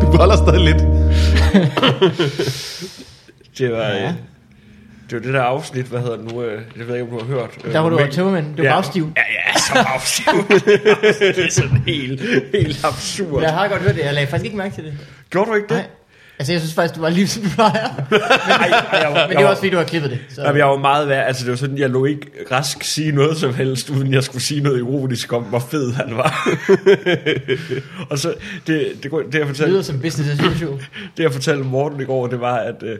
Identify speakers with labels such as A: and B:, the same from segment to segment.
A: kostede lidt.
B: Det var, ja.
C: Ja.
B: øh, det var det der afsnit, hvad hedder det nu? Øh, jeg ved ikke, om du har hørt. Øh,
C: Der var du
B: men-
C: tømmermand. Du var
B: Ja.
C: bagstiv.
B: Ja, ja, så bagstiv. det er sådan helt, helt absurd.
C: Jeg
B: Ja.
C: har godt hørt det. Jeg lagde faktisk ikke mærke til det.
B: Gjorde du ikke det?
C: Nej. Altså, jeg synes faktisk, du var lige som du plejer.
B: Nej, jeg, var-
C: Men det
B: jeg
C: var
B: var-
C: også fordi, du har klippet det. Så.
B: Jamen, jeg var meget værd. Altså, det var sådan, jeg lå ikke rask sige noget som helst, uden jeg skulle sige noget ironisk om, hvor fed han var. og så, det, det, det, jeg
C: Det
B: fortalte,
C: lyder som business as usual.
B: det jeg fortalte Morten i går, det var, at øh,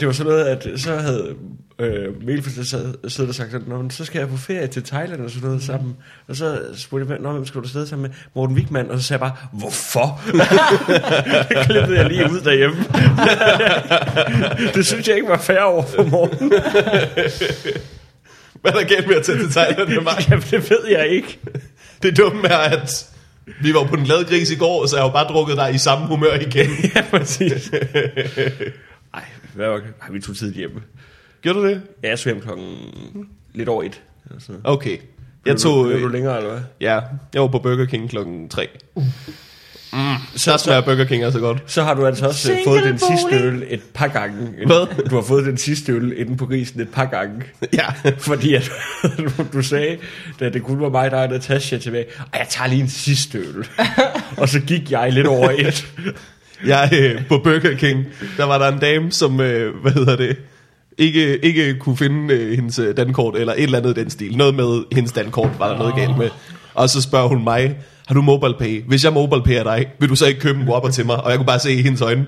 B: det var sådan noget, at så havde øh, Melfis siddet og sagt, sådan, "Nå, men så skal jeg på ferie til Thailand og sådan noget sammen. Og så spurgte jeg, "Nå, hvem skal du afsted sammen med? Morten Wigman. Og så sagde jeg bare, hvorfor? det klippede jeg lige ud derhjemme. det synes jeg ikke var fair over for Morten.
A: Hvad er der galt med at tage til Thailand med mig?
B: Jamen, det ved jeg ikke.
A: Det dumme er, at vi var på den glade gris i går, så jeg har jo bare drukket dig i samme humør igen.
B: Ja, præcis. Ej, hvad var det? Ej, vi tog tidligt hjemme.
A: Gjorde du det?
B: Ja, jeg tog hjem klokken lidt over et. eller sådan noget.
A: Okay. Jeg
B: Blev
A: tog...
B: du, blev du
A: Øh,
B: længere, eller hvad?
A: ja, jeg var på Burger King klokken 3. Mm, så smager Burger King altså godt.
B: Så har du altså også Single
C: Single
B: fået den sidste
C: bolig.
B: øl et par gange.
A: Hvad?
B: Du har fået den sidste øl inde på grisen et par gange.
A: Ja.
B: Fordi at, du- du sagde, da det kun var mig, der og Natasha tilbage, og jeg tager lige en sidste øl. og så gik jeg lidt over et.
A: Jeg øh, på Burger King, der var der en dame, som, øh, hvad hedder det, ikke, ikke kunne finde øh, hendes øh, dankort, eller et eller andet i den stil. Noget med hendes dankort var der noget galt med. Og så spørger hun mig, har du MobilePay? Hvis jeg MobilePay'er dig, vil du så ikke købe en Whopper til mig? Og jeg kunne bare se i hendes øjne,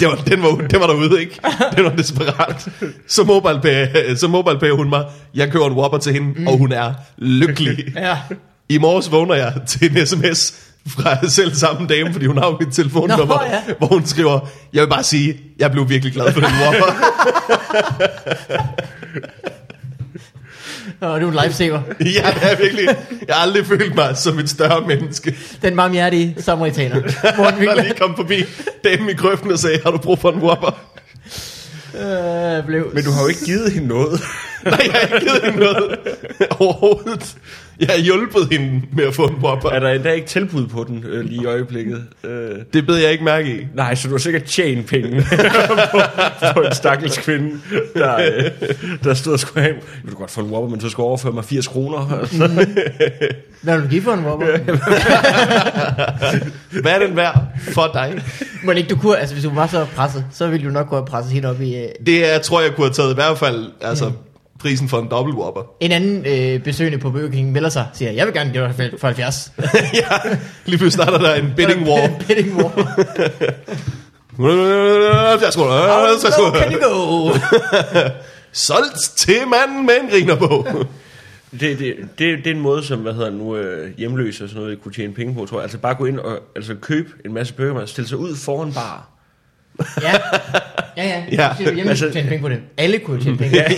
A: det var, den, var, den var derude, ikke? Den var desperat. Så MobilePay, så MobilePay hun mig, jeg køber en Whopper til hende, mm. og hun er lykkelig.
C: Ja.
A: I morges vågner jeg til en sms fra selv samme dame, fordi hun har jo mit telefonnummer,
C: Nå, ja.
A: hvor hun skriver, jeg vil bare sige, jeg blev virkelig glad for den Whopper.
C: Og du er en lifesaver.
A: jeg er virkelig, jeg har aldrig følt mig som et større menneske.
C: Den varmhjertige samaritaner. Morten
A: Der
C: Wigland
A: lige kom forbi damen i grøften og sagde, har du brug for en Whopper?
C: øh, blev...
B: Men du har jo ikke givet hende noget.
A: Nej, jeg har ikke givet hende noget overhovedet. Jeg har hjulpet hende med at få en Whopper.
B: Er der endda ikke tilbud på den øh, lige i øjeblikket? Øh.
A: Det bed jeg ikke mærke i.
B: Nej, så du har sikkert tjent penge på, på en stakkels kvinde, der, øh, der stod og skulle have... Jeg ville godt få en whopper, men så skulle overføre mig 80 kroner. Altså.
C: Hvad vil du give for en whopper?
A: Hvad er den værd for dig?
C: Må ikke du kunne, altså hvis du var så presset, så ville du nok gå og presse helt op i... Øh,
A: Det jeg tror jeg kunne have taget i hvert fald altså, prisen for en dobbelt Whopper.
C: en anden øh, besøgende på Burger King melder sig, siger, jeg vil gerne give dig for 70.
A: ja, lige pludselig starter der en bidding war.
C: Bidding war. How low can you go?
A: Solgt til manden med en griner på.
B: Det, det, det, det er en måde, som hvad hedder det nu, øh, hjemløse og sådan noget kunne tjene penge på, tror jeg. Altså bare gå ind og altså, købe en masse burger, og stille sig ud foran bar.
C: Ja, ja, ja.
A: Ja,
C: ja. Du siger, hjemme,
B: altså-
C: altså, tjene penge på det. Alle kunne tjene penge på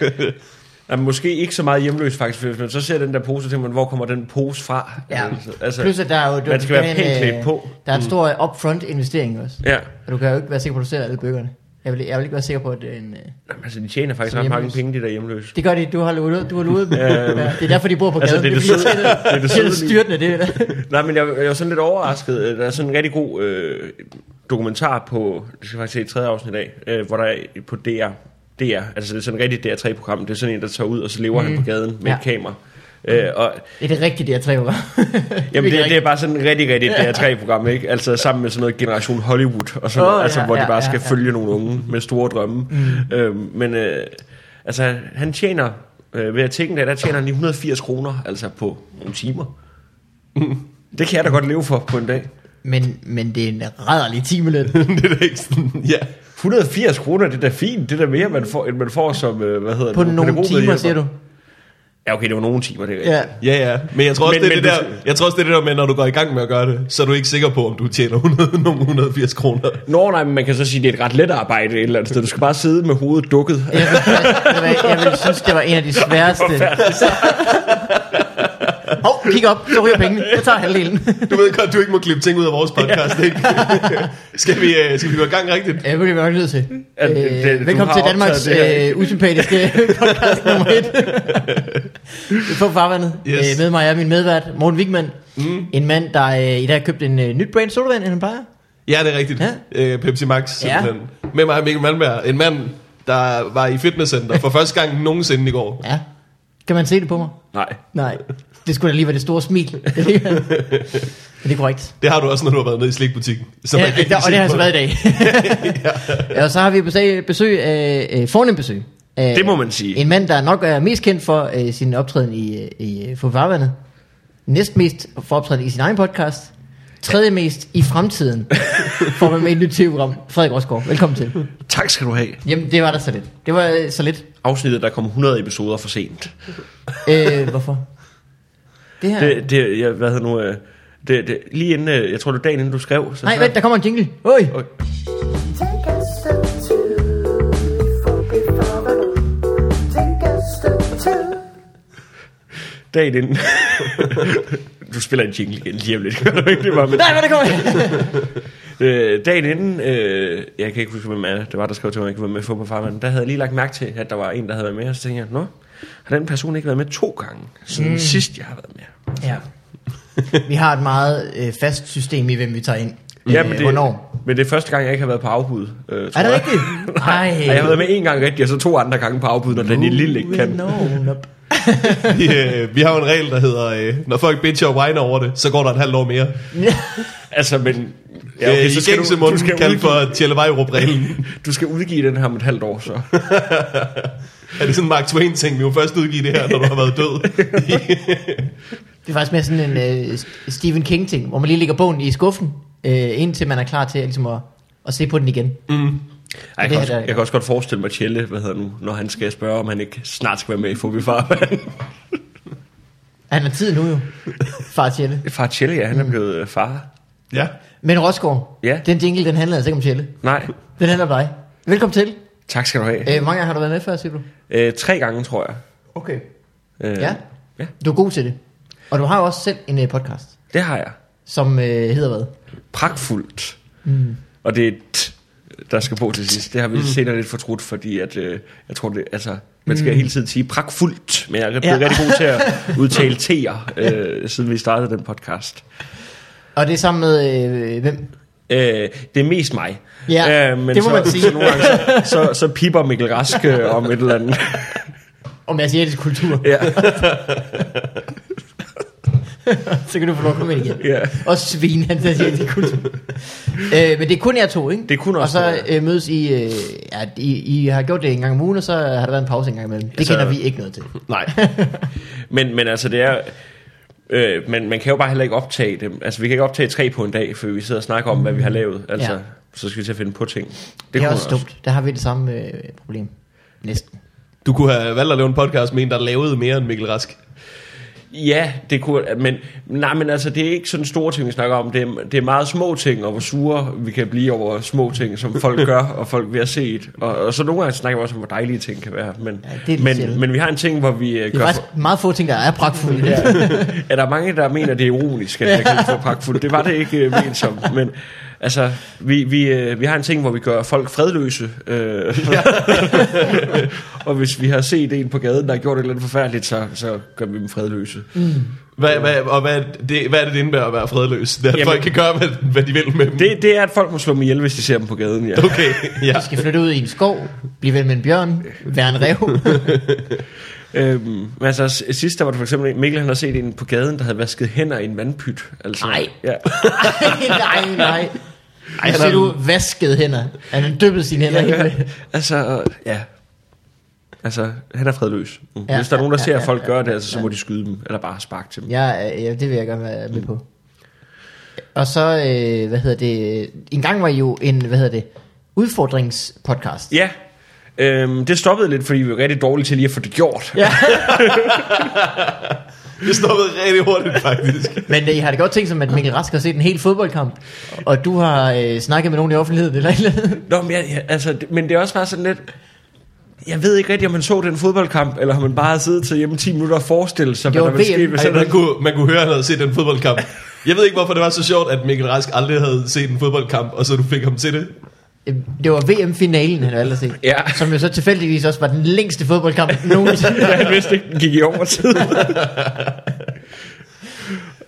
C: det.
A: Ja,
B: Jamen, måske ikke så meget hjemløs faktisk, for hvis man så ser den der pose, så tænker man, hvor kommer den pose fra?
C: Ja.
B: altså,
C: Plus at der er jo... du-
B: man skal
C: der
B: være
C: er en,
B: pænt
C: øh,
B: klædt på. Mm.
C: Der er en stor øh, upfront investering også.
B: Ja,
C: Og du kan jo ikke være sikker på, at du sælger alle bøgerne. Jeg vil, jeg vil ikke være sikker på, at det er en... øh,
B: Jamen, altså, de tjener faktisk
C: Som
B: ret mange
C: hjemløs.
B: penge, de der hjemløse.
C: Det gør de, du har luret, du har luret dem.
B: Ja, ja.
C: ja, det er derfor, de bor på gaden.
B: Altså, det er det søde-
C: det,
B: det er det
C: det, er det
B: søde
C: styrtende, det er det.
B: Nej, men jeg, jeg var sådan lidt overrasket. Øh, Der er sådan en rigtig god øh, dokumentar på, det skal jeg faktisk se i tredje afsnit i dag, øh, hvor der er på DR, DR, altså det er sådan en rigtig DR3-program, det er sådan en, der tager ud, og så lever mm. han på gaden med ja.
C: Ja.
B: et kamera. Øh, og,
C: Det er det rigtige, det er tre år.
B: jamen det, det er
C: rigtigt.
B: bare sådan en rigtig, rigtig DR3-program, ikke? Altså sammen med sådan noget Generation Hollywood, og sådan
C: Åh,
B: noget, altså,
C: ja,
B: hvor de
C: ja,
B: bare
C: ja,
B: skal
C: ja.
B: følge nogle unge med store drømme. Mm. Øh, men øh, altså, han tjener, øh, ved at tænke det, der tjener han lige 180 kroner, altså på nogle timer. Det kan jeg da godt leve for på en dag.
C: Men, men det er en rædderlig timeløn.
A: det er da ikke sådan, ja.
B: 180 kroner, det er da fint. Det er da mere, man får, end man får som, øh, hvad hedder
C: På
B: det, nu,
C: nogle
B: pædagogmedhjælper.
C: timer, siger du.
B: Ja, okay, det var nogle timer, det er
C: Ja.
B: rigtigt.
A: Ja, ja. Men jeg tror også,
B: Men-
A: men, det, er
B: men
A: det
B: du-
A: der, jeg tror også, det er det der med, når du går i gang med at gøre det, så er du ikke sikker på, om du tjener 100, nogle 180 kroner.
B: Nå, nej, men man kan så sige, at det er et ret let arbejde et eller andet sted. Du skal bare sidde med hovedet dukket.
C: Jeg vil, jeg, vil, jeg vil synes, det var en af de sværeste. Hov, kig op, så ryger pengene. Jeg tager halvdelen.
A: Du ved godt, du ikke må klippe ting ud af vores podcast, ikke? skal, vi, øh, skal vi gå i gang rigtigt?
C: Ja, det bliver vi nok nødt til.
B: Ja, det-
C: Øh,
B: det- du har
C: velkommen til
B: optaget
C: Danmarks
B: det her.
C: øh, usympatiske podcast nummer et. På farvandet.
A: Yes.
C: Øh, med mig er min medvært, Morten Wigman. Mm. En mand, der øh, i dag har købt en øh, nyt brand sodavand, end han plejer.
A: Ja, det er rigtigt.
C: Ja.
A: Øh, Pepsi Max
C: Ja.
A: simpelthen. Ja. Med mig Mikkel Malmberg, en mand, der var i fitnesscenter for første gang nogensinde i går.
C: Ja. Kan man se det på mig?
B: Nej.
C: Nej. Det skulle da lige være det store smil. Men det er korrekt.
A: Det har du også, når du har været nede i slikbutikken. Som
C: Ja,
A: man kan
C: der, og det har
A: se
C: jeg så
A: på
C: været i dag. ja. Og så har vi besøg, besøg af, øh, fornem besøg. Af,
B: Det må man sige.
C: En mand, der nok er mest kendt for øh, sin optræden i, øh, i øh, For Farvandet. Næst mest for optræden i sin egen podcast. Tredje mest i fremtiden. Får man med et nyt tv-program. Frederik Rosgaard, velkommen til.
B: Tak skal du have.
C: Jamen, det var da så lidt. Det var øh, så lidt.
B: Afsnittet, der kom 100 episoder for sent.
C: Øh, hvorfor? Det her... Det,
B: Det, det jeg, hvad hedder nu, øh, det, det, lige inden, øh, jeg tror det var dagen inden du skrev. Så
C: Nej,
B: så-
C: vent, der kommer en jingle. Oj.
B: Okay.
D: Take a step two for before the Take a step two.
B: Dagen inden. du spiller en jingle igen lige om lidt. Gør du ikke det bare, men,
C: Nej, hvad der kommer?
B: øh, dagen inden, øh, jeg kan ikke huske, hvem er, det var, der skrev til mig, at jeg ikke var med på farmanden. Der havde jeg lige lagt mærke til, at der var en, der havde været med, og så tænkte jeg, nå, har den person ikke været med to gange, siden mm. sidst jeg har været med?
C: Ja. Vi har et meget øh, fast system i, hvem vi tager ind. Øh,
B: Ja, men det,
C: Hvornår?
B: men det er første gang, jeg ikke har været på afbud. Øh, tror
C: Er det
B: jeg.
C: rigtigt? Ej.
B: Ej, jeg har været med en gang rigtigt, og så to andre gange på afbud, når Daniel Lille ikke kan.
C: No, nope.
A: Vi, øh, vi har jo en regel, der hedder, øh, når folk bitcher og whiner over det, så går der et halvt år mere.
B: Altså, men...
A: Ja, okay, øh, I gængse
B: du, skal
A: munden kaldt
B: udgive,
A: for Tjellevejrup-reglen.
B: du skal udgive den her om et halvt år, så.
A: er det sådan en Mark Twain-ting? Vi må først udgive det her, når du har været død.
C: Det er faktisk mere sådan en øh, Stephen King-ting, hvor man lige lægger bogen i skuffen, øh, indtil man er klar til at, ligesom at, at se på den igen.
B: Mm. Ej, jeg,
C: det
B: kan
C: er
B: også,
C: der-
B: jeg kan også godt forestille mig Tjelle, hvad hedder nu, når han skal spørge, om han ikke snart skal være med i Fobi Farvand.
C: Han har tid nu jo, far Tjelle.
B: Far Tjelle, ja, han er blevet øh, far.
A: ja.
C: Men Rosgaard,
B: Ja.
C: den jingle, den handler altså ikke om Tjelle.
B: Nej,
C: Den handler om dig. Velkommen til.
B: tak skal du have.
C: Øh, hvor mange gange har du været med før, siger du?
B: Øh, tre gange, tror jeg.
C: Okay.
B: Øh,
C: Ja.
B: ja.
C: Du er god til det. Og du har jo også selv en øh, podcast,
B: Det har jeg.
C: som øh, hedder hvad?
B: Pragtfuldt. Mm. Og det er t, der skal på til sidst. Det har vi mm. senere lidt fortrudt, fordi at, øh, jeg tror, det, altså, man skal mm. hele tiden sige pragtfuldt, men jeg er blevet
C: Ja.
B: ja. rigtig god til at udtale T'er, øh, siden vi startede den podcast.
C: Og det er sammen med øh, hvem?
B: Øh, det er mest mig. Øh,
C: Ja, det må
B: så,
C: man sige.
B: Så, nogle gange, så, så, så piper Mikkel Rask øh, om et eller andet.
C: Om asiatisk kultur.
B: ja,
C: Så kan du få lov at komme ind igen.
B: ja.
C: Og svin, han sagde, siger, det er kun... øh, men det er kun jer to, ikke?
B: Det er kun os
C: Og så
B: to,
C: øh, mødes I, øh, ja, I, I har gjort det en gang om ugen, og så har der været en pause en gang imellem. Det
B: Altså-
C: kender vi ikke noget til.
B: Nej. Men, men altså, det er... Øh, men man kan jo bare heller ikke optage dem. Altså, vi kan ikke optage tre på en dag, for vi sidder og snakker om, hvad vi har lavet. Altså,
C: Ja.
B: ja. så skal vi til at finde på ting. Det,
C: Det, det
B: kunne
C: er
B: man
C: også dumt. Der har vi det samme øh, problem. Næsten.
A: Du kunne have valgt at lave en podcast med en, der lavede mere end Mikkel Rask.
B: Ja, det kunne, men, nej, men altså, det er ikke sådan store ting, vi snakker om. Det er, det er meget små ting, og hvor sure vi kan blive over små ting, som folk gør, og folk vi har set. Og, og så nogle gange snakker vi også om, hvor dejlige ting kan være. Men,
C: Ja, det er lidt sjældent.
B: men, men vi har en ting, hvor vi øh,
C: Det
B: gør...
C: er
B: For,
C: faktisk meget få ting, der er pragtfulde. Ja.
B: er der mange, der mener, det er ironisk, at jeg kan få pragtfuldt? Det var det ikke øh, ment som, men... Altså, vi, vi, øh, vi har en ting, hvor vi gør folk fredløse. Øh, ja. og hvis vi har set en på gaden, der har gjort et eller andet forfærdeligt, så, så gør vi dem fredløse.
A: Hvad, hvad, og hvad, er det, hvad er det, det indebærer at være fredløs? Det er, at
B: Jamen-
A: folk kan gøre, hvad, hvad de vil med dem.
B: Det, det er, at folk må slå dem ihjel, hvis de ser dem på gaden, ja.
A: Okay, ja.
C: Du skal flytte ud i en skov, blive ven med en bjørn, være en rev.
B: Øhm, men altså, s- sidst der var det for eksempel en, Mikkel han har set en på gaden, der havde vasket hænder i en vandpyt. Altså,
C: Nej.
B: Ja.
C: nej, nej. Ej,
A: han
C: ser
A: er-
C: du vaskede hænder. Han dyppede sine hænder ja, ja.
B: altså, ja. Altså, han er fredløs. Mm.
C: Ja,
B: Ja, Hvis der er nogen, der
C: ja,
B: ja, ser, at
C: ja,
B: folk
C: ja,
B: ja, gøre det, altså, så må de skyde dem, eller bare sparke til dem. Ja.
C: Ja, øh, ja, det vil jeg gerne være med på. Og så, øh, hvad hedder det, en gang var I jo en, hvad hedder det, udfordringspodcast.
B: ja. Øhm, det stoppede lidt, fordi vi var rigtig dårlige til lige at få det gjort. Ja.
A: Det stoppede rigtig hurtigt, faktisk.
C: Men øh, I har det godt tænkt som, at Mikkel Rask har set en hel fodboldkamp, og du har øh, snakket med nogen i offentligheden eller et eller andet.
B: Nå, men, jeg, jeg, altså, det- men det er også bare sådan lidt... Jeg ved ikke rigtig, om man så den fodboldkamp, eller om man bare har siddet til hjemme 10 minutter og forestillet sig,
C: Det
B: hvad
C: var
B: der ville ske,
C: VM.
B: hvis
A: Ej,
B: han havde
A: man, kunne, man kunne høre, at han havde set den fodboldkamp. Jeg ved ikke, hvorfor det var så sjovt, at Mikkel Rask aldrig havde set en fodboldkamp, og så du fik ham til det.
C: Øh, Det var VM-finalen, han valgte at se.
B: Ja.
C: Som jo så tilfældigvis også var den længste fodboldkamp nogensinde.
B: ja, han vidste ikke, den gik i overtid.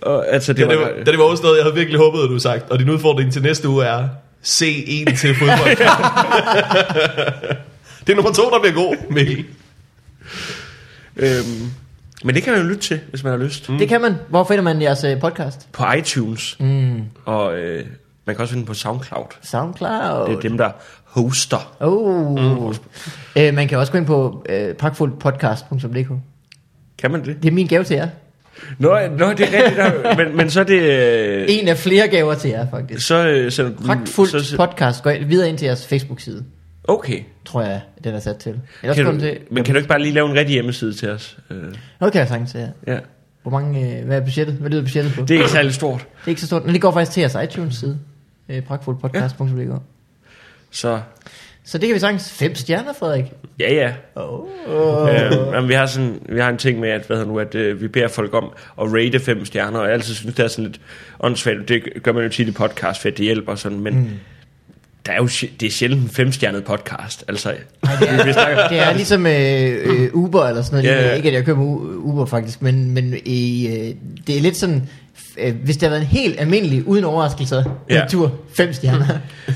B: Og, altså, det,
A: Ja,
B: ja, var,
A: det var, da det var overstået, jeg havde virkelig håbet, at du havde sagt. Og din udfordring til næste uge er, se en til fodbold. det er nummer to, der bliver god, Mikkel.
B: øhm, men det kan man jo lytte til, hvis man har lyst. Mm.
C: Det kan man. Hvor finder man jeres øh, podcast?
B: På iTunes. Mm. Og øh, man kan også finde den på SoundCloud.
C: SoundCloud.
B: Det er dem, der hoster.
C: Oh. Øh, man kan også gå ind på øh, pragtfuldpodcast.dk.
B: Kan man det?
C: Det er min gave til jer.
B: Nå, ja, nå det er rigtigt. Der, men, men så er det... Øh,
C: En af flere gaver til jer, faktisk.
B: så øh, sender du... så-
C: Pragtfuldt
B: så-
C: podcast. Gå ind- videre ind til jeres Facebook-side,
B: Okay.
C: tror jeg, den er sat til. Ellers
B: Kan
C: kan
B: du,
C: til...
B: men kan du ikke bare lige lave en rigtig hjemmeside til os? Øh,
C: Nå, det kan jeg sagtens til jer.
B: ja.
C: Hvor mange, øh, hvad er budgettet? Hvad lyder budgettet på?
B: Det er ikke særlig stort.
C: Det er ikke så stort. Men det går faktisk til jeres iTunes-side. Øh, pragtfuldpodcast.dk
B: Så
C: Så det kan vi sagtens. Fem stjerner, Frederik.
B: ja, ja.
C: Oh.
B: Øh, men vi, har sådan, vi har en ting med, at, hvad hedder nu, at øh, vi beder folk om at rate fem stjerner, og jeg altid synes, det er sådan lidt åndssvagt. Det gør man jo tit i podcast, for at det hjælper og sådan, men mm. der er jo, sj- det er sjældent en femstjernet podcast. Altså,
C: det er-
B: vi snakker,
C: Det er ligesom øh, øh, Uber eller sådan
B: Ja,
C: noget.
B: ja.
C: Yeah. Ikke at jeg køber U- Uber faktisk, men, men i, øh, det er lidt sådan, øh, hvis det har været en helt almindelig, uden overraskelser,
B: Ja.
C: yeah. tur, fem stjerner.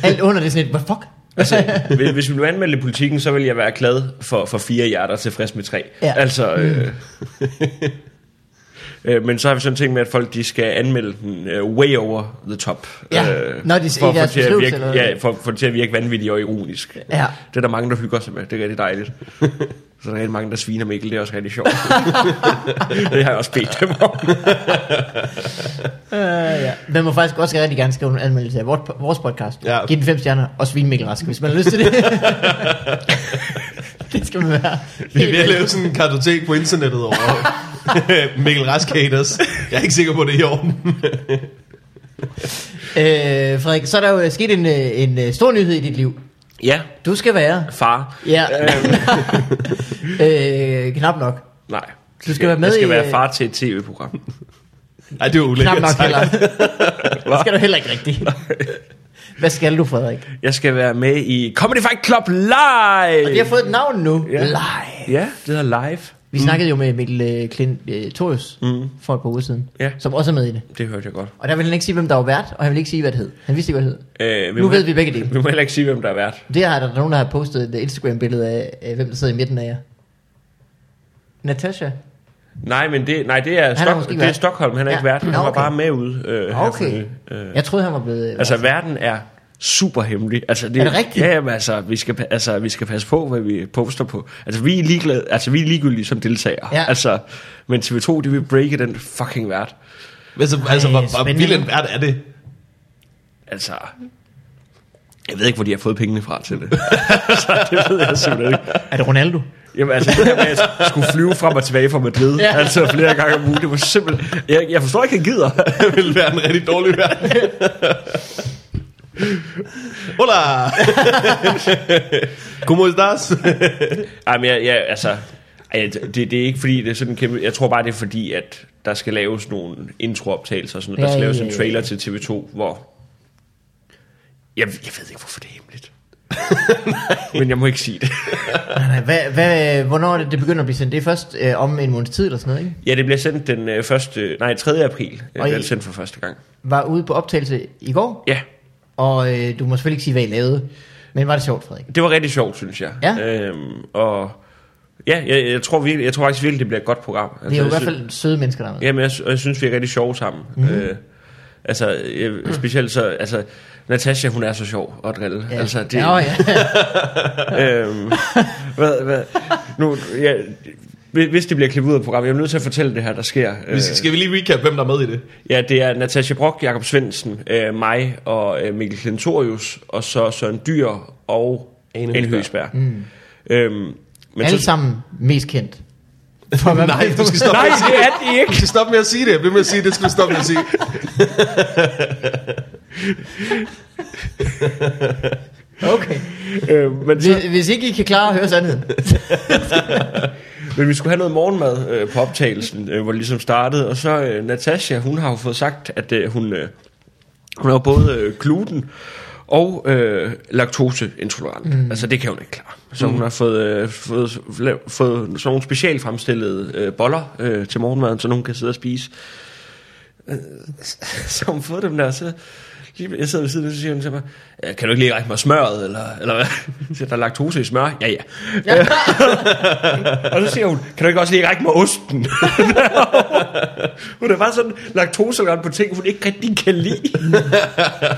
C: Alt under det er sådan et, hvad fuck?
B: altså, hvis, hvis vi nu anmeldte politikken, så vil jeg være glad for, for fire hjerter tilfreds med tre.
C: Ja. Mm.
B: Altså, øh, øh, men så har vi sådan en ting med, at folk de skal anmelde den øh, way over the top. øh,
C: Ja. Når de-
B: for
C: i
B: at få
C: deres
B: til at
C: beskrivelse,
B: virke,
C: eller hvad?
B: Ja, for, for det til at virke vanvittigt og ironisk.
C: Ja.
B: Det er der mange, der hygger sig med. Det er rigtig dejligt. Så der er rigtig mange, der sviner Mikkel. Det er også rigtig sjovt. det har jeg også bedt dem om.
C: Uh, ja. Man må faktisk også rigtig gerne skrive en anmeldelse af vores, vores podcast.
A: Ja.
C: Giv den fem stjerner og svin Mikkel Rask, hvis man har lyst til det. det skal man være.
A: Vi er ved at lave sådan en kartotek på internettet over Mikkel Rask haters. Jeg er ikke sikker på, det er i orden.
C: Øh, Frederik, så er der jo sket en, øh, en øh, stor nyhed i dit liv.
B: Ja,
C: Du skal være...
B: far.
C: Ja,
B: Øhm,
C: øh, knap nok.
B: nej.
C: Du skal være med
B: jeg skal
C: i,
B: være
C: øh,
B: far til et tv-program.
A: Nej, det er jo
C: Knap
A: ulækkert.
C: nok
A: sagt.
C: heller. det skal du heller ikke rigtigt. Hvad skal du, Frederik?
B: Jeg skal være med i Comedy Fight Club
C: Og de har
B: Live!
C: fået et navn nu.
B: Ja.
C: Live.
B: Ja, det hedder Live.
C: Vi snakkede jo med Mikkel øh, Klint øh, Torius mm. for et par uger siden,
B: Ja.
C: som også er med i det.
B: Det hørte jeg godt.
C: Og der ville han ikke sige, hvem der var vært, og han ville ikke sige, hvad det hed. Han vidste ikke, hvad det hed.
B: Øh,
C: Nu
B: må-
C: ved vi begge dele.
B: Vi må heller ikke sige, hvem der er vært.
C: Det har der er nogen, der har postet et øh, Instagram-billede af, øh, hvem der sidder i midten af jer. Natasha.
B: Nej, men det, nej, det er,
C: er
B: Stok-
C: måske
B: det er
C: vært.
B: Stockholm. Han er
C: Ja.
B: ikke vært. Han
C: Nå,
B: var
C: okay. Ah,
B: bare med ude. Øh, her for
C: Okay.
B: nylig. Øh,
C: Jeg troede, han var blevet...
B: altså, verden er super hemmelig. Altså, det,
C: Er det rigtigt?
B: Ja, jamen, altså, vi skal, pa- altså, vi skal passe på, hvad vi poster på. Altså, vi er, ligeglade, altså, vi er ligegyldige som deltagere.
C: Ja.
B: Altså, men TV2, de vil breake den fucking vært.
A: Altså, altså
C: Ej,
A: hvor, hvor
C: spændende.
A: vild en vært er det?
B: Altså, jeg ved ikke, hvor de har fået pengene fra til det. altså, det ved jeg simpelthen ikke.
C: er det Ronaldo?
B: Jamen altså, det her med, at jeg skulle flyve frem og tilbage fra Madrid,
C: Ja.
B: ja. altså flere gange om ugen, det var simpelthen... Jeg, jeg forstår ikke, han gider.
A: Det ville være en rigtig dårlig vært. Hola! Como estás?
B: Ej, men jeg, jeg, altså, ej, det, det er ikke fordi, det er sådan en kæmpe... Jeg tror bare, det er fordi, at der skal laves nogle introoptagelser og sådan noget. Der skal
C: Ja,
B: laves
C: ja,
B: en
C: ja.
B: trailer til TV2, hvor... Jeg, jeg ved ikke, hvorfor det er hemmeligt. men jeg må ikke sige det.
C: Nej, nej, hvad, hvad, hvornår er det, det begynder at blive sendt? Det er først øh, om en måneds tid eller sådan noget, ikke?
B: Ja, det bliver sendt den øh, første... Nej, 3. april.
C: Og
B: Jeg
C: I-
B: bliver det sendt for første gang.
C: Var ude på optagelse i går,
B: Ja,
C: og øh, du må selvfølgelig ikke sige, hvad I lavede. Men var det sjovt, Frederik?
B: Det var rigtig sjovt, synes jeg.
C: Ja.
B: Øhm, og ja, jeg, jeg, tror virkelig, jeg tror faktisk virkelig, det bliver et godt program. Altså,
C: Det er jo i
B: jeg
C: hvert
B: sy-
C: fald Mhm. søde mennesker, der er med.
B: Jamen, jeg, sy- og jeg synes, vi er rigtig sjove sammen. Mm. Øh, altså, jeg, specielt så... Altså, Natasha, hun er så sjov at drille. Ja. Altså, det,
C: ja, åh, ja.
B: øhm, hvad, hvad, nu, ja, hvis det bliver klippet ud af programmet, jeg er nødt til at fortælle det her, der sker. Øh,
A: Vi skal, skal vi lige recap, hvem der er med i det?
B: Ja, det er Natasha Brock, Jakob Svendsen, øh, mig og øh, Mikkel Klintorius, og så Søren Dyr og
A: Ane
B: Ane, Ane Høsberg. Mm. Øhm, men
C: Alle
B: så,
C: sammen mest kendt. For, hvad-
A: Nej, du skal stoppe
B: Nej,
A: med at sige
B: det er de
A: Du
B: ikke.
A: skal stoppe med at sige det. Jeg bliver med at sige det. skal du stoppe med at sige.
C: Okay.
B: Øh, men, så,
C: Hvis, hvis ikke I kan klare at høre sandheden.
B: men vi skulle have noget morgenmad øh, på optagelsen, øh, hvor det ligesom startede. Og så øh, Natasha, hun har jo fået sagt, at øh, hun, øh, hun er jo både øh, gluten og øh, laktoseintolerant. Mm. Altså det kan hun ikke klare. Så hun har fået, øh, fået, lav, fået sådan nogle specialfremstillede øh, boller øh, til morgenmaden, så nogen kan sidde og spise. Øh, så har hun fået dem der, så lige, jeg sidder ved siden, og så siger hun til mig, "Øh, kan du ikke lige række mig smøret, eller, eller hvad? Så siger jeg, der er laktose i smør? Ja, ja.
C: Ja.
B: Og så siger hun, kan du ikke også lige række mig osten? hun er bare sådan laktosegrænse på ting, hun ikke rigtig kan lide.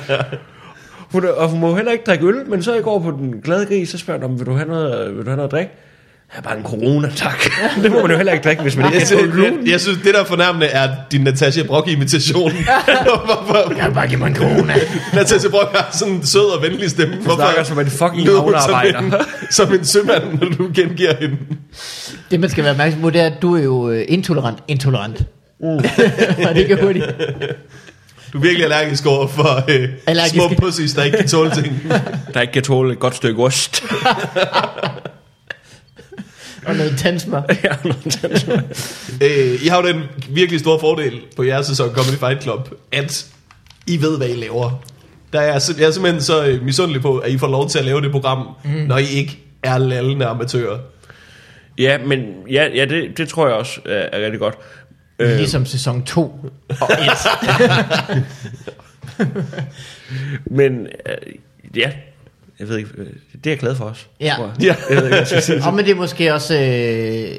B: hun er, og hun må jo heller ikke drikke øl, men så i går på den glade gris, så spørger hun, om, vil du have noget, øh, vil du have noget at drikke? Ja, bare en corona, tak. det må man jo heller ikke drikke, hvis man ikke
A: Jeg,
B: kan
A: synes, jeg, jeg synes, det der er fornærmende er din Natasha Brock-imitation. Hvorfor-
B: Jeg vil bare give mig en corona.
A: Natasha Brock har sådan en sød og venlig stemme. Hvorfor
B: snakker som en fucking
A: lyder hun Som
B: havnearbejder.
A: en, som en sømand, når du gengiver hende.
C: Det man skal være opmærksom på, det er, at du er jo øh, intolerant. Intolerant.
B: Uh.
C: Mm. og det kan hurtigt.
A: Du er virkelig allergisk over for øh,
C: Allergisk.
A: små pussies, der ikke kan tåle ting.
B: Der ikke kan tåle et godt stykke ost.
C: Og noget tandsmør.
B: Ja, noget af det.
A: øh, I har jo den virkelig store fordel på jeres sæson Comedy Fight Club, at I ved, hvad I laver. Der er, jeg sim- jeg er simpelthen så øh, misundelig på, at I får lov til at lave det program, mm. når I ikke er lallende amatører.
B: ja, men ja, ja det, det tror jeg også er, er rigtig godt. Øh,
C: Ligesom sæson 2.
B: Men øh, ja, jeg ved ikke, øh, det er jeg glad for også.
C: Ja.
B: tror jeg.
A: Ja.
B: Jeg ved ikke, hvad jeg skal sige.
C: Og men det er måske også, øh,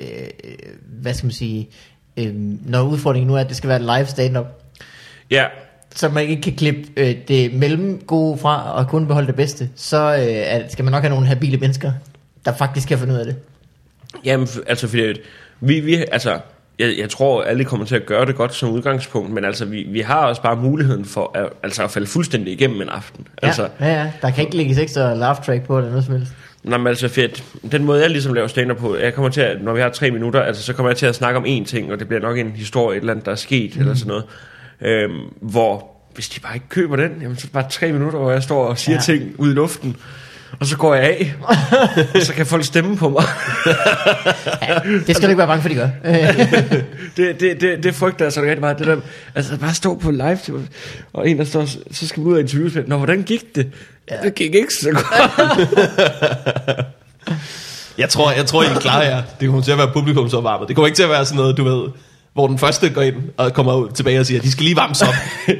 C: hvad skal man sige, øh, når udfordringen nu er, at det skal være live stand-up,
B: ja,
C: så man ikke kan klippe øh, det mellem gode fra og kun beholde det bedste, så øh, er- skal man nok have nogle habile mennesker, der faktisk kan finde ud af det.
B: jamen, f- altså, fordi at vi, vi, altså, jeg, jeg tror, alle kommer til at gøre det godt som udgangspunkt, men altså, vi, vi har også bare muligheden for at, altså, at falde fuldstændig igennem en aften. Altså,
C: ja, ja, ja, der kan ikke lægges ekstra laugh track på eller noget som helst.
B: Nå, men altså fedt. Den måde, jeg ligesom laver stand på, jeg kommer til at, når vi har tre minutter, altså, så kommer jeg til at snakke om én ting, og det bliver nok en historie, et eller andet, der er sket, mm. eller sådan noget. Øhm, hvor, hvis de bare ikke køber den, jamen, så er det bare tre minutter, hvor jeg står og siger
C: Ja.
B: ja. ting ud i luften, og så går jeg af, og så kan folk stemme på mig.
C: Ja, det
B: Altså.
C: skal du ikke være bange for, de gør. Øh,
B: Det, det, det, det frygter jeg så rigtig meget. Det der, altså bare stå på live, til- og en der står, så skal man ud og interviewe, sig. Nå, hvordan gik det? Ja. Det gik ikke så godt.
A: Jeg tror, jeg tror, I klarer jer. Det kommer til at være publikumsopvarmet. Det kommer ikke til at være sådan noget, du ved, hvor den første går ind og kommer ud tilbage og siger, de skal lige varmes op.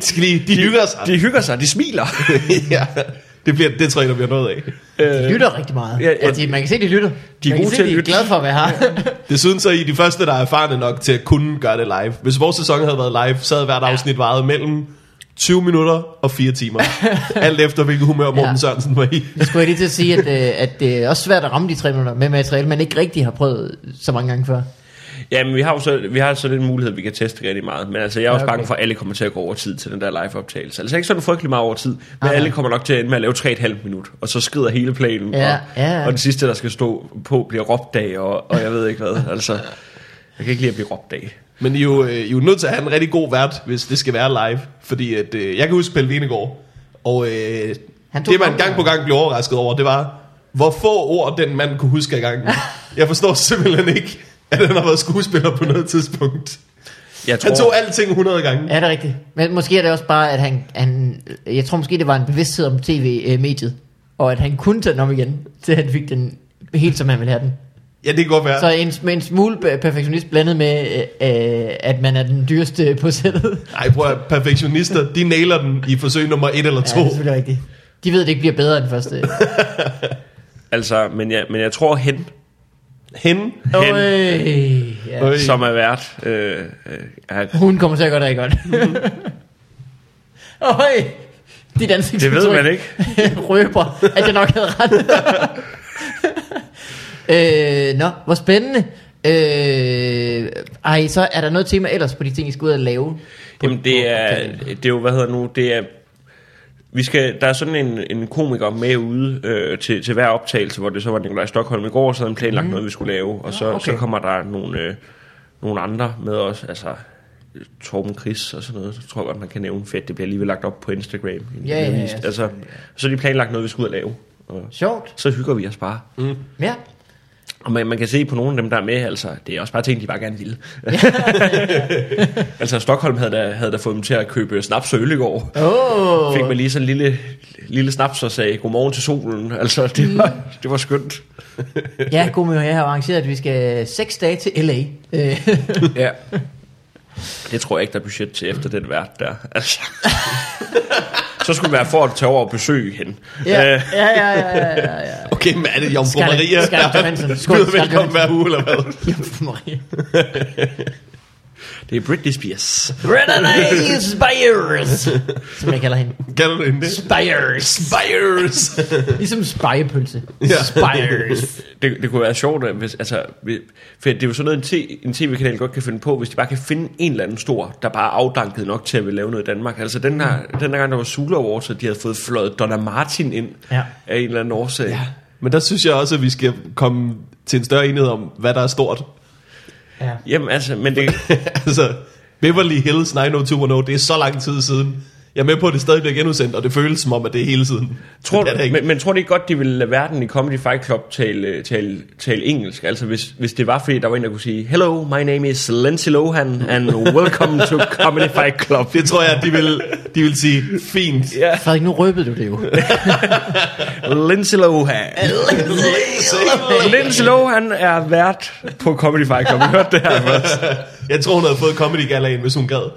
A: De, skal lige, de hygger sig.
B: De hygger sig, de smiler.
A: ja. Det, bliver, det tror jeg, der bliver noget af.
C: de lytter rigtig meget.
B: Øh. Ja,
C: Ja,
B: ja.
C: ja. de, man kan se, de lytter.
B: De er
C: man kan
B: gode
C: se,
B: til at
C: de er
B: lytte.
C: glade for at være her.
A: Desuden så er I de første, der er erfarne nok til at kunne gøre det live. Hvis vores sæson havde været live, så havde hvert afsnit varet mellem 20 minutter og 4 timer. Alt efter, hvilket humør Morten
C: Ja.
A: Sørensen var i.
C: Nu skulle jeg lige til at sige, at, øh, at det er også svært at ramme de tre minutter med materiale, man ikke rigtig har prøvet så mange gange før.
B: Ja, men vi har jo så, vi har så den mulighed, vi kan teste rigtig meget. Men altså, jeg er
C: Ja,
B: også
C: okay.
B: bange for, at alle kommer til at gå over tid til den der live-optagelse. Altså ikke sådan frygtelig meget over tid, men
C: nej.
B: alle kommer nok til at ende med at lave 3,5 minut, og så skrider hele planen.
C: Ja,
B: og,
C: ja.
B: og den sidste, der skal stå på, bliver råbt af, og, og jeg ved ikke hvad. Altså, jeg kan ikke lide at blive råbt af.
A: Men I er, jo, øh, I er jo nødt til at have en rigtig god vært, hvis det skal være live. Fordi at, øh, jeg kan huske Pelle Vinegård, og øh,
C: Han tog
A: det man
C: mange
A: gang på gang blev overrasket over, det var, hvor få ord den mand kunne huske ad gangen. Jeg forstår simpelthen ikke, at han har været skuespiller på noget tidspunkt.
B: Jeg tror,
A: Han tog alting 100 gange.
C: Er det rigtigt? Men måske er det også bare, at han, han jeg tror måske, det var en bevidsthed om tv-mediet, og at han kunne tage den om igen, til han fik den helt, som han ville have den.
A: Ja, det kan godt være.
C: Så en, med en smule pe- perfektionist blandet med, øh, øh, at man er den dyreste på sættet.
A: Nej, prøv at høre, perfektionister, de nailer den i forsøg nummer et eller
C: Ja,
A: to.
C: det er selvfølgelig rigtigt. De ved, at det ikke bliver bedre end første.
B: altså, men, jeg, men jeg tror hen,
A: Hende,
B: hen
C: Øh, ja.
A: Øj.
B: som er vært, øh, øh, er,
C: Hun kommer til at gøre det rigtig godt. Øj, dit ansigt.
B: Mm-hmm. det ved man ikke.
C: Røber, at jeg nok havde ret. øh, nå, hvor spændende. Øh, ej, så er der noget tema ellers på de ting, I skal ud og lave? På-
B: Jamen det
C: på-
B: er, det er jo, hvad hedder nu, det er, vi skal, der er sådan en, en komiker med ude øh, til, til hver optagelse, hvor det så var Nikolaj Stockholm i går, og så havde han planlagt mm. noget, vi skulle lave, og så,
C: Mhm. Ah,
B: okay.
C: okay.
B: så kommer der nogle, øh, nogle andre med os, altså øh, Torben Chris og sådan noget, så tror jeg godt, man kan nævne fedt, det bliver alligevel lagt op på Instagram. inden
C: Ja,
B: det
C: ja,
B: bliver
C: ja,
B: vist. altså,
C: selvfølgelig,
B: så er de planlagt noget, vi skal ud og lave, og
C: Sjovt.
B: så hygger vi os bare. Mm.
C: Ja.
B: Og man, man kan se på nogle af dem, der er med, altså, det er også bare ting, de bare gerne ville. altså, Stockholm havde da, havde da fået dem til at købe snaps og øl i går.
C: Åh,
B: Fik
C: oh,
B: man lige sådan en lille, lille snaps og sagde godmorgen til solen. Altså,
C: Mm.
B: det var, det var skønt.
C: ja, god med, jeg har arrangeret, at vi skal seks dage til L.A. Øh,
B: Ja. Det tror jeg ikke, der er budget til efter den vært der. Altså. så skulle man være for at tage over og besøge hende.
C: Ja,
B: Øh,
C: ja, ja, ja, ja, ja.
A: Okay, men er det Jomfru
C: Scarlett-
A: Maria,
C: Scarlett Johansson.
A: der
C: Skål,
A: byder
C: Scarlett
A: velkommen hver uge, eller hvad?
C: Jomfru Maria.
B: det er Britney Spears.
C: Renate Spires! Som jeg kalder hende.
A: Kan du det?
C: Spires.
A: Spires!
C: Ligesom spejepølse.
A: Ja.
C: Spires.
B: Det, det kunne være sjovt, at hvis, altså, vi- for det er jo sådan noget, en, t- en tv-kanal godt kan finde på, hvis de bare kan finde en eller anden stor, der bare er afdanket nok til at vil lave noget i Danmark. Altså den her,
A: Mm.
B: den her gang, der var Sula Awards, og de havde fået fløjet Donna Martin ind
C: Ja.
B: af en eller anden årsag. Ja.
A: Men der synes jeg også, at vi skal komme til en større enhed om, hvad der er stort.
C: Ja.
B: Jamen altså, men det,
A: altså, Beverly Hills 90210, det er så lang tid siden. Jeg er med på, at det stadig bliver genudsendt, og det føles som om, at det er hele tiden.
B: Tror
A: det
B: du,
A: er det ikke.
B: men, men tror du ikke godt, de ville lade verden i Comedy Fight Club tale, tale, tale engelsk? Altså hvis, hvis det var, fordi der var en, der kunne sige, Hello, my name is Lindsay Lohan, and welcome to Comedy Fight Club.
A: Det tror jeg, at de vil, de vil sige, fint.
C: Frederik, nu røbede du det jo.
B: Lindsay Lohan. Lindsay Lohan er vært på Comedy Fight Club. Vi hørte det her først.
A: Jeg tror, hun havde fået Comedy Galaen, hvis hun gad.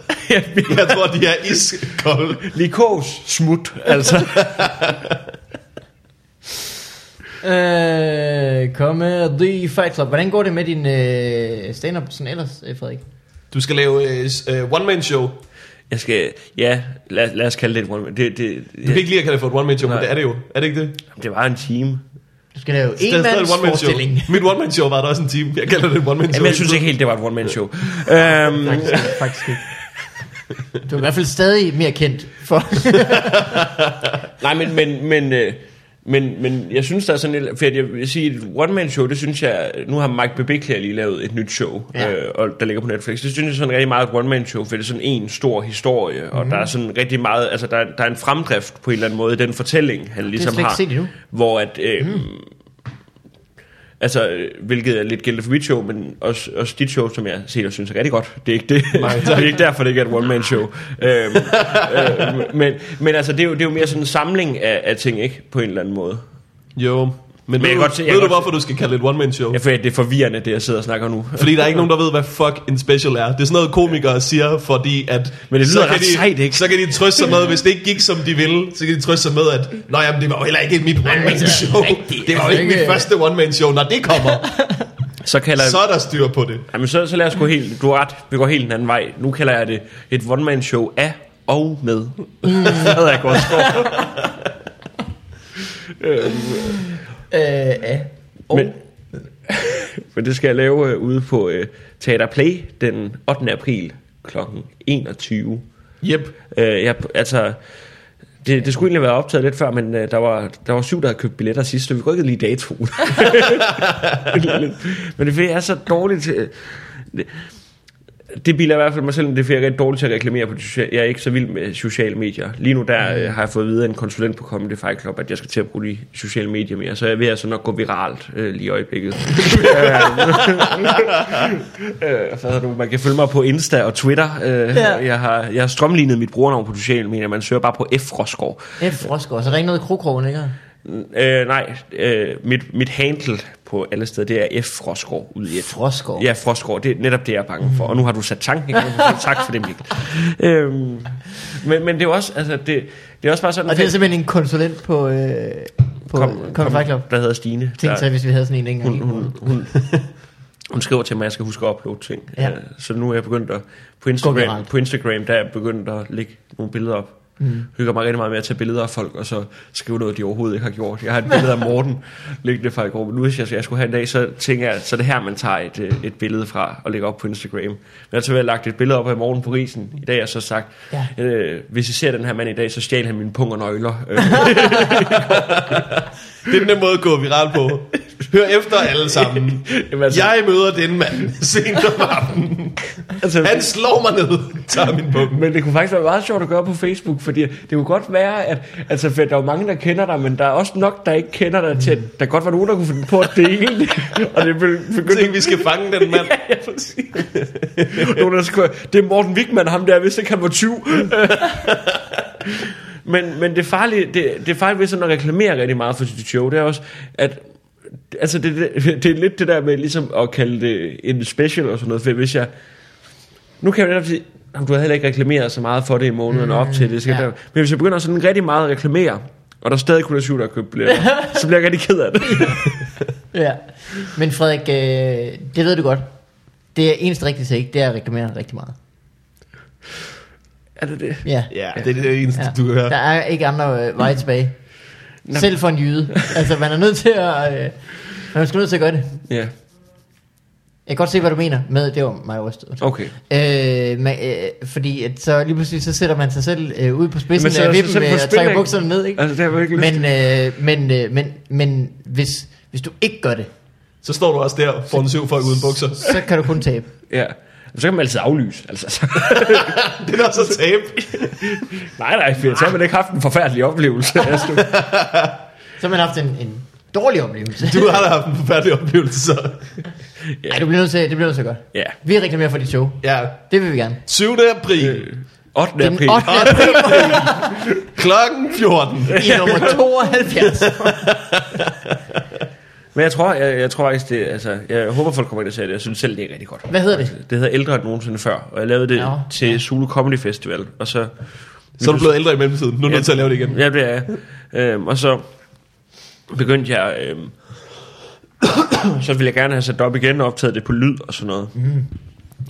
A: Jeg tror, de er iskolde.
B: Likos smut, altså.
C: øh, comedy Fight Club. Hvordan går det med din øh, stand-up sådan ellers, øh, Frederik?
A: Du skal lave øh, s- øh, one-man-show. Du
B: Jeg skal, ja, lad, lad os kalde det et one det, det,
A: kan
B: det,
A: ikke lide at kalde det for et one-man-show, men
B: Nej.
A: det er det jo. Er det ikke det? Det
B: det var en time.
C: Du skal lave
A: er
C: en
A: stadig
C: mands forestilling.
A: Mit one-man-show var der også en time. Jeg kalder det et one-man-show.
B: Jamen, jeg synes ikke helt, det var et one-man-show. Øhm,
C: Faktisk, ikke, faktisk ikke. Du er i hvert fald stadig mere kendt for...
B: Nej, men, men, men, øh, men, men jeg synes, der er sådan et... For jeg vil sige, et one-man-show, det synes jeg... Nu har Mike Bebekler lige lavet et nyt show,
C: Ja.
B: ja. øh, og der ligger på Netflix. Det synes jeg sådan rigtig meget er et one-man-show, for det er sådan en stor historie, mm. og der er sådan rigtig meget... Altså, der, er- der er en fremdrift på en eller anden måde i den fortælling, han ligesom
C: slet ikke
B: har.
C: set endnu. Hmm.
B: Hvor at... Øh, mm. Altså, øh, hvilket er lidt gældende for mit show, men også, også dit show, som jeg set og synes er rigtig godt. Det er ikke det. det er ikke derfor, det ikke er et one-man-show. øhm, øh, men, men altså, det er, jo, det er jo mere sådan en samling af, af ting, ikke? På en eller anden måde.
A: Jo, men, men ved,
B: jeg
A: du,
B: kan godt se- jeg
A: ved
B: kan
A: du,
B: godt se-
A: hvorfor du skal kalde det et one-man-show?
B: Jeg føler, at det er forvirrende, det jeg sidder og snakker nu.
A: Fordi der er ikke nogen, der ved, hvad fuck en special er. Det er sådan noget, komikere siger, fordi at...
B: Men det lyder
A: så kan
B: ret
A: de,
B: sejt, ikke?
A: Så kan de trøste sig med, hvis det ikke gik, som de ville, så kan de trøste sig med, at... Nå, jamen, det var jo heller ikke mit one-man-show. Det var jo ikke mit
C: altså, Ikke-
A: første one-man-show. Når det kommer,
B: Så kalder jeg...
A: så er der styr på det.
B: Jamen, så, så lad os gå helt... Du har ret. Vi går helt en anden vej. Nu kalder jeg det et one-man-show af og med.
C: Mm.
B: Frederik Rosgaard.
C: øh, ja. Og,
B: Men, men det skal jeg lave øh, ude på øh, Teater Play den 8. april kl. 21.
A: Yep.
B: Øh, jeg, altså, det, det skulle egentlig være optaget lidt før, men øh, der, var, der var syv, der havde købt billetter sidst, så vi rykkede lige datoen. men det er fordi, jeg er så dårligt til... Det, det bilder jeg i hvert fald mig selv, men det er fordi, jeg er rigtig dårlig til at reklamere på de sociale... Jeg er ikke så vild med sociale medier. Lige nu der øh, har jeg fået videre en konsulent på Comedy Fight Club, at jeg skal til at bruge de sociale medier mere, så jeg er ved at så nok gå viralt øh, lige i øjeblikket. Øh, hvad hedder du? Man kan følge mig på Insta og Twitter. Øh,
C: Ja.
B: ja. jeg, har, jeg har strømlignet mit brugernavn på sociale medier. Man søger bare på F. Rosgaard.
C: F. Rosgaard, så ring noget i krogkrogen, ikke?
B: Øh, nej, øh, mit, mit handle på alle steder, det er F. Rosgaard. Ud i F.
C: Frosgaard.
B: Ja, Frostgaard, det er netop det, jeg er bange for. Og nu har du sat tanken i gang, så tak for det, Mikkel. Øhm, men, men det er jo også, altså, det, det er også bare sådan,
C: Og det er
B: at-
C: simpelthen en konsulent på, øh, på kom, kom, Fight Club.
B: der hedder Stine.
C: Tænk
B: der-
C: sig, hvis vi havde sådan en engang.
B: hun, hun, hun, hun skriver til mig, at jeg skal huske at uploade ting.
C: Ja.
B: Ja. Så nu er jeg begyndt at, på
C: viralt.
B: Instagram, på Instagram der er jeg begyndt at lægge nogle billeder op. Mm. Hygger mig rigtig meget med at tage billeder af folk, og så skrive noget, de overhovedet ikke har gjort. Jeg har et billede af Morten liggende fra i går, men nu hvis jeg, jeg skulle have en dag, så tænker jeg, så er det her, man tager et, øh, et billede fra og lægger op på Instagram. Men jeg har så vel lagt et billede op af Morten på risen. I dag har jeg så sagt,
C: Ja.
B: ja. øh, hvis I ser den her mand i dag, så stjal han mine pung og nøgler. Øh,
A: Det er den der måde at gå viral på. Hør efter alle sammen.
B: Jamen, altså-
A: Jeg møder den mand sent om aftenen.
B: altså,
A: Han slår mig ned, tager min bum.
B: Men det kunne faktisk være meget sjovt at gøre på Facebook, fordi det kunne godt være, at altså, for der er jo mange, der kender dig, men der er også nok, der ikke kender dig til, at der godt var nogen, der kunne finde på at dele det, og det be-
A: Tænk,
B: begyndte
A: vi skal fange den mand.
B: Ja, præcis. Nogen, der skulle, det er Morten Wigman, ham der, hvis ikke han var 20. men, men det farlige, det, det farlige ved sådan at reklamere rigtig meget for sit show, det er også, at altså det, det, det er lidt det der med ligesom at kalde det en special og sådan noget, for hvis jeg, Nu kan jeg jo netop sige, "Jamen, du har heller ikke reklameret så meget for det i månederne op til det. Skal
C: Mm, ja.
B: ja. der. Men hvis jeg begynder sådan rigtig meget at reklamere, og der stadig kun er syv, der har købt billetter, så bliver jeg rigtig ked af det.
C: Ja. Men Frederik, øh, det ved du godt. Det er eneste rigtige take, det er at reklamere rigtig meget.
B: er det det?
C: Ja.
A: Ja, det er det eneste,
C: ja.
A: ja. du hører.
C: Der er ikke andre øh, veje tilbage. Selv for en jyde. Altså, man er nødt til at... Øh, man er sgu nødt til at gøre det.
B: Ja,
C: Jeg kan godt se, hvad du mener med, det var mig rystet.
B: okay.
C: Øh, men, øh, fordi at så lige pludselig så sætter man sig selv øh, ud på spidsen af
B: sætter sig
C: vippen
B: selv på
C: øh, og
B: spil,
C: trækker
B: ikke?
C: bukserne ned, ikke?
B: Altså, det har jeg jo ikke lyst
C: men, øh, men, øh, men, men hvis, hvis du ikke gør det,
A: Så står du også der foran syv folk uden bukser.
C: så kan du kun tabe.
B: Ja. Så kan man altid aflyse. Altså, så.
A: Det er så tabe.
B: nej, nej, fedt. Så har man ikke haft en forfærdelig oplevelse. Altså,
C: Så har man haft en, en dårlig oplevelse.
A: Du har da haft en forfærdelig oplevelse, så.
C: Nej, du bliver nødt til, det bliver nødt til at gøre.
B: ja.
C: Vi reklamerer for dit show.
A: Ja,
C: Det vil vi gerne.
A: 7. april, øh.
B: 8.
C: Den 8.
B: april.
C: april
A: klokken 14.
C: i nummer 72.
B: Men jeg tror, jeg, jeg tror faktisk, det, altså, jeg håber, folk kommer ind og ser det. Jeg synes selv, det er rigtig godt.
C: Hvad hedder det?
B: Det hedder Ældre end nogensinde før, og jeg lavede det
C: Nå,
B: ja. til Zulu Comedy Festival. Og så,
A: Så er du blevet ældre i mellemtiden. Nu er du nødt til at lave det igen.
B: Ja, det er jeg. Øhm, og så begyndte jeg... Øhm, så ville jeg gerne have sat det op igen og optaget det på lyd og sådan noget. Mm.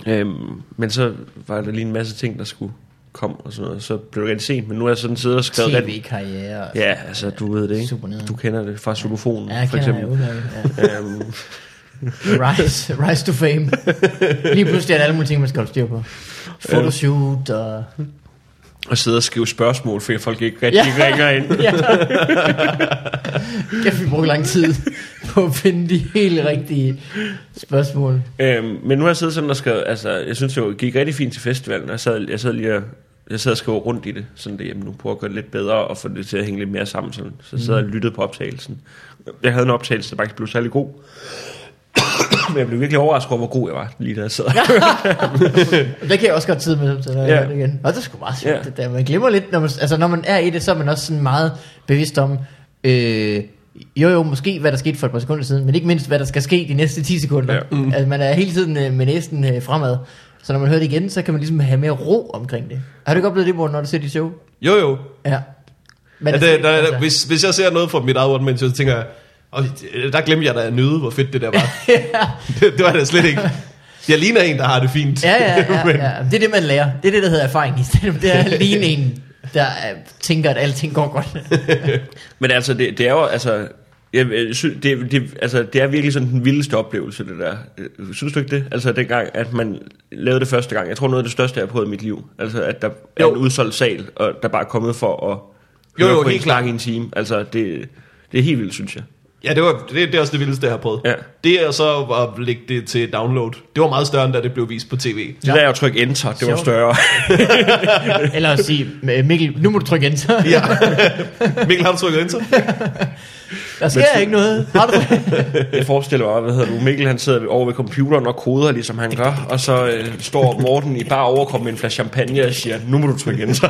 B: Øhm, men så var der lige en masse ting, der skulle komme og sådan noget. Så blev det rigtig sent, men nu er jeg sådan siddet og skrevet... rigtig-
C: TV-karriere.
B: Ja, altså, du ved det, ikke?
C: Super nederen.
B: Du kender det fra Solofonen,
C: Ja, jeg
B: for
C: kender
B: eksempel.
C: jeg udmærket, ja.
B: Øhm,
C: Rise, rise to fame. Lige pludselig er der alle mulige ting, man skal holde styr på. Photoshoot og...
B: og sidde og skrive spørgsmål, fordi folk ikke rigtig ja.
C: Ja.
B: ringer ind.
C: Ja. Kæft, vi brugte lang tid på at finde de helt rigtige spørgsmål.
B: Øhm, men nu har jeg siddet sådan og skrevet, altså, jeg synes jo, det gik rigtig fint til festivalen, og jeg sad, jeg sad lige og, jeg sad og skrev rundt i det, sådan det, jamen, nu prøver at gøre det lidt bedre, og få det til at hænge lidt mere sammen, sådan. så jeg sad og lyttede på optagelsen. Jeg havde en optagelse, der faktisk blev særlig god, men jeg blev virkelig overrasket over, hvor god jeg var, lige da jeg sad.
C: Og det kan jeg også godt tid med, så der
B: Ja.
C: ja. det igen. Og det er sgu meget sjovt,
B: Ja.
C: det der. Man glemmer lidt, når man, altså når man er i det, så er man også sådan meget bevidst om, øh, jo jo, måske hvad der skete for et par sekunder siden, men ikke mindst hvad der skal ske de næste 10 sekunder. Ja.
B: Ja.
C: Mm. Altså man er hele tiden øh, med næsten øh, fremad. Så når man hører det igen, så kan man ligesom have mere ro omkring det. Har du ikke oplevet det, Morten, når du ser dit show?
A: Jo, jo.
C: Ja. Men
A: Ja, det, der,
C: altså-
A: der, hvis, hvis jeg ser noget fra mit eget one-man, så tænker jeg, og øh, der glemte jeg da at nyde, hvor fedt det der var.
C: ja.
A: det, det var det slet ikke. Jeg ligner en, der har det fint.
C: Ja, ja,
A: Men-
C: ja, ja. Det er det, man lærer. Det er det, der hedder erfaring i stedet. Det er at ligne en, der øh, tænker, at alting går godt.
B: Men altså, det, det er jo, altså, jeg, jeg synes, det, det, altså, det er virkelig sådan den vildeste oplevelse, det der. Øh, Synes du ikke det? Altså, dengang, at man lavede det første gang. Jeg tror, noget af det største, jeg har prøvet i mit liv. Altså, at der er
A: Jo.
B: en udsolgt sal, og der bare er kommet for at
A: Jo,
B: høre
A: jo,
B: på
A: helt
B: en
A: klart.
B: snak i en time. Altså, det, det er helt vildt, synes jeg.
A: Ja, det, var, det, det er også det vildeste, jeg har prøvet.
B: Ja.
A: Det er så at lægge det til download. Det var meget større, end da det blev vist på tv.
B: Det der, jeg trykke enter, det var
C: Sjovt.
B: større.
C: Eller at sige, "M- Mikkel, nu må du trykke enter.
A: Ja. Mikkel, har du trykket ind så?
C: Der sker ikke noget. Har du
B: Jeg forestiller mig, hvad hedder du, Mikkel han sidder over ved computeren og koder, ligesom han gør, og så øh, står Morten i bare overkom med en flaske champagne og siger, nu må du trykke enter.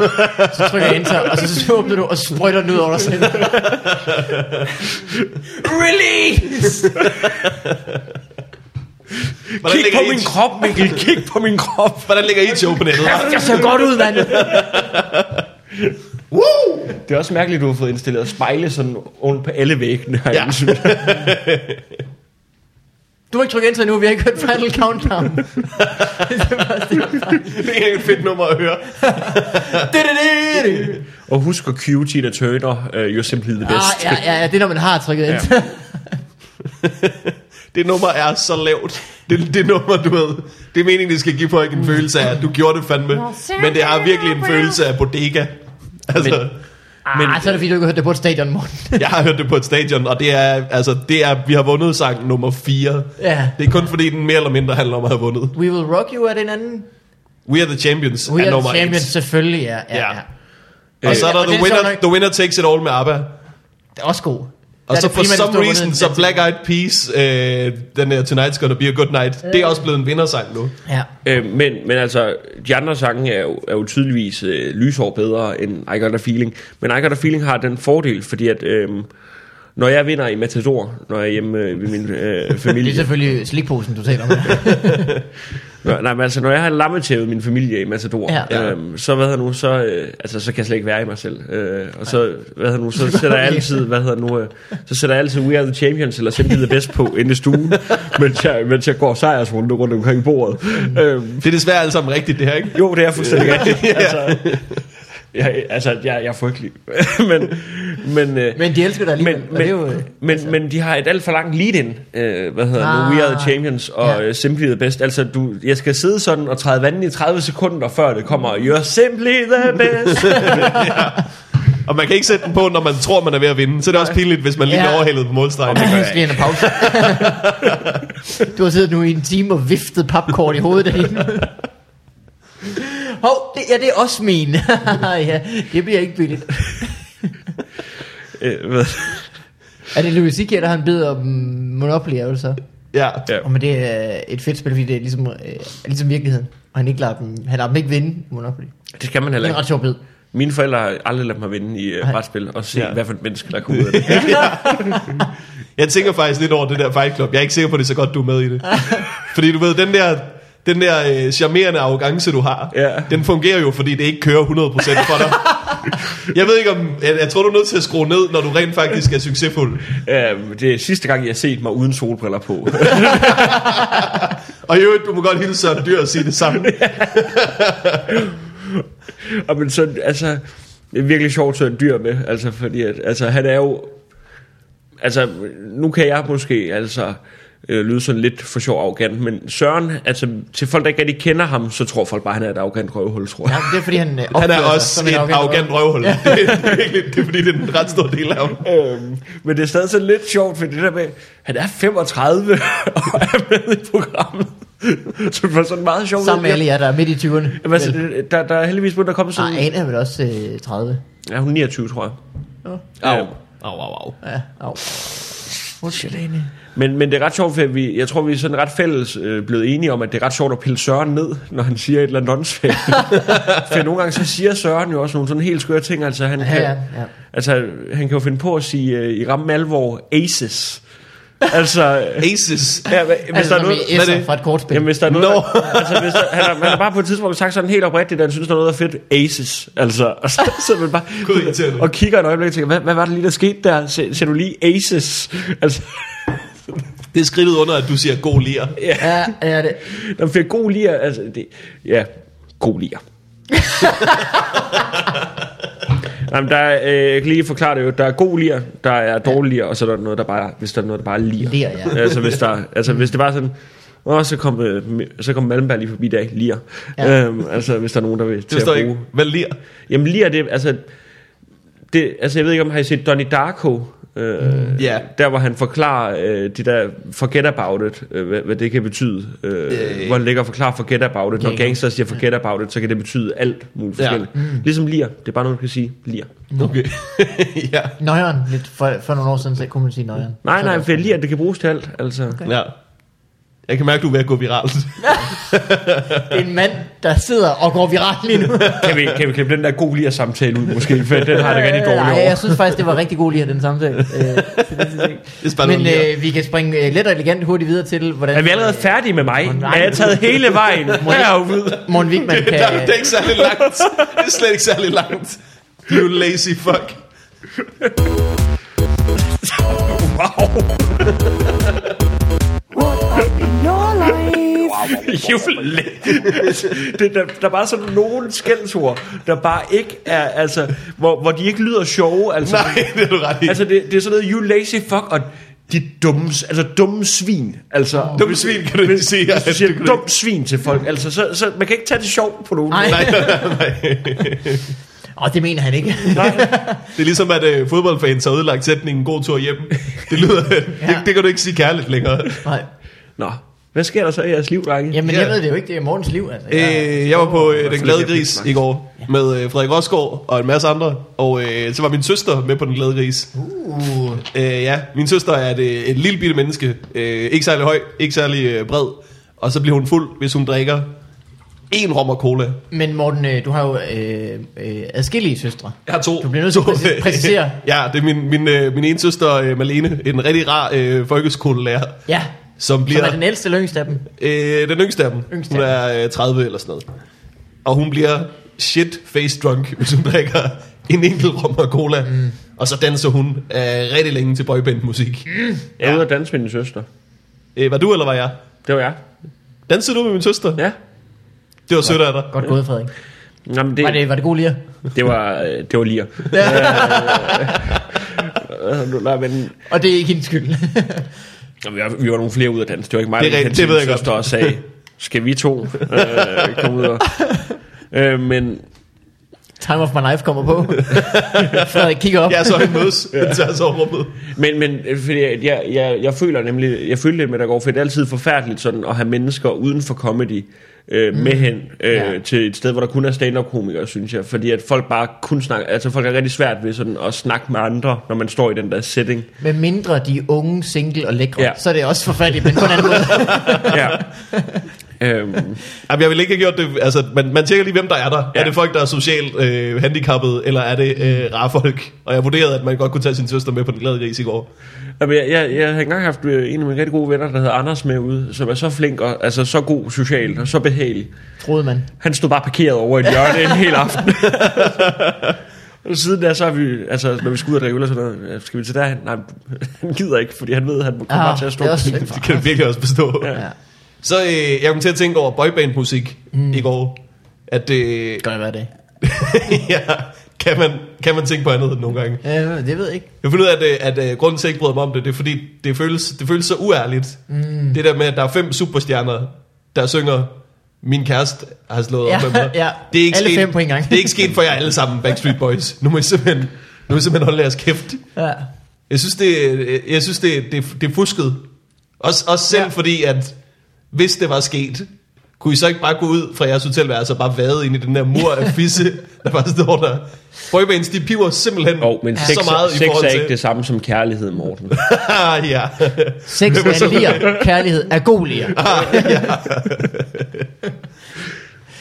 C: Så trykker jeg enter, og så, så åbner du og sprøjter den ud over dig selv. Release!
A: Hvordan
B: Kig
A: ligger
B: på
A: I-
B: min krop, Mikkel, kig på min krop.
A: Hvordan ligger I et show på nettet?
C: Jeg ser godt ud, mand.
A: Woo!
B: Det er også mærkeligt, at du har fået installeret spejle sådan rundt på alle væggene herinde,
A: Ja.
B: ja. synes jeg.
C: Du må ikke trykke enter nu, vi har ikke hørt Final Countdown.
A: Det er et fedt nummer at høre.
C: Du-du-du-du.
B: Og husk at cue Tina Turner, uh, you're simply the
C: ah,
B: best.
C: ja, ja, ja, det er, når man har trykket enter.
A: Det nummer er så lavt. Det, det nummer, du ved, det er meningen, det skal give folk en følelse af, at du gjorde det fandme. Men det har virkelig en følelse af bodega. Altså,
C: Ah, men, så er det fordi, du ikke har hørt det på et stadion, morgen.
A: jeg har hørt det på et stadion, og det er, altså, det er, vi har vundet sang nummer 4.
C: Ja.
A: Det er kun fordi, den mere eller mindre handler om at have vundet.
C: We Will Rock You er den anden.
A: We are the champions
C: We
A: er
C: Are
A: nummer
C: The Champions,
A: champions.
C: selvfølgelig, ja.
A: Ja.
C: ja, ja.
A: Et. Og så er der
C: Og det er
A: the winner,
C: sjovt nok-
A: the winner Takes It All med ABBA.
C: Det er også god.
A: Og
C: Der
A: så
C: er det
A: for
C: primært, at
A: some
C: du har
A: reason,
C: vundet
A: så
C: den.
A: Black Eyed Peas, øh, den her Tonight's Gonna Be a Good Night, det er også blevet en vindersang nu.
C: Ja.
B: Øh, men, men altså, de andre sange er jo, er jo tydeligvis øh, lysår bedre end I Got A Feeling. Men I Got A Feeling har den fordel, fordi at øh, når jeg vinder i Matador, når jeg er hjemme øh, ved min øh,
C: Det er
B: familie,
C: selvfølgelig slikposen, du taler om.
B: Nå, nej, men altså, når jeg har lammetævet min familie i Matador,
C: Ja.
B: ja. øhm, så hvad hedder nu, så, øh, altså, så kan jeg slet ikke være i mig selv. Øh, og så, hvad hedder nu, så sætter jeg altid, hvad hedder nu, øh, så sætter jeg altid We Are The Champions, eller Simply The Best på inde i stuen, mens jeg, mens jeg går sejrsrunde rundt omkring bordet. Mm. Øhm,
A: Det er desværre alt sammen rigtigt, det her, ikke?
B: jo, det er fuldstændig rigtigt. Altså, jeg, altså, jeg, jeg er frygtelig. men, men, øh,
C: Men de elsker dig alligevel.
B: men,
C: Men, og
B: men,
C: det er jo, øh,
B: men, altså. men de har et alt for langt lead-in, øh, hvad hedder ah,
C: Ah.
B: nu, We Are The Champions og
C: Ja.
B: ja. Simply The Best. Altså, du, jeg skal sidde sådan og træde vandet i 30 sekunder, før det kommer, You're Simply The Best.
A: Og man kan ikke sætte den på, når man tror, man er ved at vinde. Så er det også pinligt, hvis man lige
C: Ja.
A: bliver overhældet på målstregen. Det gør jeg
C: pludselig en pause. du har siddet nu i en time og viftet papkort i hovedet derinde. Hov, det, ja, det er også min. ja, det bliver ikke billigt.
B: Øh, hvad-
C: Er det Louis C.K., der har en bid om Monopoly, er det så?
A: ikke. Ja.
B: ja.
C: Og men det er et fedt spil, fordi det er ligesom, øh, er ligesom virkeligheden. Og han ikke lader dem, han lader dem ikke vinde Monopoly. Det
B: Det skal man heller
C: er en ret
B: ikke.
C: sjov bid.
B: Mine forældre har aldrig ladt mig vinde i uh,
C: Nej.
B: brætspil og se,
A: Ja.
B: ja. hvad for et menneske, der kommer ud af det.
A: Jeg tænker faktisk lidt over det der Fight Club. Jeg er ikke sikker på, det er så godt, du er med i det. fordi du ved, den der, den der øh, charmerende arrogance, du har,
B: Ja.
A: den fungerer jo, fordi det ikke kører 100% for dig. jeg ved ikke om... Jeg, jeg tror, du er nødt til at skrue ned, når du rent faktisk er succesfuld.
B: Øhm, det er sidste gang, jeg har set mig uden solbriller på.
A: Og i øvrigt, du må godt hilse Søren Dyr og sige det samme.
B: Og men så, altså, det er virkelig sjovt at tage en dyr med, altså, fordi at, altså, han er jo, altså, nu kan jeg måske, altså, øh, lyde sådan lidt for sjov arrogant, men Søren, altså, til folk, der ikke rigtig kender ham, så tror folk bare, han er et arrogant røvhul, tror
C: Ja,
B: jeg.
C: det er fordi, han øh,
A: Han er
C: opfører sig
A: også
C: som
A: et
C: en
A: arrogant røvhul. Det, det, er virkelig, det er fordi, det er en ret stor del af ham.
B: Øhm, men det er stadig sådan lidt sjovt, for det der med, han er 35 og er med i programmet. så det var sådan meget sjovt.
C: Sammen med alle jer, der er midt i 20'erne.
B: Jamen, altså, det- der, der er heldigvis begyndt at komme
C: Og
B: sådan...
C: Anna er vel også øh, 30.
B: Ja, hun er 29, tror jeg.
A: Au, au, au, au.
C: Ja, au. Undskyld, Anne.
B: Men, men det er ret sjovt, for vi, jeg tror, vi er sådan ret fælles øh, blevet enige om, at det er ret sjovt at pille Søren ned, når han siger et eller andet åndssvagt. for nogle gange så siger Søren jo også nogle sådan helt skøre ting. Altså, han, kan,
C: Ja, ja.
B: altså, han kan jo finde på at sige øh, i ramme alvor aces. Altså,
A: Aces.
B: ja, hva- hvis
C: Altså,
B: der er
C: som
B: noget...
C: i
A: hvad er
C: S'er
A: det?
C: fra et kortspil.
B: Jamen, hvis der er noget,
A: Nå.
B: der, altså, hvis der, han, har, han har bare på et tidspunkt sagt sådan helt oprigtigt, at han synes, der er noget, der er fedt. Aces. Altså, og så sidder man bare
A: Gud, irriterende.
B: og kigger et øjeblik og tænker, hvad, hvad var det lige, der skete der? Se, ser du lige aces? Altså,
A: Det er skridtet under, at du siger god lir.
C: Ja, ja, det.
B: Nå, for god lir, altså, det, ja, god lir. Jamen, der er, øh, jeg kan lige forklare det jo, der er god lir, der er dårlig lir, og så er der noget, der bare, hvis der er noget, der bare lir.
C: Lir, ja.
B: Altså, hvis, der, altså, hvis det bare er sådan, og så kom, øh, så kom Malmberg lige forbi i dag, lir.
C: Ja.
B: Ja. Øhm, altså, hvis der er nogen, der vil
A: Det
B: til at
A: forstår
B: bruge.
A: jeg ikke. Hvad lir?
B: Jamen, lir, det, altså, det, altså, jeg ved ikke, om har I set Donnie Darko? Øh,
A: Ja.
B: Der hvor han forklarer øh, de der forget about it, øh, hvad, hvad det kan betyde. Øh,
A: Øh.
B: Hvor han ligger og forklarer forget about it. Når
C: Ja, ja.
B: gangster siger forget about it, så kan det betyde alt muligt
A: Ja.
B: forskelligt. Ligesom lir. Det er bare noget, du kan sige. Lir.
A: Okay. ja.
C: Nøjeren, lidt for, for nogle år siden, så kunne man sige nøjeren.
B: Nej,
C: Så
B: nej,
C: der-
B: for lir, det kan bruges til alt. Altså. Okay.
A: ja. Jeg kan mærke, at du er ved at gå viralt.
C: Det er en mand, der sidder og går viralt lige nu.
B: Kan, vi, kan vi klippe den der god lir samtale ud, måske? For den har det rigtig dårligt
C: Nej,
B: over.
C: jeg synes faktisk, det var rigtig god lige at have den samtale. Øh, så det synes jeg ikke.
A: Det er bare
C: Men
A: noget lir.
C: øh, vi kan springe øh, let og elegant hurtigt videre til, hvordan...
B: Er vi allerede færdige med mig?
C: nej.
B: Er jeg taget hele vejen herud?
C: øh, Morten Wigman kan...
A: Der, det er ikke særlig langt. Det er slet ikke særlig langt. You lazy fuck.
B: Wow.
D: What up in your life?
B: Jule. det, der, der er bare sådan nogle skældsord, der bare ikke er, altså, hvor, hvor de ikke lyder sjove. Altså,
A: Nej, det er du ret i.
B: altså det, det er sådan noget, you lazy fuck, og de dumme, s- altså dumme svin. Altså,
A: Dumme svin kan du ikke sige.
B: hvis du siger dum svin til folk, altså, så, så man kan ikke tage det sjovt på nogen.
C: Nej,
A: Nej, nej, nej.
C: og det mener han ikke.
A: Det er ligesom, at øh, fodboldfans har ødelagt sætningen god tur hjem. Det lyder... det, det kan du ikke sige kærligt længere.
C: Nej.
B: Nå, hvad sker der så i jeres liv, drenge?
C: Jamen,
A: Ja.
C: jeg ved det jo ikke. Det er Mortens liv, altså. Jeg,
A: Øh, jeg var på øh, Den
B: Hvorfor
A: Glade
B: ligger jeg
A: Gris
B: på
A: i går med øh, Frederik Rosgaard og en masse andre. Og øh, så var min søster med på Den Glade Gris.
C: uh,
A: Øh, ja, min søster er et, øh, et lille bitte menneske. Øh, ikke særlig høj, ikke særlig øh, bred. Og så bliver hun fuld, hvis hun drikker en rom og cola.
C: men Morten, øh, du har jo øh, øh, adskillige søstre.
A: Jeg har to.
C: Du bliver nødt til at
A: To,
C: præci-
A: øh,
C: præcisere.
A: ja, det er min, min, øh, min ene søster, øh, Malene, en rigtig rar øh, folkeskolelærer.
C: Ja,
A: som
C: Som er
A: bliver
C: den ældste eller yngste af dem.
A: øh, den yngste af dem.
C: Yngste
A: Hun
C: af
A: er øh, 30 eller sådan noget. Og hun bliver shit face drunk, hvis hun drikker en enkelt rum og cola. Mm. Og så danser hun øh, rigtig længe til boyband musik. Mm.
B: Jeg er ude og danse med min søster.
A: Øh, var du eller var jeg?
B: Det var jeg.
A: Dansede du med min søster? Ja.
B: Ja.
A: Det var sødt af dig.
C: Godt gået, Frederik.
B: Jamen, det,
C: Var det, var det god lige?
B: det var, øh, det var lige. Øh, nej, men,
C: Og det er ikke hendes skyld.
B: jamen, vi var- vi var nogle flere ude at danse. Det var ikke mig,
A: Det er
B: der
A: rigtigt,
B: kendte
A: det ved
B: min
A: jeg godt.
B: søster og sagde, skal vi to øh, komme ud og... Øh, men
C: Time of my life kommer på. Frederik, kigger op.
A: Ja, så vi mødes, ja. tager så rummet.
B: Men, men øh, fordi at jeg, jeg, jeg føler nemlig, jeg følte lidt med, der går, for det er altid forfærdeligt sådan at have mennesker uden for comedy øh,
A: Mm.
B: med hen øh,
C: Ja.
B: til et sted, hvor der kun er stand-up-komikere, synes jeg. Fordi at folk bare kun snakker, altså folk er rigtig svært ved sådan at snakke med andre, når man står i den der setting.
C: Med mindre de er unge, single og lækre,
B: Ja.
C: ja. så er det også forfærdeligt, men på en anden måde.
B: ja. øhm,
A: Jamen, jeg vil ikke have gjort det. Altså, man, man tjekker lige, hvem der er der. Ja.
B: Ja.
A: Er det folk, der er socialt øh, handicappede, eller er det øh, rare folk? Og jeg vurderede, at man godt kunne tage sin søster med på den glade gris i går.
B: Jamen, jeg, jeg, jeg havde engang haft øh, en af mine rigtig gode venner, der hedder Anders med ude, som er så flink og altså, så god socialt og så behagelig.
C: Troede man.
B: Han stod bare parkeret over et hjørne en hel aften. Og siden der, så har vi, altså, når vi skal ud og drikke øl og sådan noget, øh, skal vi til derhen? Nej, han gider ikke, fordi han ved, at han kommer
C: Ah,
B: bare til at stå.
C: det er også
A: Det kan jeg virkelig også bestå. Ja.
C: Ja.
A: Så øh, jeg kom til at tænke over boybandmusik mm. i går. At øh,
C: Det kan godt være det.
A: ja, kan, man, kan man tænke på andet nogle gange.
C: Øh, det ved jeg ikke.
A: Jeg finder ud af, at, øh, at, at grunden til, at jeg ikke bryder mig om det, det er fordi, det føles, det føles så uærligt. Mm. Det der med, at der er fem superstjerner, der synger, min kæreste har slået
C: Ja,
A: op med mig.
C: ja.
A: Det er ikke
C: Alle
A: sket,
C: fem på en gang.
A: Det er ikke sket for jer alle sammen, Backstreet Boys. Nu må I simpelthen, nu må I simpelthen holde jeres kæft.
C: Ja.
A: Jeg synes, det, øh, jeg synes, det, det, det er fusket. Også, også selv
C: Ja.
A: ja. fordi, at hvis det var sket, kunne I så ikke bare gå ud fra jeres hotelværelse og bare vade ind i den der mur af fisse, der bare står der. Boybands, de piver simpelthen
B: Jo, men sex,
A: så meget i
B: sex
A: forhold
B: er
A: til...
B: ikke det samme som kærlighed, Morten.
A: Ah, ja.
C: Sex er lier. Kærlighed er god lier.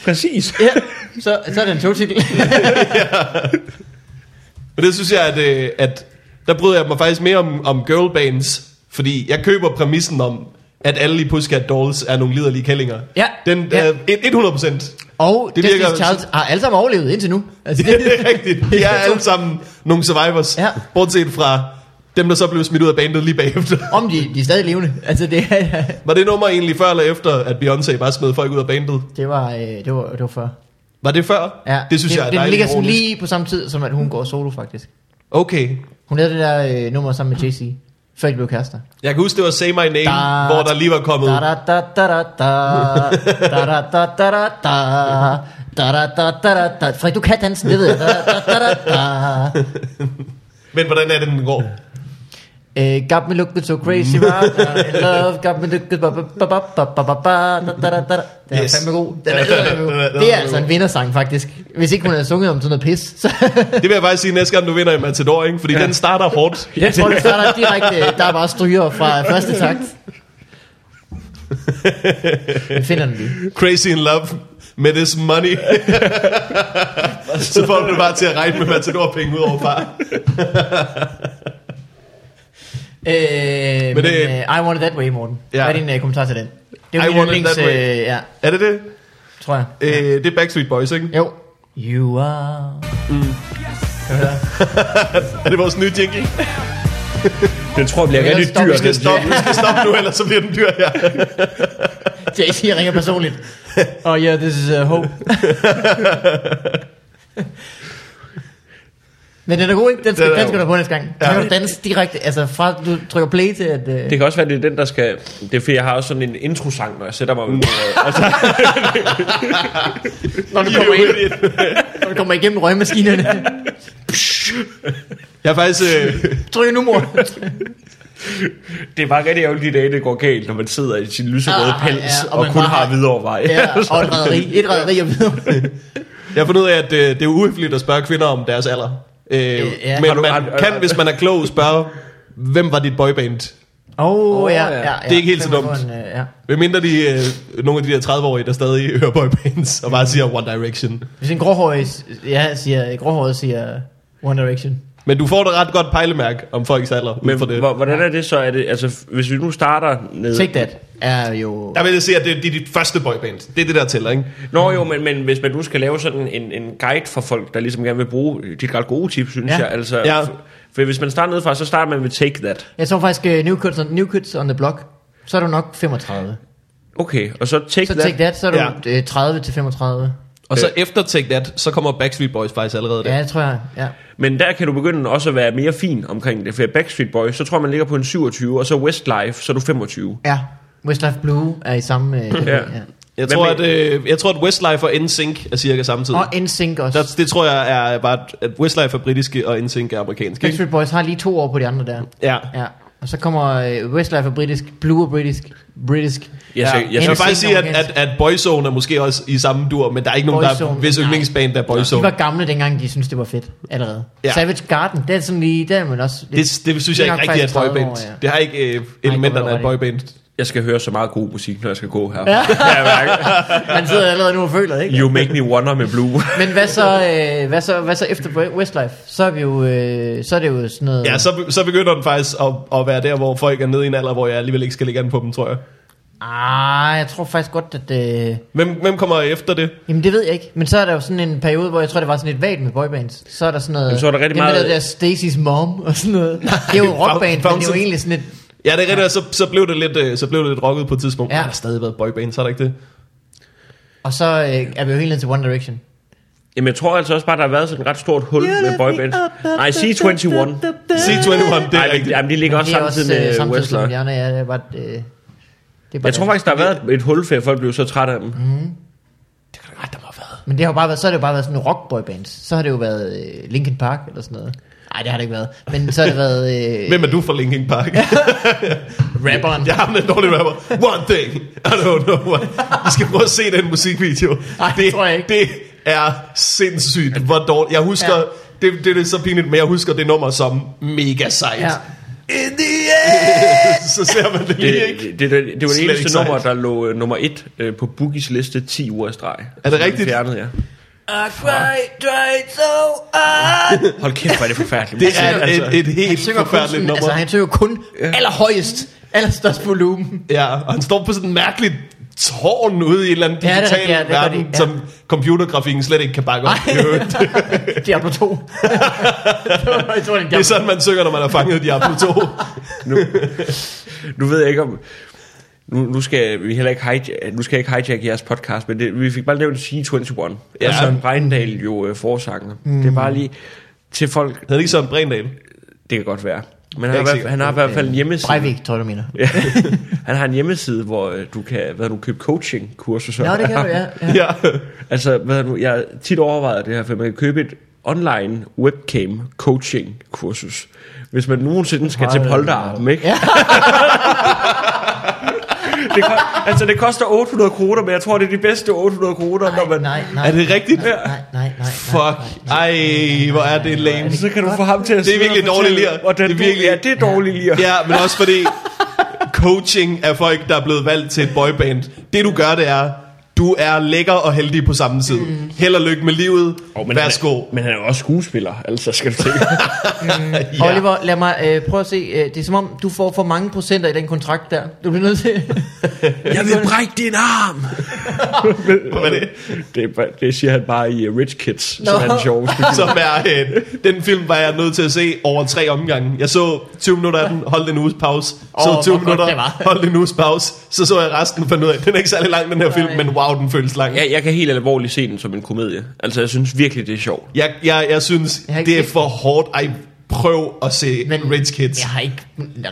B: Præcis.
C: Ja, så, så er det en togtitel.
A: Men det synes jeg, at, øh, at der bryder jeg mig faktisk mere om, om girlbands, fordi jeg køber præmissen om, at alle i Pussycat Dolls er nogle liderlige kællinger.
C: Ja.
A: Den
C: Ja.
A: er et- 100 procent.
C: Og
A: Det
C: det
A: virker-
C: virker... Charles har alle sammen overlevet indtil nu. Altså, det,
A: Det er rigtigt. De er alle sammen nogle survivors.
C: Ja.
A: Bortset fra dem, der så blev smidt ud af bandet lige bagefter.
C: om de, de er stadig levende. Altså, det, er-
A: Var det nummer egentlig før eller efter, at Beyoncé bare smed folk ud af bandet?
C: det, var, øh, det, var, det var før.
A: Var det før?
C: Ja,
A: Det synes
C: det,
A: jeg er
C: Den
A: dejligt
C: ligger sådan
A: ironisk.
C: lige på samme tid, som at hun går solo, faktisk.
A: Okay.
C: Hun havde det der øh, nummer sammen med Jay-Z, før de blev kærester.
A: Jeg kan huske, det var Say My Name,
C: Da-
A: hvor der lige var kommet...
C: Da da da da da da da da da da da da da da da da da da Frederik, du kan dansen, det ved jeg. Da, da, da, da, da.
A: Men hvordan er det, den går?
C: Øh, got me looking so crazy right I love got me looking ba ba ba ba ba ba ba ba da da da da da. Den er
A: Yes.
C: fandme god. Den
A: Ja,
C: er
A: den er-
C: eddermame god.
A: den er- den er
C: Det er
A: god.
C: altså en vindersang faktisk. Hvis ikke hun havde sunget om sådan noget pis, så
A: Det vil jeg faktisk sige næste gang, du vinder i Matador, ikke? Fordi ja. den starter hårdt.
C: jeg tror, det starter direkte. Der er bare stryger fra første takt. Vi finder den lige.
A: Crazy in love med this money. så får du bare til at regne med Matador-penge ud over far.
C: Øh, men,
A: Men
C: men
A: det-
C: det, uh, I Want It That Way, Morten.
A: Ja.
C: Ja. Hvad er din uh, kommentar til den? Det er
A: I
C: jo min
A: want it
C: yndlings,
A: that way.
C: uh, ja,
A: Er det det?
C: tror jeg.
A: Øh, det er Backstreet Boys, ikke?
C: Jo. You are...
A: Er det vores nye jingle?
B: Den tror jeg bliver
C: Ellers
B: rigtig
C: stopper
B: dyr.
C: vi
A: Det
B: den
A: stop, vi skal stoppe nu, ellers så bliver den dyr her.
C: Jay-Z ringer personligt. Oh yeah, this is uh, hope. Men den er god, ikke? Den
A: Den
C: skal,
A: er
C: den skal
A: god.
C: du have på næste gang.
A: Ja.
C: Så kan du danse direkte, altså fra du trykker play til at... Uh,
B: Det kan også være, det er den, der skal... Det er fordi, jeg har også sådan en introsang, når jeg sætter mig ved bordet.
A: Mm.
B: Og så,
C: når, du kommer ind, når du kommer igennem røgmaskinerne.
A: Jeg er faktisk... Øh,
C: Tryk nu, mor.
B: det er bare rigtig ærgerligt i dag, det går galt, når man sidder i sin lyserøde
C: Ah,
B: pels
C: ja, og
B: og,
C: man
B: kun
C: bare
B: har
C: har-
B: hvidovervej.
C: Ja, og et rædderi. Et rædderi og videre.
A: jeg har fundet ud af, at øh, det er uhøfligt at spørge kvinder om deres alder. Øh,
C: Øh, ja.
A: Men
B: Har du-
A: man
B: har-
A: kan, hvis man er klog, spørge, hvem var dit boyband?
C: Åh, oh, ja,
B: ja.
C: ja, ja.
A: Det er ikke helt så
C: Fem år
A: dumt.
C: foran, øh, ja.
A: Hvem mindre de, øh, nogle af de der 30-årige, der stadig hører boybands og bare siger One Direction.
C: Hvis en gråhårig, s- ja, siger, gråhåret siger øh, One Direction.
A: Men du får da ret godt pejlemærke om folks alder ud
B: Men
A: fra det.
B: hvor- hvordan er det så? Er det, altså, hvis vi nu starter ned...
C: Take That er jo...
A: Der vil jeg sige, at det, det er dit første boyband. Det er det, der tæller, ikke?
B: Nå jo, men, men hvis man nu skal lave sådan en, en guide for folk, der ligesom gerne vil bruge de ret gode tips, synes
C: Ja.
B: ja. jeg. Altså,
A: Ja.
B: ja. For hvis man starter nedefra, så starter man med Take That.
C: Jeg tror faktisk, uh, New, Kids on, New Kids on the Block, så er du nok 35.
B: Okay, og så Take
C: Så
B: That.
C: Take That, så er du ja. 30 til 35.
A: Og så efter Take That, så kommer Backstreet Boys faktisk allerede der.
C: Ja, det tror jeg. Ja.
B: Men der kan du begynde også at være mere fin omkring det. For Backstreet Boys, så tror jeg, man ligger på en 27, og så Westlife, så er du 25.
C: ja. Westlife Blue er i samme... Uh, ja. ja.
A: Jeg
B: Hvad
A: tror, at,
B: med-
A: øh, jeg tror, at Westlife og NSYNC er cirka samtidig.
C: Og NSYNC også.
A: Der, det tror jeg er bare, at Westlife er britiske, og NSYNC er amerikanske. ikke?
C: Backstreet Boys har lige to år på de andre der.
A: Ja.
C: Ja. Og så kommer øh, Westlife er britisk, Blue er britisk, britisk.
B: Jeg,
A: Ja.
B: skal, jeg,
A: Jeg vil
B: skal,
C: NSYNC
A: faktisk sige, at,
C: amerikansk.
A: at, at Boyzone er måske også i samme dur, men der er ikke nogen, der er,
C: Boyzone,
A: hvis
C: nej.
A: yndlingsband der er
C: De
A: Boyzone.
C: var gamle dengang, de syntes, det var fedt allerede.
A: Ja.
C: Ja. Savage Garden, det er sådan lige, der er man også...
A: Det, det synes
C: det
A: jeg
C: er
A: ikke
C: nok
A: rigtig er et
C: faktisk 30
A: boyband.
C: år, ja.
A: Det har ikke øh,
C: det
A: elementerne
C: var
A: af et
C: ret
A: boyband.
B: jeg skal høre så meget god musik, når jeg skal gå her.
C: Ja.
B: Ja. jeg mærker.
C: Man sidder allerede nu og føler, ikke?
B: you make me wonder med Blue.
C: Men hvad så, øh, hvad, så, hvad så efter Westlife? Så er, vi jo, øh, så er det jo sådan noget...
A: Ja, så, så begynder den faktisk at, at være der, hvor folk er nede i en alder, hvor jeg alligevel ikke skal lægge an på dem, tror jeg.
C: Ah, jeg tror faktisk godt, at... Øh,
A: Hvem, hvem kommer efter det?
C: jamen, det ved jeg ikke. Men så er der jo sådan en periode, hvor jeg tror, det var sådan lidt vagt med boybands. Så er der sådan noget...
B: Jamen, så er der rigtig
C: dem,
B: meget-
C: Der, der Stacy's Mom og sådan noget. det er jo rockband, men det er jo
A: Fountain-
C: egentlig sådan et...
A: Ja, det er rigtigt, og så, så, blev det lidt, øh, så blev det lidt rocket på et tidspunkt.
C: Ja.
A: Ja. Der har stadig været boyband, så er der ikke det.
C: Og så øh, er vi jo helt ned til One Direction.
B: Jamen, jeg tror altså også bare, der har været sådan et ret stort hul med boybands. Nej, C21.
A: C21, det er
B: Nej, men,
A: rigtigt.
B: jamen, de ligger
C: Men
B: også
C: det er
B: samtidig
C: øh,
B: med
C: samtidig som
B: Westlife.
C: de andre, ja, det er bare, øh, det er bare
B: Jeg tror faktisk, der har været et hul, for folk blev så trætte af dem.
A: Det kan da godt, der må have været.
C: Men det har jo bare været, så har det jo bare været sådan rockboybands. Så har det jo været øh, Linkin Park eller sådan noget. Nej, det har det ikke været. Men så har det været øh,
A: Hvem er du for Linkin Park?
C: rapperen.
A: Jeg har en dårlig rapper. One thing. I don't know what. I skal prøve at se den musikvideo.
C: Ej, det tror jeg ikke.
A: Det er sindssygt, hvor dårligt. Jeg husker,
C: Ja.
A: ja. det, det, det er så pinligt, men jeg husker det nummer som mega sejt.
C: Ja.
A: Ja. In the air! så ser man det lige,
B: Det,
A: ikke?
B: det, det, det var
A: Slet
B: det
A: ikke
B: eneste
A: sejt.
B: nummer, der lå øh, nummer et øh, på Boogies liste 10 uger i streg.
A: Er det
B: Så
A: rigtigt?
B: Fjernet, ja. Hold kæft, hvor er det forfærdeligt.
A: Det er
B: altså,
A: et, et helt
C: synger kun
A: forfærdeligt
C: sådan,
A: nummer.
C: altså, han synger kun allerhøjest, allerstørst volumen.
A: Ja, og han står på sådan en mærkelig tårn ude i en eller anden
C: Ja, det er
A: digital
C: rigtigt, ja, det er
A: verden,
C: rigtigt, ja.
A: som computergrafikken slet ikke kan bakke op.
C: Ej.
A: i øvrigt.
C: Diablo 2. jeg tror, det er
A: Det er
C: en
A: sådan, man synger, når man har fanget Diablo 2.
B: nu, nu ved jeg ikke om... Nu, nu skal vi heller ikke hijack, nu skal jeg ikke hijack jeres podcast, men det, vi fik bare nævnt C21. Ja.
A: Ja.
B: Og Søren Breindal jo øh, forsanger. Mm. Det er bare lige til folk,
A: Havde det ikke Søren Brændal?
B: det kan godt være. Men han
A: ikke
B: har, i hvert-
A: sikker.
B: han har i hvert fald en hjemmeside.
C: Breivik, tror jeg, du mener.
B: Ja. han har en hjemmeside, hvor øh, du kan hvad du købe coaching-kurser.
C: Nå, det kan du, ja. ja.
A: Ja.
B: Altså, hvad nu, jeg har tit overvejet det her, for man kan købe et online webcam coaching kursus. Hvis man nogensinde skal til
C: Hold da
B: polterarm, ikke? det, ko- altså, det koster 800 kroner, men jeg tror, det er de bedste 800 kroner, når man...
C: Nej, nej.
A: Er det rigtigt?
C: Nej, nej, nej. nej
A: Fuck. Ej, hvor er det lame.
B: Altså, Så kan du få ham til at
A: Det er virkelig dårlig lir.
B: Og det er virkelig... Ja, det er dårlig lir.
A: Ja, men også fordi coaching af folk, der er blevet valgt til et boyband. Det du gør, det er, du er lækker og heldig på samme tid. Held og lykke med livet. Oh, Værsgo.
B: Han er, men han er jo også skuespiller, altså skal du tænke.
C: Ja. Oliver, lad mig øh, prøve at se. Øh, det er som om, du får for mange procenter i den kontrakt der. Du bliver nødt til...
B: jeg vil brække din arm!
A: Hvad er det?
B: det, er bare- det siger han bare i øh, Rich Kids,
C: Nå.
B: som han sjov.
A: Som er, øh, den film var jeg nødt til at se over tre omgange. Jeg så 20 minutter af den, holdt en uges pause. Så
C: Åh,
A: 20
C: hvor godt
A: minutter,
C: det var.
A: holdt en uges pause. Så så jeg resten og fandt ud af, den er ikke særlig lang, den her film,
C: Nej.
A: men wow, den føles lang.
B: Jeg, jeg kan helt alvorligt se den som en komedie. Altså, jeg synes virkelig, det er sjovt.
A: Jeg, jeg, jeg synes,
C: Jeg har
A: jeg
C: ikke
A: det er
C: set
A: for hårdt. Ej, prøv at se men, Rich Kids.
C: Jeg har ikke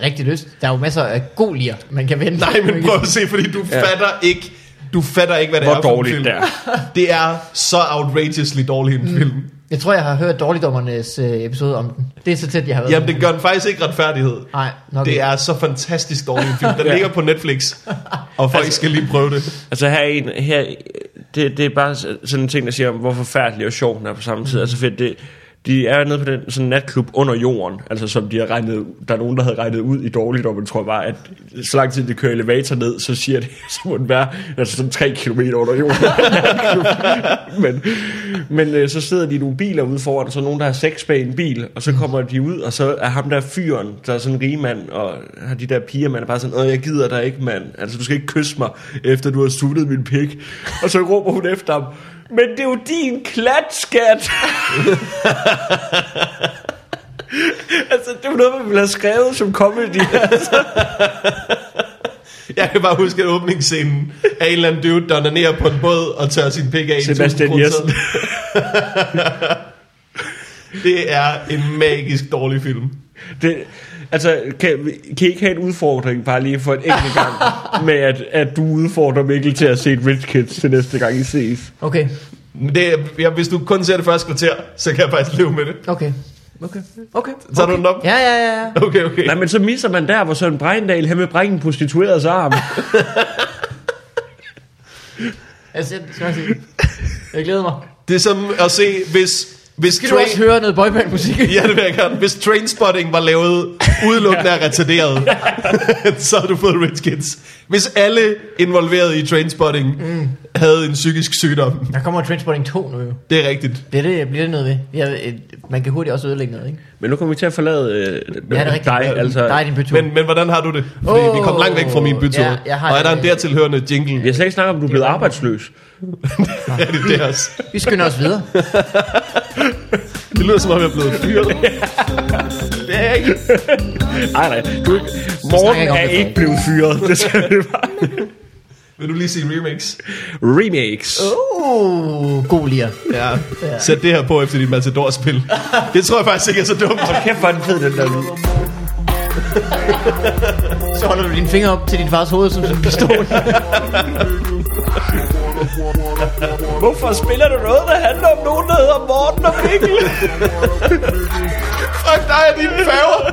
C: rigtig lyst. Der er jo masser af god lir, man kan vente.
A: Nej, men prøv at se, fordi du ja. fatter ikke, du fatter ikke, hvad det
B: Hvor
A: er for en
B: dårligt
A: film.
B: det er.
A: Det er så outrageously dårlig en mm. film.
C: Jeg tror, jeg har hørt dårligdommernes øh, episode om den. Det er så tæt, jeg har været.
A: Jamen, den gør den faktisk ikke retfærdighed.
C: Nej, nok
A: Det
C: ikke.
A: er så fantastisk dårlig en film. Den
B: Ja.
A: ligger på Netflix, og folk skal lige prøve det.
B: Altså, her er en... Her, det, det er bare sådan en ting, der siger, hvor forfærdelig og sjov den er på samme tid. Altså, fedt, det, De er nede på den sådan natklub under jorden, altså som de har regnet, der er nogen, der havde regnet ud i dårligdommen, tror jeg bare, at så lang tid de kører elevator ned, så siger det, så må den være altså sådan 3 km under jorden. men, men øh, så sidder de i nogle biler ude foran, og så er nogen, der har sex bag en bil, og så kommer de ud, og så er ham der fyren, der er sådan en rig mand, og har de der piger, man er bare sådan, Åh, jeg gider dig ikke, mand. Altså, du skal ikke kysse mig, efter du har suttet min pik. Og så råber hun efter ham, men det er jo din klat, skat! altså, det var noget, man ville have skrevet som comedy.
A: Jeg kan bare huske, at åbningsscenen er en eller anden dude, der onanerer på en båd og tør sin pik af i en
B: Sebastian
A: 1000
B: Jessen.
A: det er en magisk dårlig film.
B: Det, altså, kan, kan I ikke have en udfordring bare lige for en enkelt gang, med at, at du udfordrer Mikkel til at se et Rich Kids til næste gang I ses?
C: Okay,
A: Men Det, er- ja, hvis du kun ser det første kvarter, så kan jeg faktisk leve med det.
C: okay. Okay, okay.
A: Tager du den op?
C: Ja, ja, ja. ja.
A: Okay, okay.
B: Nej, men så misser man der, hvor Søren Bregendal her med brækken prostituerede sig arm.
C: Altså, jeg, skal jeg, sige, jeg glæder mig.
A: Det er som at se, hvis... hvis
C: Skal du også høre noget boybandmusik?
A: Ja, det vil jeg gerne. Hvis Trainspotting var lavet udelukkende af retarderet, så har du fået Rich Kids. Hvis alle involverede i Trainspotting mm. havde en psykisk sygdom,
C: Der kommer Transporting 2 nu jo.
A: det er rigtigt.
C: Det, er det bliver det noget ved. Ja, øh, man kan hurtigt også ødelægge noget, ikke?
B: Men nu kommer vi til at forlade øh,
C: Ja, det er rigtigt.
B: dig, altså.
C: Dig, din bytur.
A: Men, men hvordan har du det? Fordi oh, vi kom langt væk fra min bytur.
C: ja, jeg har
A: og er der
C: det.
A: en dertilhørende jingle?
B: Jeg har slet ikke snakket om, at du er blevet arbejdsløs.
A: Ja, det, er det, også.
C: Vi skynder os videre.
A: det lyder som om, jeg er blevet fyret. det er jeg ikke.
B: Nej, nej. Du, er ikke- Morten
C: ikke om
B: er
C: det,
B: ikke
C: Frederik.
B: blevet fyret. Det skal vi bare.
A: Vil du lige sige remix?
B: Remakes.
C: Oh, god lier.
A: Ja. Sæt det her på efter dit Matador-spil. Det tror jeg faktisk ikke er så dumt.
B: Hold kæft, hvor er den fed, den der lyd.
C: Så holder du din finger op til din fars hoved som sådan en pistol.
B: Hvorfor spiller du noget, der handler om nogen, der hedder Morten og Mikkel?
A: Fuck dig og dine færger!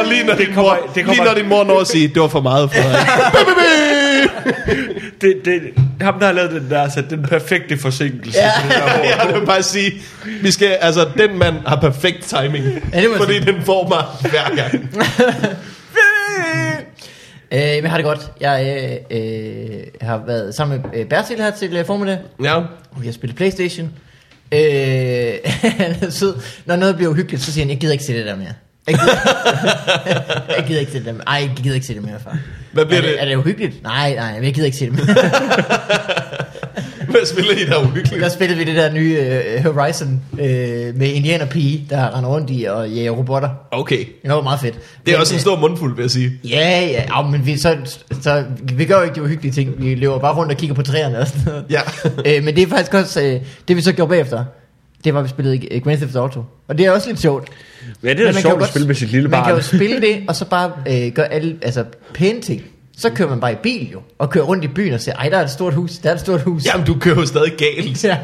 A: og lige når, din
B: kommer-
A: mor,
B: det kommer-
A: lige når din mor når at sige, det var for meget for dig.
B: det, det, ham, der har lavet den der, så den perfekte forsinkelse.
C: Ja.
B: til det der ord.
A: Jeg vil bare sige, vi skal, altså, den mand har perfekt timing.
C: Ja, det må jeg
A: fordi
C: sige.
A: den får mig hver gang.
C: øh, men jeg har det godt. Jeg øh, øh, har været sammen med øh, Bertil her til øh, formiddag.
A: Ja.
C: Og vi har spillet Playstation. Øh, han er sød. Når noget bliver uhyggeligt, så siger han, jeg gider ikke se det der mere. Jeg gider, jeg gider ikke se det der mere. Ej, jeg gider ikke se det mere, far.
A: Hvad bliver
C: er det?
A: det?
C: Er det uhyggeligt? Nej, nej, men jeg gider ikke se det mere.
A: Hvad spiller I der uhyggeligt?
C: Der spillede vi det der nye øh, Horizon øh, med indianerpige, der render rundt i og jager robotter.
A: Okay.
C: Det var meget fedt.
A: Det er
C: Men,
A: også en
C: øh,
A: stor mundfuld, vil jeg sige.
C: Ja, ja, au, men vi, så, så, vi gør jo ikke de uhyggelige ting. Vi løber bare rundt og kigger på træerne og sådan noget.
A: Ja.
C: øh, men det er faktisk også, øh, det vi så gjorde bagefter, det var, at vi spillede øh, Grand Theft Auto. Og det er også lidt sjovt.
B: Ja, det er
C: Men
B: da
C: man kan jo
B: sjovt at
C: godt-
B: spille med sit lille
C: Man kan
B: barn.
C: jo spille det, og så bare øh, gøre alle altså, pæne ting. Så kører man bare i bil jo, og kører rundt i byen og siger, ej, der er et stort hus, der er et stort hus.
A: Jamen, du kører jo stadig galt.
C: Ja.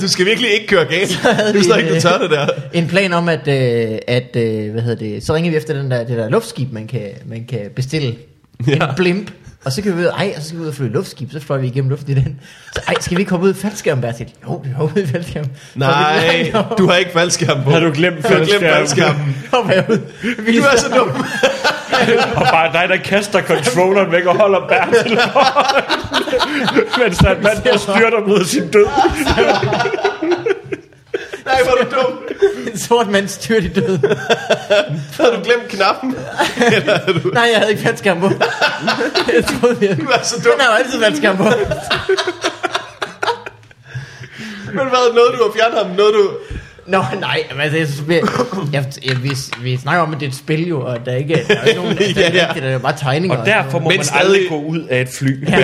A: du skal virkelig ikke køre galt.
C: havde
A: Du
C: vi,
A: står ikke, du
C: øh,
A: tør det der.
C: En plan om, at, øh, at øh, hvad hedder det, så ringer vi efter den der, det der luftskib, man kan, man kan bestille.
A: Ja.
C: Ja. En blimp. Og så kan vi ud, ej, og så skal vi ud og flyve luftskib, så fløj vi igennem luften i den. Så, ej, skal vi ikke hoppe ud i faldskærm, Bertil? Jo, vi hopper ud i faldskærm.
A: Nej, du har ikke faldskærm på.
B: Har du
A: Du
B: glemt
A: har glemt
B: faldskærmen?
A: faldskærmen.
C: hopper jeg ud.
A: Du er så dum.
B: Og bare dig, der kaster controlleren væk og holder Bertel Mens der er en mand, der styrter mod sin død.
A: Nej, hvor er du dum.
C: En sort mand styrt i døden.
A: Har du glemt knappen? Eller er du...
C: Nej, jeg havde ikke faldskærm på. jeg troede, jeg...
A: Du er så dum.
C: Den har jo altid faldskærm på.
A: Men hvad, noget du har fjernet ham? Noget du...
C: Nå, nej, men altså, jeg, synes, vi, jeg, jeg, vi, vi snakker om, at det er et spil jo, og der er ikke, der er ikke nogen, der, der,
A: Ja, ja.
C: er ikke, der er bare tegninger.
B: Og derfor må
A: Men
B: man
A: stadig-
B: alddig gå ud af et fly.
C: Og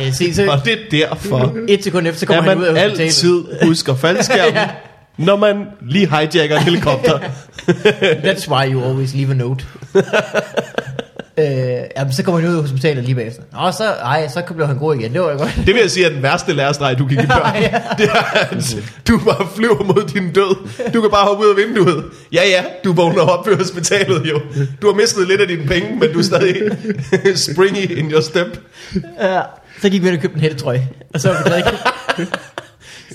C: øh, se,
A: Og
C: så
A: det er derfor,
C: et sekund efter, så
A: at
C: kommer han
A: man
C: ud af hospitalet.
A: altid husker faldskærmen,
C: Ja.
A: når man lige hijacker en helikopter.
C: That's why you always leave a note. øh, jamen, så kommer han ud af hospitalet lige bagefter. Nå, så, ej, så blev han god igen. Det var da godt.
A: Det vil jeg sige er den værste lærestreg, du kan give børn.
C: Ja.
A: Det er, at du bare flyver mod din død. Du kan bare hoppe ud af vinduet. Ja, ja, du vågner op ved hospitalet jo. Du har mistet lidt af dine penge, men du er stadig springy in your step.
C: Ja. Så gik vi ind og købte en hættetrøje. Og så var vi drikke.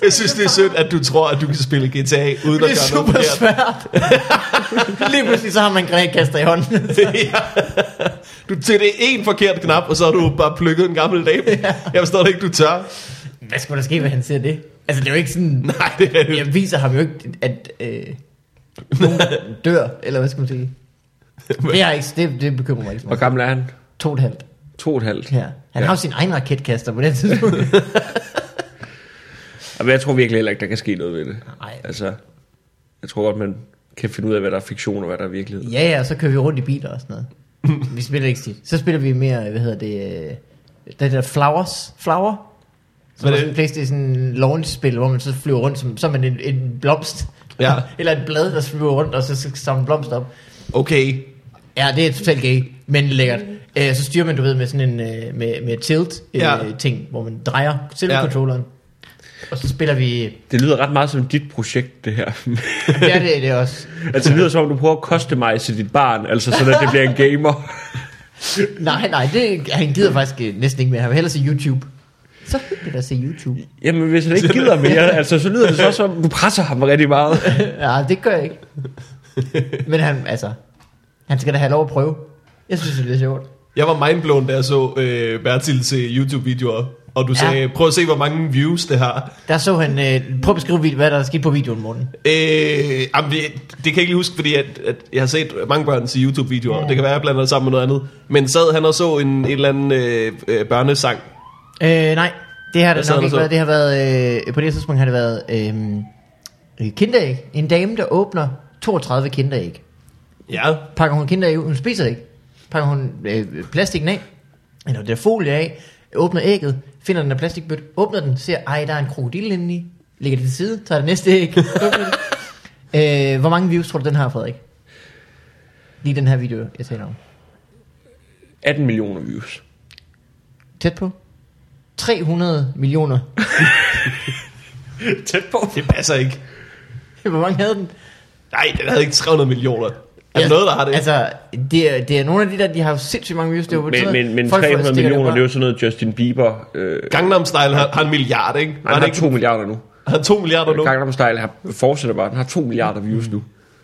A: Jeg synes, det er synd, at du tror, at du kan spille GTA uden
C: Det
A: at
C: er
A: gøre noget
C: super
A: forkert.
C: svært. Lige pludselig så har man en granatkaster i hånden.
A: ja. Du til det en forkert knap, og så har du bare plukket en gammel dame. Jeg forstår det ikke, du tør.
C: Hvad skulle der ske, hvis han ser det? Altså det er jo ikke sådan...
A: Nej, det er det.
C: Jeg viser ham jo ikke, at øh, nogen dør, eller hvad skal man sige? Det, er ikke, det, det bekymrer mig ikke så
B: Hvor
C: meget.
B: gammel er han?
C: To og et halvt.
B: To og et halvt.
C: Ja. Han ja. har jo sin egen raketkaster på den tidspunkt.
B: Jamen, jeg tror virkelig heller ikke, der kan ske noget ved det.
C: Nej.
B: Altså, jeg tror godt, man kan finde ud af, hvad der er fiktion og hvad der er virkelighed.
C: ja, ja, og så kører vi rundt i biler og sådan noget. Vi spiller ikke stil. Så spiller vi mere, hvad hedder det, øh, det der Flowers, Flower? Som
A: Hvad
C: er
A: er
C: sådan
A: det?
C: et PlayStation launch-spil, hvor man så flyver rundt, som, som en, en blomst.
A: Ja.
C: Eller et blad, der flyver rundt, og så skal samle blomster op.
A: Okay.
C: Ja, det er totalt gay, men lækkert. Øh, så styrer man, du ved, med sådan en øh, med, med tilt øh, ja.
A: Ja.
C: ting, hvor man drejer selve ja.
A: Ja.
C: controlleren. Og så spiller vi...
B: Det lyder ret meget som dit projekt, det her.
C: Ja, det, det er også.
B: altså, det lyder som om, du prøver at customize dit barn, altså sådan, at det bliver en gamer.
C: Nej, nej, det, han gider faktisk øh, næsten ikke mere. Han vil hellere se YouTube. Så hyggeligt at se YouTube.
B: Jamen, hvis han ikke gider mere, altså, så lyder det så som, du presser ham rigtig meget.
C: ja, det gør jeg ikke. Men han, altså... Han skal da have lov at prøve. Jeg synes, det er sjovt.
A: Jeg var mindblown, da jeg så øh, Bertil til YouTube-videoer, og du
C: Ja.
A: ja. sagde, prøv at se, hvor mange views det har.
C: Der så han... Øh, prøv at beskrive, vid- hvad der er sket på videoen, morgen.
A: Øh, jamen, det, det kan jeg ikke lige huske, fordi at, at jeg har set mange børn til YouTube-videoer, ja. det kan være, jeg blander det sammen med noget andet. Men sad han og så en, en eller anden øh, øh, børnesang.
C: Øh, nej, det har
A: Hvad
C: det
A: sad der
C: nok ikke
A: så?
C: været. Det har været øh, på det her tidspunkt har det været øh, øh, kinderæg. En dame, der åbner 32 kinderæg.
A: Ja,
C: Pakker hun kinderæg ud, hun spiser ikke. Pakker hun øh, plastikken af, eller det er folie af, åbner ægget, finder den der plastikbøtte, åbner den, ser, ej, der er en krokodil inde i, lægger det til side, tager det næste æg, åbner det. Øh, hvor mange views tror du, den har, Frederik? Lige den her video, jeg taler om.
B: 18 millioner views.
C: Tæt på. 300 millioner.
B: Tæt på.
A: det passer ikke.
C: Hvor mange havde den?
A: Nej, den havde ikke 300 millioner. Er der noget, der har det?
C: Altså, det er, det er nogle af de der, de har jo sindssygt mange views. Det er jo
B: Men, men, men
C: folk får-
B: 300
C: stikker
B: millioner, det er
C: bare-
B: jo sådan noget Justin Bieber... Øh,
A: Gangnam Style har, har en milliard, ikke?
B: nej,
A: Var
B: han
A: det
B: har
A: ikke?
B: 2 milliarder nu.
A: Har 2 milliarder nu?
B: Gangnam Style har, fortsætter bare. Den har 2 milliarder views nu.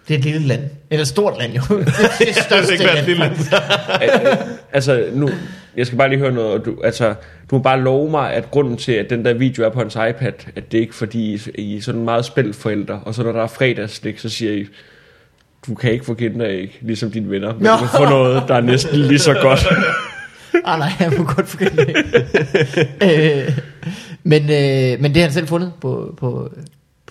C: Det er et lille land. Eller et stort land, jo. det er det
A: Det vil
C: største
A: ikke være et
C: land.
A: lille.
B: altså, nu, jeg skal bare lige høre noget. og Du, altså, du må bare love mig, at grunden til, at den der video er på hans iPad, at det ikke er, fordi I, I er sådan meget spilforældre, og så når der er fredagslik, så siger I, du kan ikke få kinder ikke, ligesom dine venner, men
C: Nå.
B: du kan få noget, der er næsten lige så godt.
C: Ah, nej, jeg må godt forgælde det. øh, men, øh, men det har han selv fundet på, på,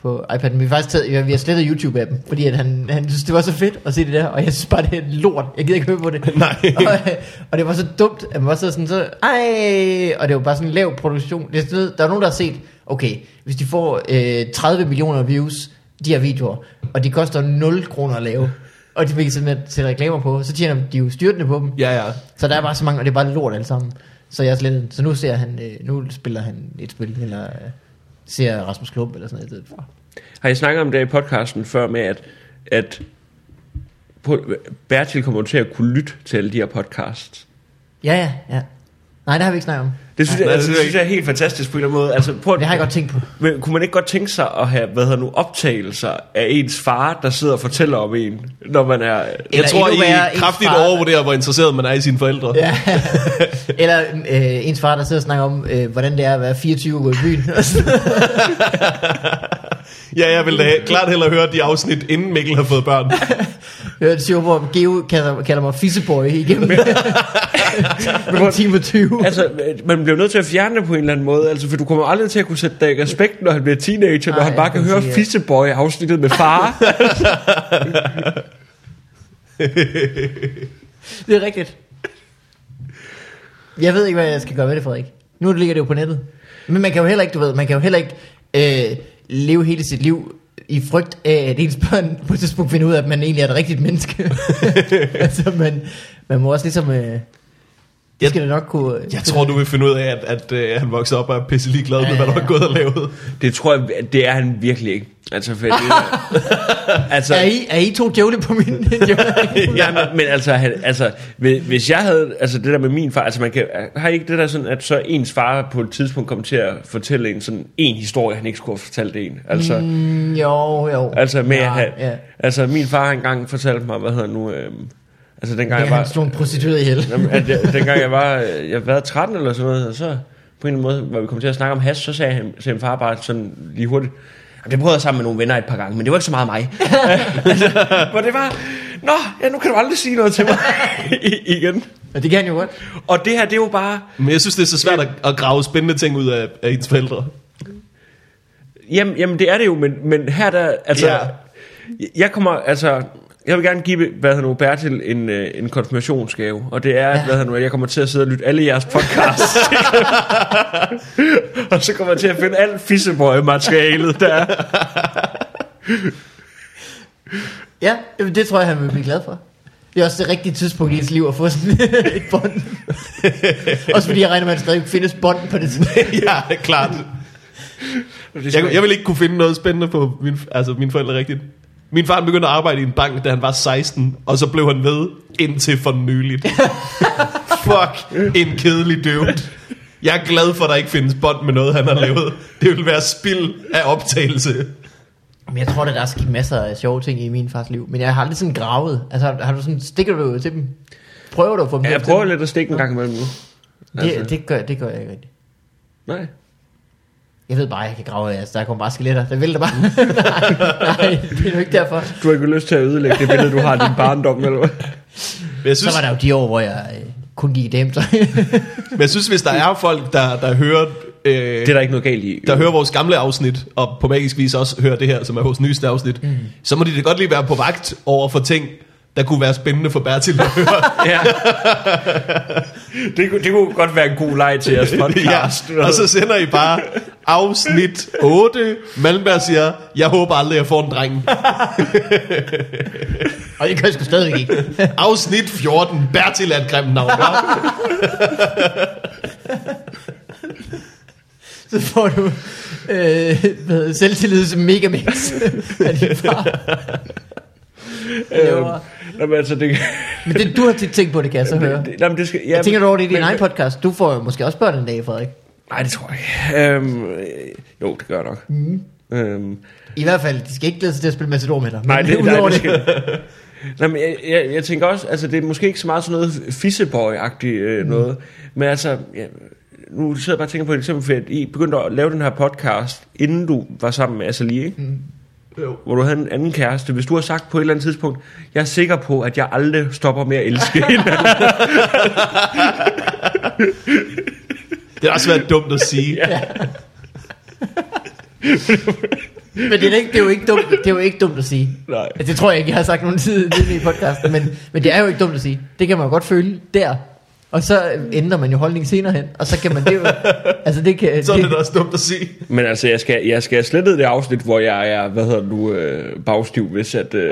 C: på iPad'en. Vi har faktisk taget, ja, vi har slettet YouTube-appen, fordi at han, han synes, det var så fedt at se det der, og jeg synes bare, det er lort. Jeg gider ikke høre på det.
A: Nej.
C: Og, øh, og, det var så dumt, at man var så sådan, så, ej, og det var bare sådan en lav produktion. Det er sådan, noget- der er nogen, der har set, okay, hvis de får øh, 30 millioner views, de her videoer, og de koster 0 kroner at lave, og de fik simpelthen sætte reklamer på, så tjener de jo styrtende på dem.
A: Ja, ja.
C: Så der er bare så mange, og det er bare lort alle sammen. Så jeg er slet, så nu ser han, øh, nu spiller han et spil, eller øh, ser Rasmus Klump eller sådan noget. i stedet for.
B: Har I snakket om det i podcasten før med, at, at på- Bertil kommer til at kunne lytte til alle de her podcasts?
C: Ja, ja, ja. Nej, det har vi ikke snakket om.
B: Det synes,
A: Nej,
B: jeg,
A: det
B: altså, det
A: synes jeg
B: synes jeg er helt fantastisk på en eller anden måde. Altså, prøv, at-
C: Det har jeg godt tænkt på.
B: Men kunne man ikke godt tænke sig at have, hvad hedder nu, optagelser af ens far, der sidder og fortæller om en, når man er...
A: Jeg
C: Eller
A: tror,
C: endnu værre,
A: I
C: ens
A: kraftigt
C: far-
A: overvurderer, hvor interesseret man er i sine forældre.
C: Ja. eller øh, ens far, der sidder og snakker om, øh, hvordan det er at være 24 og gå i byen.
A: Ja, jeg vil da klart hellere høre de afsnit, inden Mikkel har fået børn.
C: Hørte et show, hvor Geo kalder, kalder mig fisseboy igennem en time og 20.
B: Altså, man bliver nødt til at fjerne det på en eller anden måde, altså, for du kommer aldrig til at kunne sætte dig i respekt, når han bliver teenager, når
C: Ej,
B: han bare
C: jeg
B: kan
C: kan
B: høre
C: sige, at-
B: Fisseboy-afsnittet med far.
C: Det er rigtigt. Jeg ved ikke, hvad jeg skal gøre ved det, Frederik. Nu ligger det jo på nettet. Men man kan jo heller ikke, du ved, man kan jo heller ikke øh, leve hele sit liv i frygt af, at ens børn på et tidspunkt finder ud af, at man egentlig er et rigtigt menneske. altså, man, man må også ligesom... Øh, Det skal du nok kunne... øh,
A: Jeg tror, du vil finde ud af, at, at, at han voksede op og er pisse ligeglad med, hvad der var gået og lavet.
B: Det tror jeg, at det er han virkelig ikke. Altså, for det er, altså,
C: Er I, er I to djævle på min djævle?
B: ja. men, men altså, han, altså, hvis- hvis jeg havde, altså det der med min far, altså man kan, har I ikke det der sådan, at så ens far på et tidspunkt kom til at fortælle en sådan en historie, han ikke skulle have fortalt en. Altså, mm.
C: Mm, jo, jo.
B: Altså, med ja,
C: ja,
B: at have,
C: Ja.
B: ja. altså min far har engang fortalte mig, hvad hedder nu, øhm, altså dengang
C: Ja,
B: jeg
C: han
B: var,
C: slog en prostitueret ihjel.
B: jamen, at jeg, dengang jeg var, øh, jeg var 13 eller sådan noget, og så på en eller anden måde, hvor vi kom til at snakke om has, så sagde han, sagde min far bare sådan lige hurtigt, "Jamen, det prøvede jeg sammen med nogle venner et par gange, men det var ikke så meget mig. altså, hvor det var, nå, ja, nu kan du aldrig sige noget til mig I, igen.
C: Og det kan han jo godt.
B: Og det her, det er jo bare,
A: Men jeg synes, det er så svært at, at grave spændende ting ud af, af ens forældre.
B: Jamen, jamen det er det jo, men, men her der, altså,
A: Ja.
B: ja. jeg kommer, altså, jeg vil gerne give, hvad hedder nu, Bertil en, øh, en konfirmationsgave, og det er, ja. hvad hedder nu, at jeg kommer til at sidde og lytte alle jeres podcasts. og så kommer jeg til at finde alt fissebøje-materialet der. er.
C: Ja, jamen, det tror jeg, han vil blive glad for. Det er også det rigtige tidspunkt i ens liv at få sådan et bånd. også fordi jeg regner med, at der stadig findes bånd på det tidspunkt.
A: ja, klart. Jeg, jeg vil ikke kunne finde noget spændende på min, altså mine forældre rigtigt. Min far begyndte at arbejde i en bank, da han var 16, og så blev han ved indtil for nyligt. Fuck, en kedelig dude. Jeg er glad for, at der ikke findes bånd med noget, han har lavet. Det ville være spild af optagelse.
C: Men jeg tror da, der er sket masser af sjove ting i min fars liv. Men jeg har aldrig sådan gravet. Altså, har du sådan, stikker du til dem? Prøver du at få dem
B: Ja,
C: hjem
B: jeg
C: til
B: prøver
C: dem?
B: lidt at stikke en gang imellem nu. Altså,
C: Det, det, gør, det gør jeg ikke rigtigt.
B: Nej.
C: Jeg ved bare, jeg kan grave af, altså, der kommer bare skeletter. Der vælter bare. nej, nej, det er jo ikke derfor.
B: Du har ikke lyst til at ødelægge det billede, du har af din barndom, eller
A: Men
B: hvad?
A: jeg
C: Så
A: synes,
C: var der jo de år, hvor jeg øh, kun gik i dametøj.
A: men jeg synes hvis der er folk, der, der hører... Øh,
B: Det er der ikke noget galt i.
A: der hører vores gamle afsnit, og på magisk vis også hører det her, som er vores nyeste afsnit, mm. så må de da godt lige være på vagt over for ting, der kunne være spændende for Bertil at høre.
B: Ja. Det, kunne, det kunne godt være en god leg til jeres podcast.
A: ja. Og så sender I bare afsnit 8. Malmberg siger, jeg håber aldrig, jeg får en dreng.
C: Og det kan jeg sgu stadigvæk ikke.
A: Afsnit 14. Bertil er et grimt navn. hva'?
C: Så får du øh, hvad hedder det, selvtillid som megamix af din far.
B: Øhm, jamen, altså, det,
C: Men det, du har tit tænkt på det, kan jeg så høre.
B: det, jamen, det skal, ja,
C: Jeg tænker du over det i din
B: men-
C: egen podcast. Du får jo måske også børn en dag, Frederik.
B: Nej, det tror jeg ikke. Øhm, øh, jo, det gør jeg nok. Mm. Øhm,
C: I hvert fald, de skal ikke glæde sig til at spille Matador med dig.
B: nej,
C: Men
B: det, nej,
C: udover
B: det skal... Nej, men jeg, jeg, jeg tænker også, altså det er måske ikke så meget sådan noget fisseboy-agtigt øh, noget, men altså, ja, nu sidder jeg bare og tænker på et eksempel, for at I begyndte at lave den her podcast, inden du var sammen med Azali, ikke? Mm.
A: Jo.
B: Hvor du havde en anden kæreste. Hvis du har sagt på et eller andet tidspunkt, jeg er sikker på, at jeg aldrig stopper med at elske hende.
A: Det har også været dumt at sige. ja.
C: Men det er, da ikke, det, er jo ikke dumt, det er jo ikke dumt at sige. Altså,
B: Nej.
C: Det tror jeg ikke, jeg har sagt nogen tid tidligere i podcasten, men, men det er jo ikke dumt at sige. Det kan man jo godt føle der. Og så ændrer man jo holdning senere hen, og så kan man det jo... altså det kan...
A: Så er det da også dumt at sige.
B: Men altså, jeg skal, jeg skal have slettet det afsnit, hvor jeg er, hvad hedder du, øh, bagstiv, hvis at... Øh,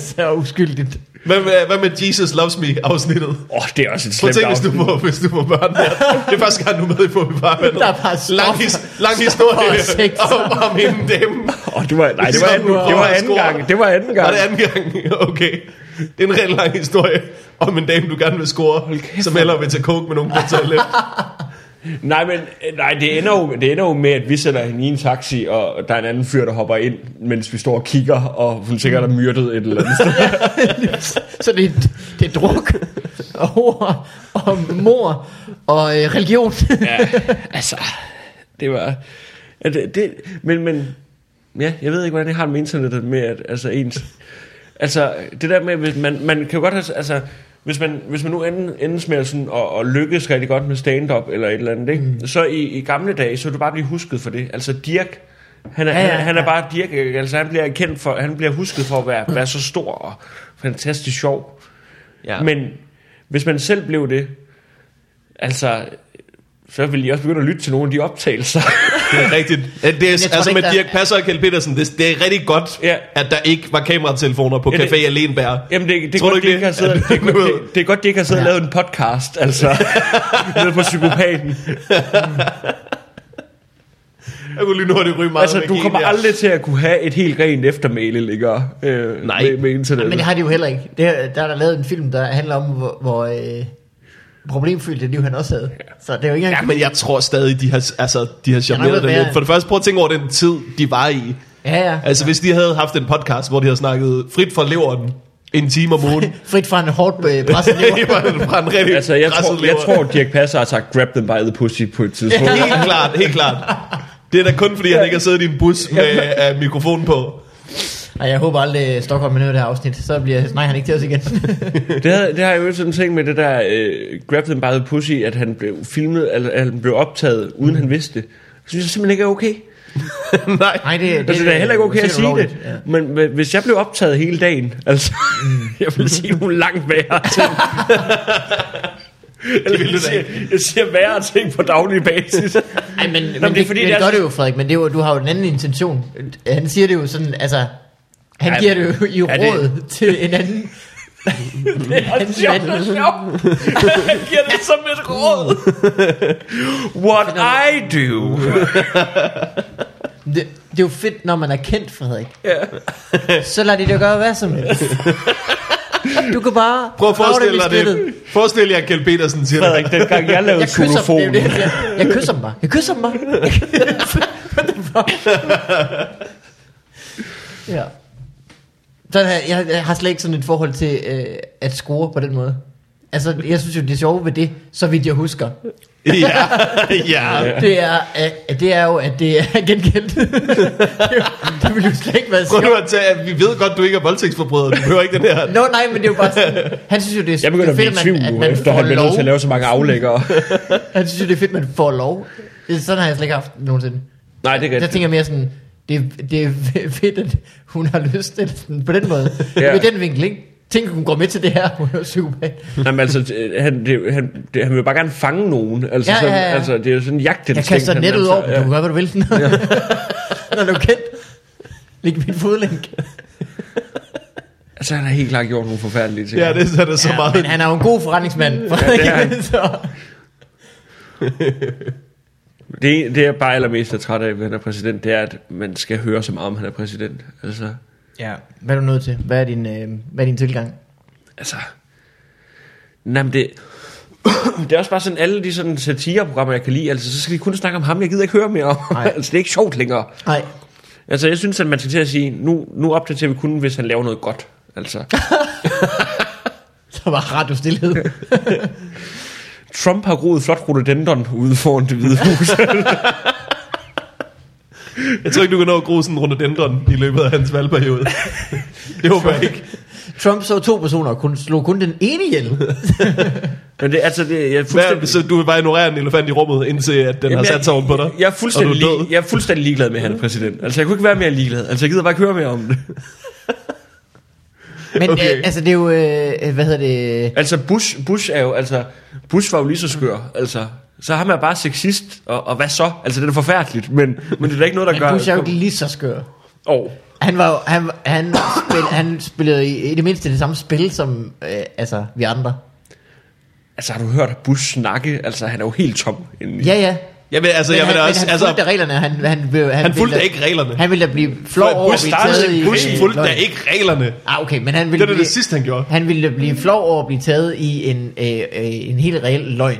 C: så uskyldigt.
A: Hvad med, hvad med Jesus Loves Me afsnittet?
B: åh, det er også et
A: Prøv at
B: slemt
A: tænke, hvis du
B: afsnit.
A: må, hvis du må børn her. Det er første gang, du er med i Bobby Farvandet.
C: Der er bare stof-
A: lang, his, lang historie
C: og sex.
A: om, om hende dem.
B: Åh, det var, nej, det var,
A: Som
B: anden,
A: du
B: det var
A: prøver at
B: anden
A: score.
B: gang. Det var anden
A: Var
B: gang.
A: det anden gang? Okay. Det er en rigtig lang historie om en dame, du gerne vil score,
B: kæft,
A: som hellere vil tage coke med nogen på et toilet.
B: Nej, men øh, nej, det, ender jo, det ender jo med, at vi sætter hende i en taxi, og der er en anden fyr, der hopper ind, mens vi står og kigger, og hun sikkert er myrdet et eller andet sted.
C: Så det er, det er druk, og ord, og mor, og øh, religion.
B: ja, altså, det var... Ja, det, det, men, men, ja, jeg ved ikke, hvordan jeg har det med internettet med, at altså, ens... Altså, det der med, hvis man, man kan jo godt have... Altså, hvis man, hvis man nu enden, endes med sådan, og, og lykkes rigtig godt med stand-up eller et eller andet, ikke? Mm. så i, i gamle dage, så vil du bare blive husket for det. Altså Dirk, han er, ja, ja, han, er- han er bare Dirk, ikke? altså han bliver, kendt for, han bliver husket for at være, være så stor og fantastisk sjov.
A: Ja.
B: Ja. Men hvis man selv blev det, altså, så ville de også begynde at lytte til nogle af de optagelser.
A: det er rigtigt. Det er,
C: tror
A: altså
C: ikke,
A: med
C: der-
A: Dirk Passer og Kjeld Petersen, det, det er rigtig godt,
B: Ja.
A: at der ikke var kameratelefoner på
B: Ja, det-
A: Café Alenbær.
B: Jamen, det, det,
A: Tror
B: er
A: du
B: godt,
A: ikke
B: de ikke har
A: det?
B: siddet, det,
A: At-
B: er godt,
A: nu-
B: det, det er godt, de ikke har siddet og
C: Ja.
B: lavet en podcast, altså. nede på psykopaten.
A: Jeg kunne lynhurtigt ryge meget
B: Altså,
A: væk
B: du
A: i en
B: kommer
A: her.
B: aldrig til at kunne have et helt rent eftermæle, ligger øh,
A: Nej.
B: med, med internettet.
C: Men det har de jo heller ikke. Det, er- der er der lavet en film, der handler om, hvor, hvor øh, problemfyldt det liv han også havde. Så det er jo ikke
A: Ja,
C: engang...
A: men jeg tror stadig, de har, altså, de har charmeret
C: været
A: det
C: værre.
A: lidt. For det første, prøv at tænke over den tid, de var i.
C: Ja, ja.
A: Altså, hvis de havde haft en podcast, hvor de havde snakket frit fra leveren en time om ugen.
C: Frit fra en hårdt øh, presset lever.
A: det var en- fra en rigtig
B: Altså, jeg
A: presset
B: tror, jeg
A: lever.
B: tror, Dirk Passer har sagt, grab them by the pussy på et tidspunkt.
A: Helt klart, helt klart. Det er da kun fordi, han ikke har siddet i en bus med uh, mikrofonen på.
C: Ej, jeg håber aldrig, øh, Stockholm er nået det her afsnit. Så bliver snakker han ikke til os igen.
B: det, havde, det har jo sådan en ting med det der øh, Grab them by the pussy At han blev filmet Eller at han blev optaget
A: Mm.
B: Uden han vidste det Synes jeg simpelthen ikke er okay
A: Nej.
C: Nej, det, Øh, det,
B: Altså det er heller ikke okay at sige det
C: Ja.
B: Men hv- hvis jeg blev optaget hele dagen Altså Jeg ville sige nogle langt værre ting Eller
A: ville du
B: jeg,
A: da
B: siger, jeg siger værre ting på daglig basis
C: Ej, men, men,
B: Nå,
C: men det, fordi, men det,
B: er
C: gør
B: så-
C: det jo, Frederik, men det er jo, du har jo en anden intention. Han siger det jo sådan, altså... Han
B: Ja,
C: giver det jo i
B: er det-
C: råd til en anden.
B: Det er også sjovt, det er sjovt. Han giver det som et råd. What I do.
C: Det, det er jo fedt, når man er kendt, Frederik.
B: Ja.
C: Så lader de det gøre hvad som helst. Du kan bare...
A: Prøv at
C: grave dem i
A: forestille dig
C: skridtet.
A: det. Forestil jer, at Kjeld Petersen siger det.
B: Frederik, dengang jeg lavede
C: Jeg kysser dem,
B: xylofon.
C: det er jo det, jeg siger. Jeg kysser dem bare. Jeg kysser dem bare. What the fuck? ja. Sådan her, jeg, jeg har slet ikke sådan et forhold til øh, at score på den måde. Altså, jeg synes jo, det sjove ved det, så vidt jeg husker,
A: Ja, ja.
C: det er, øh, det er jo, at det er gengældt. det, er jo- det ville jo slet ikke være
A: Prøv
C: sjovt.
A: nu at tage, at vi ved godt, du ikke er voldtægtsforbryder. Du behøver ikke den her.
C: Nå, nej, men det er jo bare sådan, han synes jo, det er,
B: Jeg begynder at
C: det
B: blive
C: er
B: i tvivl
C: at
B: nu,
C: man
B: efter
C: får
B: han bliver nødt
C: lov.
B: til at lave så mange aflæggere.
C: Han synes jo, det er fedt, man får lov. Det er Sådan har jeg slet ikke haft det nogensinde.
B: Nej, det er
C: Der
B: rigtigt.
C: tænker jeg mere sådan, det, det er fedt, at hun har lyst til det sådan, på den måde.
B: Ja.
C: ja. Med den vinkel, ikke? Tænk, hun går med til det her. Hun er jo psykopat.
B: Jamen, altså, øh, han, det, han, det, han vil jo bare gerne fange nogen. Altså,
C: Ja,
B: sådan,
C: ja, ja.
B: altså det er jo sådan en jagtens
C: Jeg
B: ting,
C: kaster
B: han-
C: nettet
B: altså,
C: over, men du kan gøre, hvad du vil. Når du er kendt. Læg min fodlænk.
B: Altså, han har helt klart gjort nogle forfærdelige ting.
A: Ja, det så er det så
C: Ja,
A: meget.
C: men han er jo en god forretningsmand.
B: det er han.
C: Så-
B: det, det er bare allermest er træt af, ved han er præsident, det er, at man skal høre så meget om, han er præsident. Altså,
C: ja. Hvad er du nødt til? Hvad er din, øh, hvad er din tilgang?
B: altså... Nej, men det, det er også bare sådan, alle de sådan satireprogrammer, jeg kan lide, altså, så skal de kun snakke om ham, jeg gider ikke høre mere om.
C: Nej.
B: altså, det er ikke sjovt længere.
C: Nej.
B: Altså, jeg synes, at man skal til at sige, nu, nu opdaterer vi kun, hvis han laver noget godt. Altså,
C: Så var radiostillhed.
B: Trump har groet flot rhododendron ude foran det hvide hus.
A: Jeg tror ikke, du kan nå at gro sådan en rhododendron i løbet af hans valgperiode. Det håber jeg ikke.
C: Trump så to personer og kun, slog kun den ene ihjel.
B: Men det, altså, det, jeg er
A: Hvad,
B: fuldstændig...
A: så du vil bare ignorere en elefant i rummet, indtil at den har sat sig oven på dig?
B: Jeg, jeg, er fuldstændig
A: og du er død.
B: lig, jeg er fuldstændig ligeglad med, at han er præsident. Altså, jeg kunne ikke være mere ligeglad. Altså, jeg gider bare ikke høre mere om det.
C: Men
A: Okay.
C: okay. øh, altså, det er jo, øh, hvad hedder det?
B: Altså, Bush, Bush er jo... Altså, Bush var jo lige så skør. Altså, så har man bare sexist, og, og hvad så? Altså, det er da forfærdeligt, men, men det er da ikke noget, der gør...
C: Bush er jo ikke lige så skør.
B: oh.
C: Han var jo, han, han, spil, han spillede i, i det mindste det samme spil som øh, altså, vi andre.
B: Altså, har du hørt Bush snakke? Altså, han er jo helt tom indeni.
C: Ja, ja.
A: Jamen, altså, jeg
C: han,
A: vil da
C: men
A: også...
C: han
A: Altså,
C: fulgte da reglerne. Han, han, blev, han,
A: han
C: ville
A: fulgte
C: da-
A: ikke reglerne.
C: Han ville da blive flov over at
A: Bush,
C: blive taget i...
A: startede, Bush fulgte da
C: løgn.
A: ikke reglerne.
C: Ah, okay, men han ville
A: Det er da det sidste, han gjorde.
C: Han ville da blive flov over at blive taget i en, øh, øh, en helt reel løgn.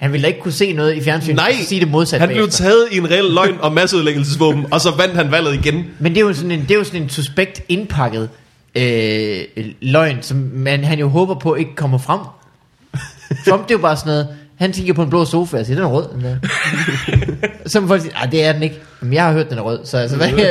C: Han ville da ikke kunne se noget i fjernsynet
A: Nej,
C: og sige det modsatte
A: han blev
C: bagefter.
A: taget i en reel løgn og masseudlæggelsesvåben, og så vandt han valget igen.
C: Men det er jo sådan en, det er jo sådan en suspekt indpakket øh, løgn, som man, han jo håber på ikke kommer frem. Trump, det er jo bare sådan noget, han kigger på en blå sofa og siger, den er rød. Den der. så må folk sige, "Ej, det er den ikke. Men jeg har hørt, den er rød, så altså, hvad,
B: Men
C: hvad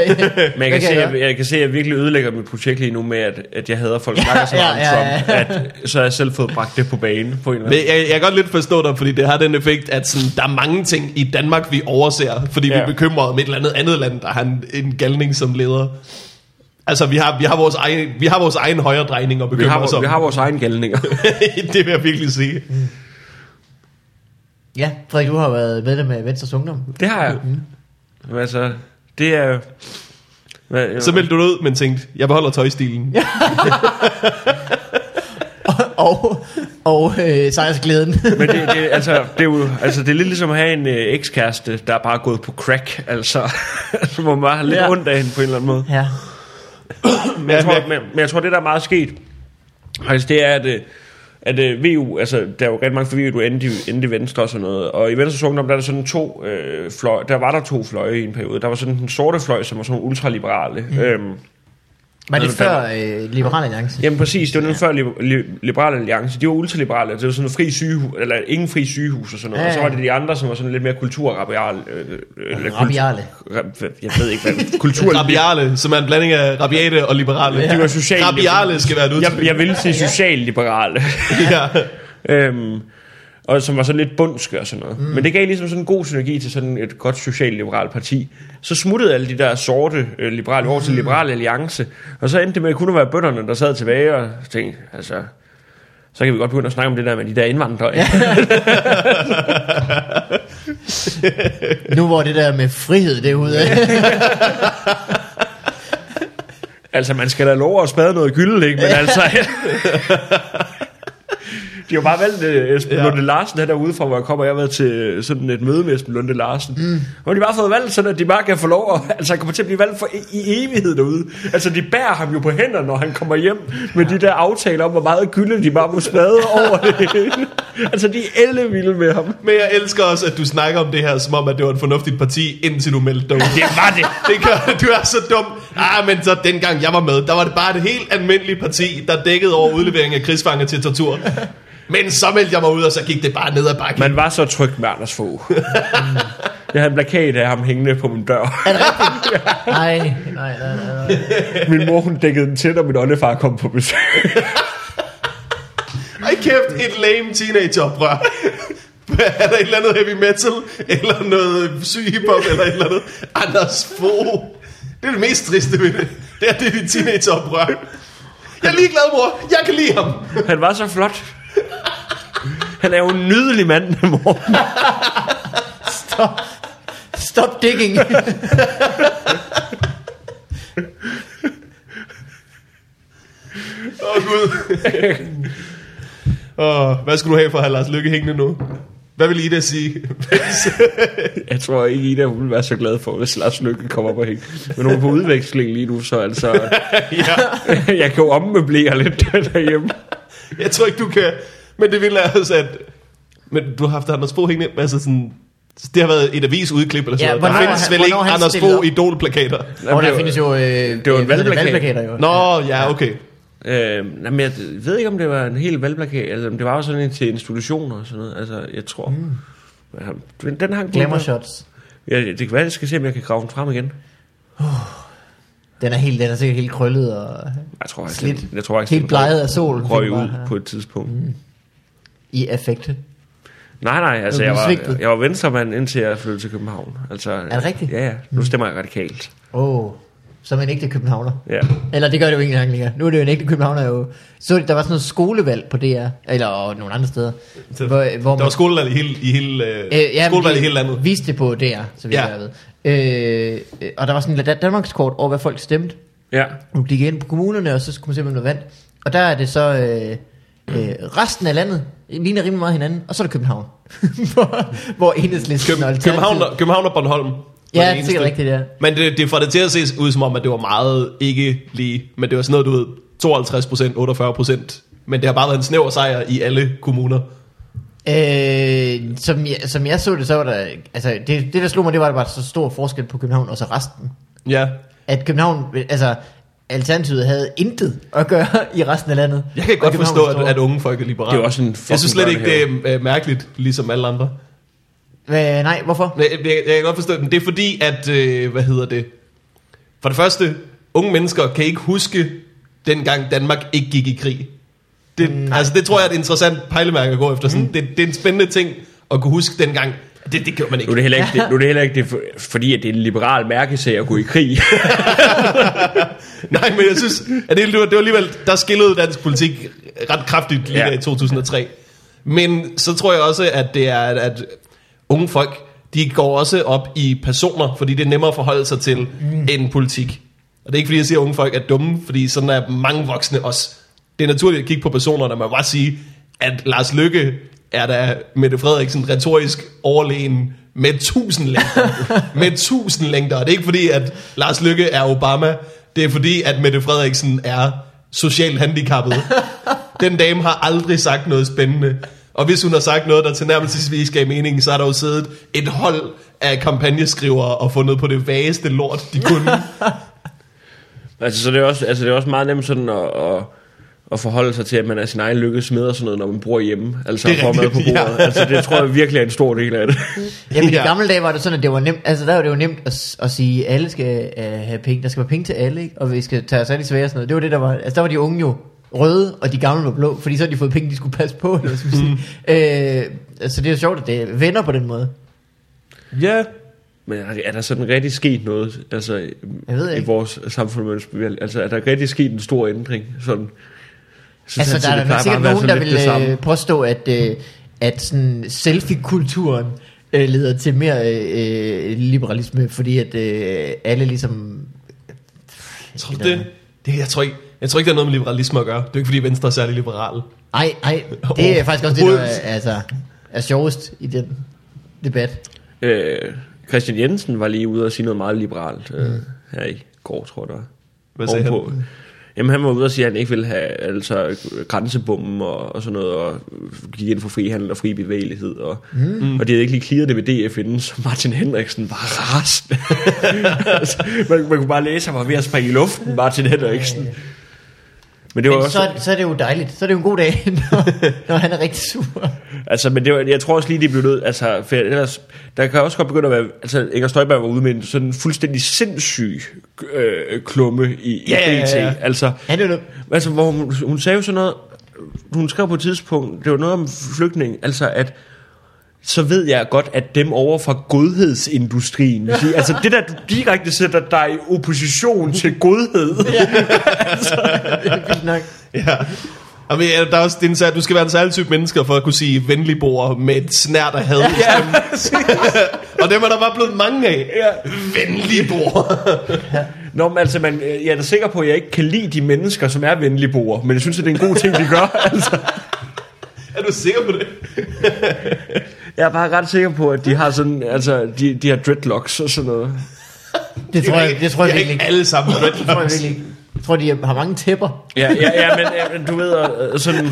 B: jeg kan, se,
C: gøre?
B: jeg, jeg kan se, at jeg virkelig ødelægger mit projekt lige nu med, at, at jeg hader at folk snakker så meget
C: ja,
B: om
C: ja,
B: Trump, at så har jeg selv fået bragt det på banen på en eller
A: Men
B: anden
A: jeg, jeg kan godt lidt forstå dig, fordi det har den effekt, at sådan, der er mange ting i Danmark, vi overser, fordi ja. vi
B: Ja.
A: er bekymrede om et eller andet andet land, der har en, en galning som leder. Altså, vi har, vi har, vores, egen, vi har vores egen højre drejning og
B: vi
A: bekymre
B: har,
A: os
B: vores-
A: om.
B: vi har vores egen galninger.
A: det vil jeg virkelig sige.
C: Ja, Frederik, du har været medlem af Venstres Ungdom.
B: Det har jeg. Jamen, altså, det er... Hvad,
A: Så meldte du dig ud, men tænkte, jeg beholder tøjstilen. Ja.
C: og, og øh, sejrsglæden.
B: Men det, det, altså, det er jo, altså, det er lidt ligesom at have en øh, ekskæreste, der er bare gået på crack, altså. Så må man bare have lidt
C: Ja.
B: ondt af hende på en eller anden måde.
C: ja.
B: Men jeg,
A: Ja,
B: tror,
A: men-
B: men, men jeg tror, det der er meget sket, faktisk, det er, at, øh, at øh, VU, altså, der er jo rigtig mange for VU, du endte, i- endte i Venstre og sådan noget, og i Venstre der er der sådan to øh, fløj, der var der to fløje i en periode. Der var sådan den sorte fløj, som var sådan nogle ultraliberale. Mm. Øhm,
C: Var det
B: Ved du,
C: før øh, Liberal Alliance?
B: Jamen præcis, det var den før li- li- Liberale Alliance. De var ultraliberale, altså det var sådan noget fri sygehus, eller ingen fri sygehus og sådan noget. Ja, ja.
C: Ja,
B: Og så
C: ja.
B: var det de andre, som var sådan lidt mere kulturrabial. Øh, øh, eller
C: Rabiale.
B: kultu- rab- jeg ved ikke, hvad kultur...
A: Rabiale, som er en blanding af rabiate og liberale.
B: Det var socialt-
A: Rabiale skal være et udtryk.
B: Jeg, jeg ville sige socialliberale.
A: Ja.
B: øhm, og som var sådan lidt bundske og sådan noget. Mm. Men det gav ligesom sådan en god synergi til sådan et godt socialliberalt parti. Så smuttede alle de der sorte øh, liberale over til Liberale Alliance, og så endte det med at kun at være bønderne, der sad tilbage og tænkte, altså, så kan vi godt begynde at snakke om det der med de der indvandrere. Ja.
C: Nu hvor det der med frihed, det er ude af.
B: altså, man skal da lov at spade noget gylde, ikke? Men altså... De har bare valgt øh, Esben
A: Ja.
B: ja. Lunde Larsen her derude fra, hvor jeg kommer. Jeg har været til øh, sådan et møde med Esben Lunde Larsen. Mm. Og de har bare fået valgt, sådan at de bare kan få lov at, Altså, han kommer til at blive valgt for i, i evighed derude. Altså, de bærer ham jo på hænder, når han kommer hjem med de der aftaler om, hvor meget gylde de bare må spade over det. hele. altså, de er ellevilde med ham.
A: Men jeg elsker også, at du snakker om det her, som om, at det var et fornuftigt parti, indtil du meldte dig ud.
B: Det var det.
A: Det gør, du er så dum. Ah, men så dengang jeg var med, der var det bare et helt almindeligt parti, der dækkede over udlevering af krigsfanger til tortur. Men så meldte jeg mig ud, og så gik det bare ned ad bakken.
B: Man var så tryg med Anders Fogh. Jeg havde en plakat af ham hængende på min dør.
C: Nej, nej, nej, nej. nej.
B: Min mor hun dækkede den til, og min oldefar kom på besøg.
A: Ej kæft, et lame teenageoprør. er der et eller andet heavy metal, eller noget syg hiphop, eller et eller andet? Anders Fogh. Det er det mest triste ved det. Det er det, er dit teenageoprør. Jeg er ligeglad, mor. Jeg kan lide ham.
B: Han var så flot. Han er jo en nydelig mand, mor.
C: Stop. Stop digging.
A: Åh, oh, Gud. Oh, hvad skulle du have for at have Lars Lykke hængende nu? Hvad vil Ida sige?
B: Jeg tror ikke, Ida hun ville være så glad for, hvis Lars Lykke kommer op og hænge. Men hun er på udveksling lige nu, så altså... Jeg kan jo ommøblere lidt derhjemme.
A: Jeg tror ikke, du kan. Men det vil altså, at... Men du har haft Anders Fogh hængende, altså sådan... Det har været et avisudklip eller sådan
C: Ja,
A: noget. Der
C: hvornår
A: findes
C: han-
A: vel
C: hvornår
A: ikke
C: han
A: Anders
C: stillede op?
A: Fogh idolplakater.
C: Og der findes jo, øh, det
B: var en valgplakat.
C: valgplakater jo.
A: Nå, ja, okay.
B: Øh, jamen, jeg ved ikke, om det var en hel valgplakat. Altså, det var jo sådan en til institutioner og sådan noget. Altså, jeg tror... Mm. Men den hang
C: Glamour shots.
B: Ja, det kan være, jeg skal se, om jeg kan grave den frem igen.
C: Den er helt, den er sikkert helt krøllet og
B: Jeg tror faktisk,
C: Slidt.
B: den- jeg tror faktisk
C: Helt
B: den
C: bleget
B: røg-
C: af solen.
B: Røg
C: Den var
B: ud
C: her.
B: på et tidspunkt. Mm.
C: i affekt.
B: Nej, nej, altså
C: Du
B: jeg
C: blev
B: var,
C: svigtet.
B: jeg var venstremand, indtil jeg flyttede til København. Altså, er
C: det rigtigt? Mm.
B: Ja, ja. Nu stemmer jeg radikalt.
C: Åh, oh, som en ægte københavner.
B: Ja.
C: Eller det gør det jo ikke engang længere. Nu er det jo en ægte københavner jo. Så der var sådan noget skolevalg på DR, eller og nogle andre steder. Hvor, hvor
A: Der var skolevalg i hele, i hele, øh,
C: men
A: skolevalg
C: de
A: i hele landet.
C: Viste det på DR, så vi
A: Ja.
C: ja. jeg ved. Øh, øh, og der var sådan et Danmarkskort over, hvad folk stemte.
B: Ja.
C: Nu gik jeg ind på kommunerne, og så skulle man se, hvem der vandt. Og der er det så... Øh, øh, resten af landet ligner rimelig meget hinanden, og så er der København. hvor, hvor enhedslisten og
A: Køb-
C: Alternativet-
A: København, og, København og Bornholm. var
C: Ja,
A: det
C: det er
A: eneste.
C: rigtigt, ja.
A: Men det, det får det til at se ud som om, at det var meget ikke lige. Men det var sådan noget, du ved, 52 procent, 48 procent. Men det har bare været en snæver sejr i alle kommuner.
C: Øh, som, jeg, som jeg så det, så var der... Altså, det, det der slog mig, det var, at der var så stor forskel på København og så resten.
A: Ja.
C: At København... Altså, Alternativet havde intet at gøre i resten af landet.
A: Jeg kan
C: Og
A: godt
C: København
A: forstå,
C: var stor.
A: at, at unge folk er liberale.
B: Det er jo også en
A: Jeg synes slet
B: fucking
A: ikke, det er øh, mærkeligt, ligesom alle andre.
C: Øh, nej, hvorfor?
A: Men Jeg, jeg, jeg kan godt forstå det, men det er fordi, at, øh, hvad hedder det? For det første, unge mennesker kan ikke huske, dengang Danmark ikke gik i krig. Det,
B: Mm,
A: altså, det tror jeg er et interessant pejlemærke at gå efter. Sådan, det, det er en spændende ting at kunne huske dengang. Det, det gjorde man
B: Nu er
A: ikke.
B: det heller ikke, det, nu er det heller ikke det, for, fordi, at det er en liberal mærkesag at gå i krig.
A: Nej, men jeg synes, at det, det var det var alligevel, der skillede dansk politik ret kraftigt lige
B: Ja.
A: ja. i 2003. Men så tror jeg også, at det er, at, at unge folk, de går også op i personer, fordi det er nemmere at forholde sig til mm. end politik. Og det er ikke fordi, jeg siger, at unge folk er dumme, fordi sådan er mange voksne også. Det er naturligt at kigge på personer, når man bare sige, at Lars Lykke er da Mette Frederiksen retorisk overlegen med tusind længder. med tusind længder. Og det er ikke fordi, at Lars Lykke er Obama. Det er fordi, at Mette Frederiksen er socialt handicappet. Den dame har aldrig sagt noget spændende. Og hvis hun har sagt noget, der tilnærmelsesvis gav mening, så har der jo siddet et hold af kampagneskrivere og fundet på det vageste lort, de kunne.
B: Altså, så det er også, altså, det er også meget nemt sådan at, at, at forholde sig til, at man er sin egen lykke smed og sådan noget, når man bor hjemme. Altså,
A: Det er
B: det får mad på
A: rigtigt, ja.
B: bordet. Ja. Altså, det tror jeg virkelig er en stor del af det.
C: Jamen
A: Ja.
C: i gamle dage var det sådan, at det var nemt, altså der var det jo nemt at, s- at sige, at alle skal øh, have penge, der skal være penge til alle, ikke? og vi skal tage os af de svære og sådan noget. Det var det, der var, altså der var de unge jo røde, og de gamle var blå, fordi så havde de fået penge, de skulle passe på, eller hvad skal
B: Mm.
C: man sige. Øh, altså det er jo sjovt, at det vender på den måde.
A: Ja,
B: Men er er der sådan rigtig sket noget altså, i-
C: Jeg ved
B: i
C: ikke.
B: vores samfund? mens vi- Altså, er der rigtig sket en stor ændring? Sådan, Jeg synes
C: altså
B: altid,
C: der er
B: det
C: der nok
B: plejer bare
C: sikkert
B: at være sådan
C: nogen, der
B: lidt det samme.
C: vil øh, påstå, at, øh, at sådan selfie-kulturen øh, leder til mere øh, øh, liberalisme, fordi at øh, alle ligesom...
A: Tror du det? det jeg, tror ikke, jeg tror ikke, det har noget med liberalisme at gøre. Det er jo ikke, fordi Venstre er særlig liberal.
C: Ej, ej, det er
A: Overhovedet.
C: faktisk også det, der er, altså, er sjovest i den debat.
B: Øh, Christian Jensen var lige ude og sige noget meget liberalt øh, her i går, tror jeg. det var.
A: Mm. Hvad sagde han?
B: Ovenpå. Jamen han var ude og sige, at han ikke ville have altså, grænsebommen og, og sådan noget, og gik ind for frihandel og fri bevægelighed. Og, mm. og det havde ikke lige clearet det ved DF inden, så Martin Henriksen var rasende. altså, man, man kunne bare læse, at han var ved at springe i luften, Martin Henriksen. Men det var
C: Men
B: også,
C: så, så er det jo dejligt. Så er det jo en god dag, når, når han er rigtig sur.
B: Altså, men det var, jeg tror også lige, de blev nødt... Altså, for ellers, der kan også godt begynde at være... Altså, Inger Støjberg var ude med en sådan fuldstændig sindssyg øh, klumme i, i
A: Ja, ja,
B: BT.
A: ja, ja.
B: Altså,
C: Han er jo
B: altså, hvor hun, hun sagde jo sådan noget... Hun skrev på et tidspunkt, det var noget om flygtning, altså at så ved jeg godt, at dem over fra godhedsindustrien, vil sige, altså det der, du direkte sætter dig i opposition til godhed, Altså,
C: vildt nok.
A: Ja. Jamen, ja, der er også, det er en, sær- du skal være en særlig type mennesker for at kunne sige venlig bor med et snært af had. Ja, og dem er der bare blevet mange af.
B: Ja.
A: Venlig bor.
B: Nå, men altså, man, øh, jeg er da sikker på, at jeg ikke kan lide de mennesker, som er venlige boer, men jeg synes, at det er en god ting, de gør. Altså,
A: er du sikker på det?
B: jeg er bare ret sikker på, at de har sådan, altså, de, de har dreadlocks og sådan noget.
C: Det tror jeg, det tror jeg
A: det er
C: virkelig
A: ikke
C: ikke.
A: alle sammen
C: Det tror jeg
A: dreadlocks.
C: virkelig ikke. Jeg tror, de har mange tæpper.
B: Ja, ja, ja, men, ja, men du ved, og, øh, sådan,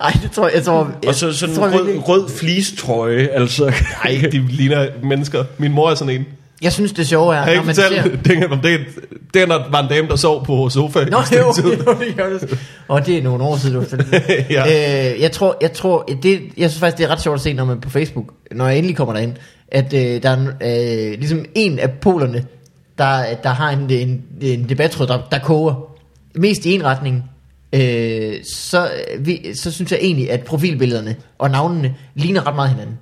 C: Ej, det tror jeg, jeg tror, jeg,
B: og så sådan
C: tror
B: en
C: jeg, virkelig
B: rød,
C: ikke.
B: rød fleecetrøje, altså.
A: Nej, de ligner mennesker. Min mor er sådan en.
C: jeg synes, det sjove er,
A: Jeg har
C: når
A: ikke
C: man ser...
A: fortalt, den, om det, den er- var en dame, der sov på sofa.
C: Nå,
A: i sin
C: jo,
A: tid.
C: jo, det gør det. Og det er nogle år siden, du fortalte det.
A: Ja.
C: øh, jeg tror, jeg, tror det, jeg synes faktisk, det er ret sjovt at se, når man er på Facebook, når jeg endelig kommer derind, at øh, der er en, øh, ligesom en af polerne, der, der har en, en, en debattråd, der, der koger mest i en retning, øh, så, øh, vi, så synes jeg egentlig, at profilbillederne og navnene ligner ret meget hinanden.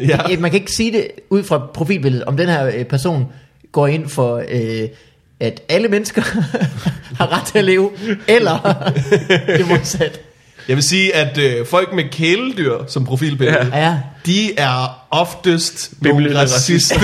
A: Ja.
C: Ja. Man kan ikke sige det ud fra profilbilledet, om den her øh, person går ind for, øh, at alle mennesker har ret til at leve, eller det modsatte.
A: Jeg vil sige, at øh, folk med kæledyr som profilbillede, ja.
C: Ja.
A: De er oftest
B: Bimlende
A: nogle raciste,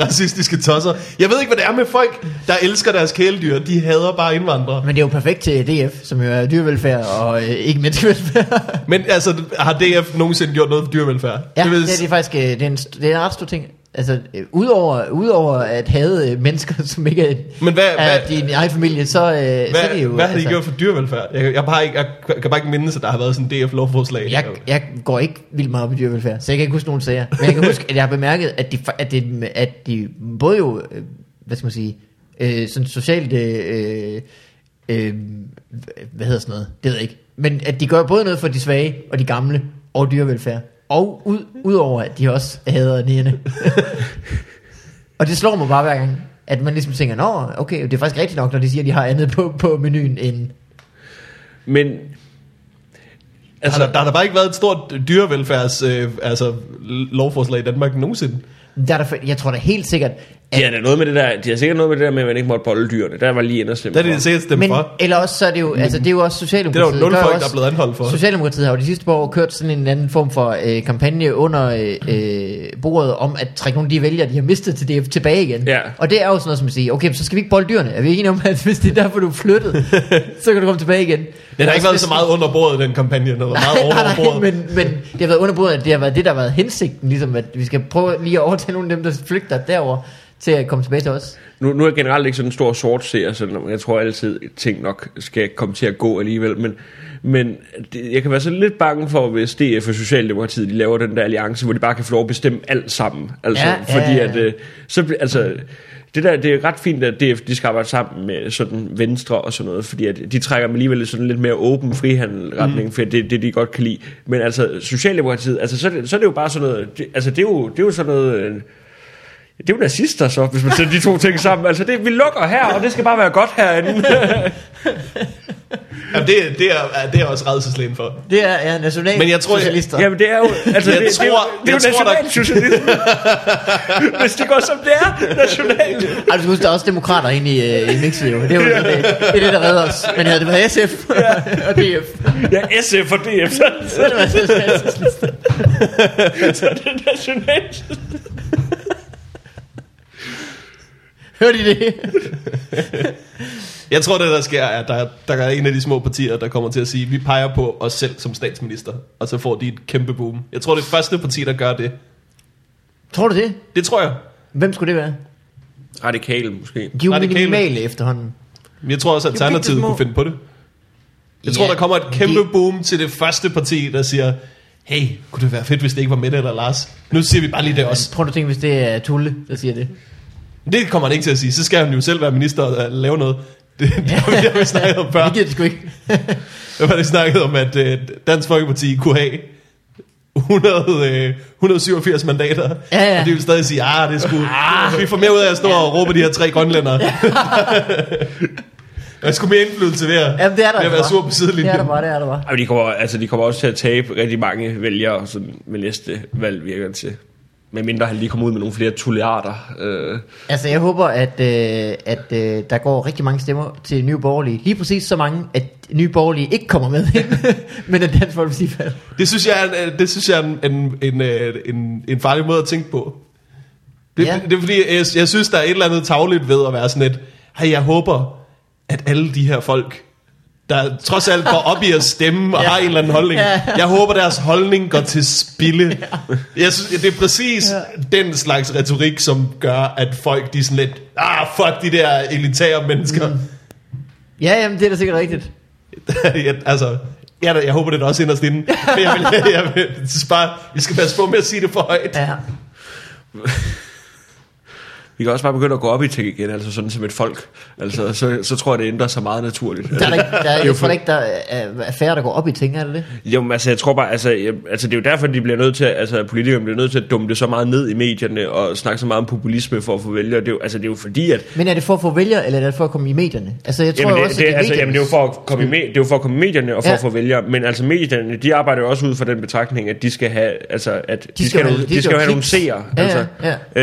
A: racistiske tosser. Jeg ved ikke, hvad det er med folk, der elsker deres kæledyr. De hader bare indvandrere.
C: Men det er jo perfekt til DF, som jo er dyrevelfærd og øh, ikke menneskevelfærd.
A: Men altså, har DF nogensinde gjort noget for dyrevelfærd?
C: ja, det,
A: vil-
C: er, det er faktisk øh, det er en, st- det er en ret stor ting. Altså, øh, udover, udover at have øh, mennesker, som ikke er,
A: Men hvad-
C: er
A: hvad-
C: din egen familie, så, øh, så
A: hvad,
C: er det jo...
A: hvad har de
C: altså-
A: gjort for dyrevelfærd? Jeg, jeg, bare ikke, jeg kan bare ikke mindes, at der har været sådan en DF-lovforslag.
C: Jeg, jeg går ikke vildt meget op i dyrevelfærd, så jeg kan ikke huske nogen sager. Men jeg kan huske, at jeg har bemærket, at de, fa- at de, at de både jo, øh, hvad skal man sige, øh, sådan socialt, øh, øh, hvad hedder sådan noget, det ved jeg ikke. Men at de gør både noget for de svage og de gamle og dyrevelfærd. Og ud, udover at de også hader nærende. og det slår mig bare hver gang, at man ligesom tænker, nå, okay, det er faktisk rigtigt nok, når de siger, at de har andet på, på menuen end...
B: Men,
A: altså,
B: altså,
A: der, der har der bare ikke været et stort dyrevelfærds øh, altså, lovforslag i Danmark nogensinde.
C: Der er der, for- jeg tror da helt sikkert,
B: De har da noget med det der, de har sikkert noget med det der med, at man ikke måtte bolle dyrene. Der var lige inde og stemme
A: Det er det
B: for.
A: sikkert stemme
C: Men,
A: for.
C: eller også så er det jo, altså det er jo også
A: Det er
C: Socialdemokratiet.
A: der jo nul
C: gør
A: folk, der
C: også-
A: er blevet anholdt for.
C: Socialdemokratiet har jo de sidste par år kørt sådan en anden form for øh, kampagne under øh, øh, bordet om at trække nogle af de vælgere, de har mistet til DF tilbage igen.
B: Ja.
C: Og det er jo sådan noget, som at sige, okay, men så skal vi ikke bolde dyrene. Er vi enige om, at hvis det er derfor, du er flyttet, så kan du komme tilbage igen?
A: Den har ikke været
C: Også
A: så meget under bordet, den kampagne. Den har været meget
C: Nej, nej,
A: over
C: nej,
A: bordet.
C: men, men det har været under bordet, at det har været det, der har været hensigten, ligesom at vi skal prøve lige at overtage nogle af dem, der flygter derover til at komme tilbage til os.
B: Nu, nu er jeg generelt ikke sådan en stor sort seer, selvom jeg tror altid, at ting nok skal komme til at gå alligevel. Men, men det, jeg kan være sådan lidt bange for, hvis DF og Socialdemokratiet de laver den der alliance, hvor de bare kan få lov at bestemme alt sammen. Altså,
C: Ja,
B: ja,
C: ja,
B: fordi
C: ja.
B: at... Øh, så, bl- altså, det, der, det er ret fint, at DF de skal arbejde sammen med sådan Venstre og sådan noget, fordi at de trækker dem alligevel i sådan lidt mere åben frihandelretning, mm. for det er det, de godt kan lide. Men altså, Socialdemokratiet, altså, så, er det- så er det jo bare sådan noget, det, altså, det er, jo, det er jo sådan noget, øh, det er jo nazister så, hvis man sætter de to ting sammen. Altså, det, vi lukker her, og det skal bare være godt herinde.
A: Jamen, det, det, er, det er jeg også redselslæn for.
C: Det er ja, national
A: Men jeg tror, jeg-
C: socialister.
B: Jamen, det er jo... Altså,
A: Jeg
B: det, det, er jo,
A: tror-
B: det er jo
A: jeg tror, der-
B: nationalsocialisme. hvis det går som det er, national.
C: Ej, du skal huske, der er også demokrater inde i, øh, i mixet, jo. Det er jo det, det, det, er det, der redder os. Men havde det været SF og DF,
B: Ja, SF og DF, så,
C: så
B: så,
C: havde det været socialister.
B: så er det nationalt.
C: Hørte I det?
A: Jeg tror, det der sker, er, at der, der er en af de små partier, der kommer til at sige, vi peger på os selv som statsminister, og så får de et kæmpe boom. Jeg tror, det er første parti, der gør det.
C: Tror du det?
A: Det tror jeg.
C: Hvem skulle det være?
B: Radikale, måske.
C: De er jo
A: Radikale.
C: minimale efterhånden.
A: Men jeg tror også, at Alternativet
B: små.
A: kunne finde på det. Jeg tror,
C: Ja,
A: der kommer et kæmpe
C: de-
A: boom til det første parti, der siger, hey, kunne det være fedt, hvis det ikke var Mette eller Lars? Nu siger vi bare lige det også.
C: Tror du tænker, hvis det er Tulle, der siger det?
A: Det kommer han ikke til at sige. Så skal han jo selv være minister og øh, lave noget. Det, det, har vi- det har vi snakket om før.
C: Det gider det sgu ikke.
A: Hvad var det snakket om, at øh, Dansk Folkeparti kunne have 100, øh, 187 mandater?
C: Ja, ja.
A: Og de vil stadig sige, ah, det er sgu... Vi får mere ud af at stå og råbe de her tre grønlændere. Jeg skulle mere indflydelse ved at,
C: Jamen, det er der
A: ved at være
C: altså
A: sur
C: bare.
A: på sidelinjen.
C: Det er der bare, det er der bare.
B: Jamen, de kommer, altså, de kommer også til at tabe rigtig mange vælgere sådan, ved næste valg, virker det til. Men mindre han lige kommer ud med nogle flere tulliarder. Øh,
C: Altså, jeg håber, at, øh, at øh, der går rigtig mange stemmer til Nye Borgerlige. Lige præcis så mange, at Nye Borgerlige ikke kommer med ind, men at Dansk Folkeparti falder.
A: Det synes jeg er, en- øh, det synes jeg er en, en, en, øh, en, en farlig måde at tænke på. Det,
C: Ja.
A: ja. det er fordi, jeg, jeg synes, der er et eller andet tavligt ved at være sådan et, hey, jeg håber, at alle de her folk, der trods alt går op i at stemme og
C: Ja.
A: ja. har en eller anden holdning,
C: Ja.
A: ja. jeg håber, deres holdning går til spille. Ja. Jeg synes, det er præcis ja. den slags retorik, som gør, at folk de er sådan lidt, ah, fuck de der elitære mennesker. Mm.
C: Ja, jamen, det er da sikkert rigtigt.
A: jeg, altså, jeg, jeg håber, det er da også inderst inde. Men jeg vil, jeg vil, jeg synes bare, vi skal passe på med at sige det for højt.
C: Ja.
B: Vi kan også bare begynde at gå op i ting igen, altså sådan som et folk. Altså, så, så tror jeg, det ændrer sig meget naturligt.
C: Der er, der, ikke- der, er- jeg tror da ikke, der er, er færre, der går op i ting, er det det?
B: Jo, men altså, jeg tror bare, altså, jeg, altså, det er jo derfor, de bliver nødt til, at- altså, politikerne bliver nødt til at dumme det så meget ned i medierne, og snakke så meget om populisme for at få vælgere. Det er jo, altså, det er jo fordi, at
C: Men er det for at få vælgere, eller er det for at komme i medierne? Altså, jeg tror
B: Jamen,
C: jo
B: det,
C: også,
B: det,
C: at
B: altså, jamen, det er jo for at komme i me- det er jo for at komme i medierne og for
C: Ja.
B: ja. at få vælgere, men altså medierne, de arbejder jo også ud fra den betragtning, at de skal have, altså, at de, de
C: skal
B: skal,
C: jo
B: have,
C: have-
B: de, skal,
C: de skal
B: jo
C: jo
B: have nogle
C: klikke.
B: seere,
C: Ja,
B: altså,